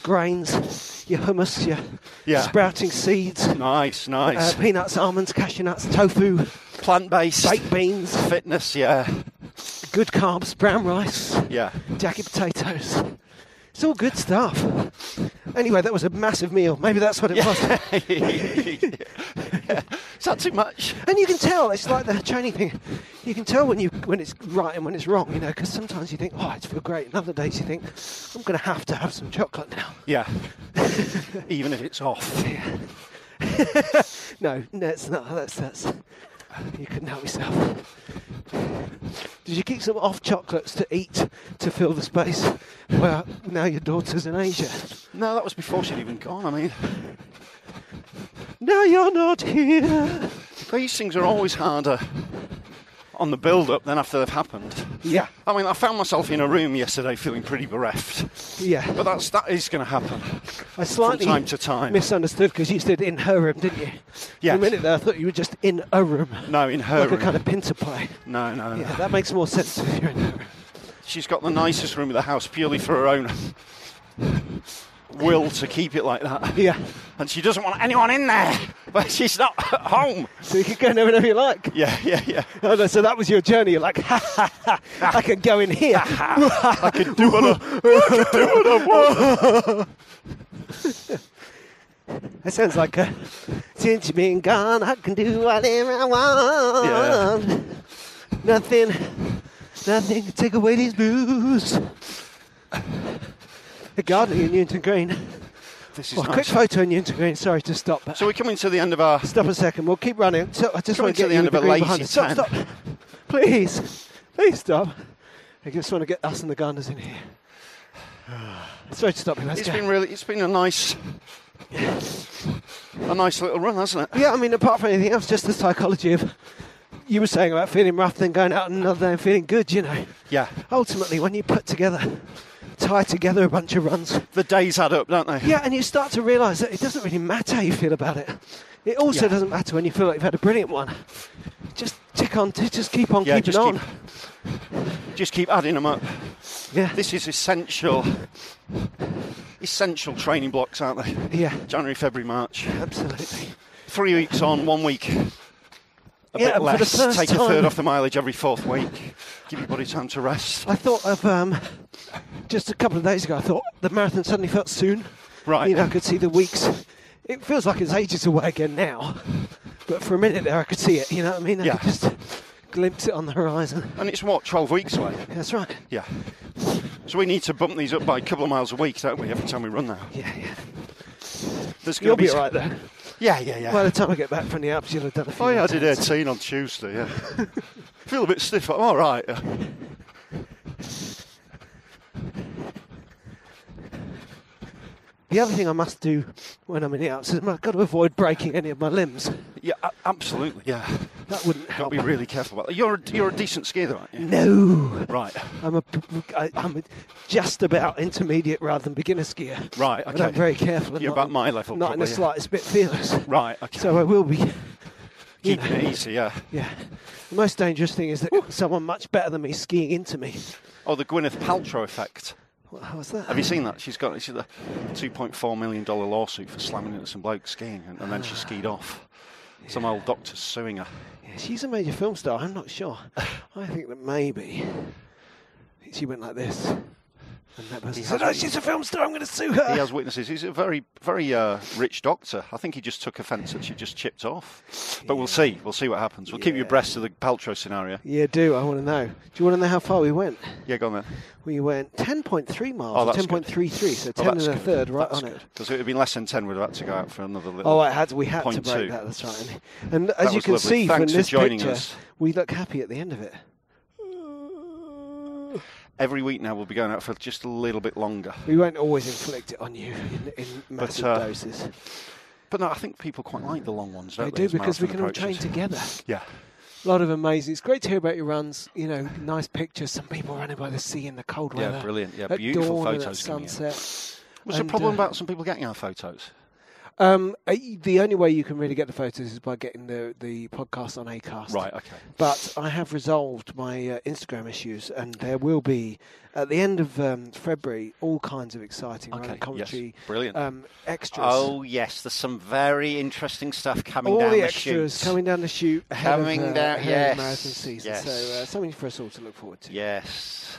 S3: grains, your hummus, your
S2: Yeah.
S3: sprouting seeds,
S2: nice,
S3: uh,
S2: nice.
S3: peanuts, almonds, cashew nuts, tofu,
S2: Plant based.
S3: baked beans,
S2: Fitness, yeah.
S3: good carbs, brown rice,
S2: Yeah.
S3: jacket potatoes. It's all good stuff. Anyway, that was a massive meal. Maybe that's what it was.
S2: Is that too much?
S3: And you can tell, it's like the training thing. You can tell when you when it's right and when it's wrong, you know, because sometimes you think, oh, it's feel great. And other days you think, I'm going to have to have some chocolate now.
S2: Yeah. Even if it's off.
S3: No, no, it's not. That's, that's, you couldn't help yourself. Did you keep some off chocolates to eat to fill the space? Well, now your daughter's in Asia.
S2: No, that was before she'd even gone. I mean,
S3: Now you're not here.
S2: these things are always harder on the build up than after they've happened.
S3: Yeah,
S2: I mean, I found myself in a room yesterday feeling pretty bereft,
S3: yeah.
S2: but that's that is going to happen.
S3: I slightly
S2: time to time.
S3: misunderstood because you said in her room, didn't you?
S2: Yes.
S3: For a minute there, I thought you were just in a room.
S2: No, in her
S3: like
S2: room.
S3: a kind of pincer play.
S2: No, no, no.
S3: Yeah, that makes more sense if you're in her room.
S2: She's got the nicest room in the house purely for her own will to keep it like that.
S3: Yeah.
S2: And she doesn't want anyone in there, but she's not at home.
S3: So you can go in there whenever you like.
S2: Yeah, yeah, yeah.
S3: Oh, no, so that was your journey. You're like, ha ha ha,
S2: Ah.
S3: I can go in here.
S2: I can do what I, I can do what I want.
S3: That sounds like a, since you've been gone, I can do whatever I want. Nothing, nothing can take away these blues. The gardening in Newton Green.
S2: This is
S3: Well, a quick
S2: nice.
S3: photo in Newton Green. Sorry to stop.
S2: So we're coming to the end of our.
S3: Stop a second. We'll keep running. So I just
S2: Coming
S3: want to get
S2: to the
S3: you
S2: end
S3: with the
S2: of a
S3: green
S2: lazy
S3: behind it. Stop,
S2: time.
S3: stop. Please. Please stop. I just want to get us and the gardeners in here. Sorry to stop you. Let's
S2: It's
S3: go.
S2: been really. It's been a nice, a nice little run, hasn't it?
S3: Yeah, I mean, apart from anything else, just the psychology of you were saying about feeling rough, then going out another day and feeling good, you know.
S2: Yeah.
S3: Ultimately, when you put together, tie together a bunch of runs,
S2: The days add up, don't they?
S3: yeah, and you start to realise that it doesn't really matter how you feel about it. It also
S2: Yeah.
S3: doesn't matter when you feel like you've had a brilliant one. Just tick on, just keep on
S2: Yeah,
S3: keeping
S2: just
S3: on.
S2: keep- Just keep adding them up.
S3: Yeah.
S2: This is essential, essential training blocks, aren't they?
S3: Yeah,
S2: January, February, March.
S3: absolutely.
S2: Three weeks on, one week. A
S3: Yeah, and for
S2: bit
S3: the
S2: less.
S3: first
S2: Take a third
S3: time-
S2: off the mileage every fourth week. Give your body time to rest.
S3: I thought of um, just a couple of days ago. I thought the marathon suddenly felt soon.
S2: Right.
S3: You know, I could see the weeks. It feels like it's ages away again now, but for a minute there, I could see it. You know what I mean? I
S2: Yeah.
S3: could just glimpse it on the horizon.
S2: And it's what, 12 weeks away?
S3: That's right.
S2: Yeah. So we need to bump these up by a couple of miles a week, don't we, every time we run now?
S3: Yeah, yeah.
S2: There's gonna
S3: You'll be
S2: s-
S3: all right there.
S2: Yeah, yeah, yeah.
S3: By the time I get back from the Alps, you'll have done a few.
S2: oh, yeah, I
S3: more
S2: did
S3: times.
S2: 18 on Tuesday, yeah. Feel a bit stiff, I'm all right. yeah.
S3: The other thing I must do when I'm in the outdoors. I've got to avoid breaking any of my limbs.
S2: Yeah, a- absolutely. Yeah,
S3: That wouldn't
S2: got to
S3: help.
S2: be really careful about that. You're a, you're a decent skier, aren't you?
S3: No,
S2: Right.
S3: I'm a, I, I'm a just about intermediate rather than beginner skier.
S2: Right,
S3: But I'm
S2: okay.
S3: very careful. and
S2: You're
S3: not-
S2: about my level,
S3: Not in the
S2: probably, yeah.
S3: slightest bit fearless.
S2: Right. Okay.
S3: So I will be. you
S2: Keep
S3: know.
S2: it easy. Yeah.
S3: Yeah. The most dangerous thing is that someone much better than me is skiing into me.
S2: Oh, the Gwyneth Paltrow effect.
S3: What, how was that?
S2: Have you seen that? She's got she's a two point four million dollar lawsuit for slamming into some bloke skiing, and, and then
S3: Ah.
S2: she skied off. Some old doctor's suing her.
S3: Yeah, she's a major film star. I'm not sure. I think that maybe she went like this. And that person said,
S2: has
S3: "Oh,
S2: been-
S3: she's a film star. I'm going to sue her."
S2: He has witnesses. He's a very, very uh, rich doctor. I think he just took offence that she just chipped off. But we'll see. We'll see what happens. We'll keep you abreast of the Paltrow scenario.
S3: Yeah, do I want to know? Do you want to know how far we went?
S2: Yeah, go on then.
S3: We went 10.3 miles,
S2: Oh,
S3: or
S2: that's good.
S3: 10.33, so
S2: Oh,
S3: 10 and
S2: that's
S3: a
S2: good.
S3: third, right
S2: That's
S3: on it.
S2: good. Because it would have been less than ten. We'd have had to go out for another little.
S3: Oh, I had we had to
S2: Point
S3: break
S2: two.
S3: that. That's right. And as you
S2: was
S3: can
S2: lovely.
S3: see from
S2: Thanks for
S3: this
S2: joining
S3: picture,
S2: us.
S3: we look happy at the end of it.
S2: Every week now we'll be going out for just a little bit longer.
S3: We won't always inflict it on you in, in massive
S2: uh,
S3: doses.
S2: But no, I think people quite like the long ones, don't
S3: We
S2: they?
S3: do
S2: as
S3: because we can
S2: marathon
S3: all train
S2: approaches?
S3: together.
S2: Yeah.
S3: A lot of amazing. It's great to hear about your runs. You know, nice pictures. Some people running by the sea in the cold
S2: Yeah,
S3: weather.
S2: brilliant. Yeah,
S3: at
S2: beautiful
S3: dawn and at
S2: photos coming in.
S3: sunset.
S2: What's the
S3: And,
S2: problem
S3: uh,
S2: about some people getting our photos?
S3: Um, uh, y- the only way you can really get the photos is by getting the, the podcast on Acast.
S2: Right, okay.
S3: But I have resolved my uh, Instagram issues, and there will be at the end of um, February all kinds of exciting
S2: Okay,
S3: running
S2: yes,
S3: commentary,
S2: brilliant.
S3: um, extras.
S4: Oh yes, there's some very interesting stuff coming
S3: all
S4: down the,
S3: the extras
S4: chute.
S3: coming down the chute ahead
S4: Coming
S3: of, uh,
S4: down-
S3: ahead of
S4: yes,
S3: marathon season.
S4: yes.
S3: So uh, something for us all to look forward to.
S4: Yes.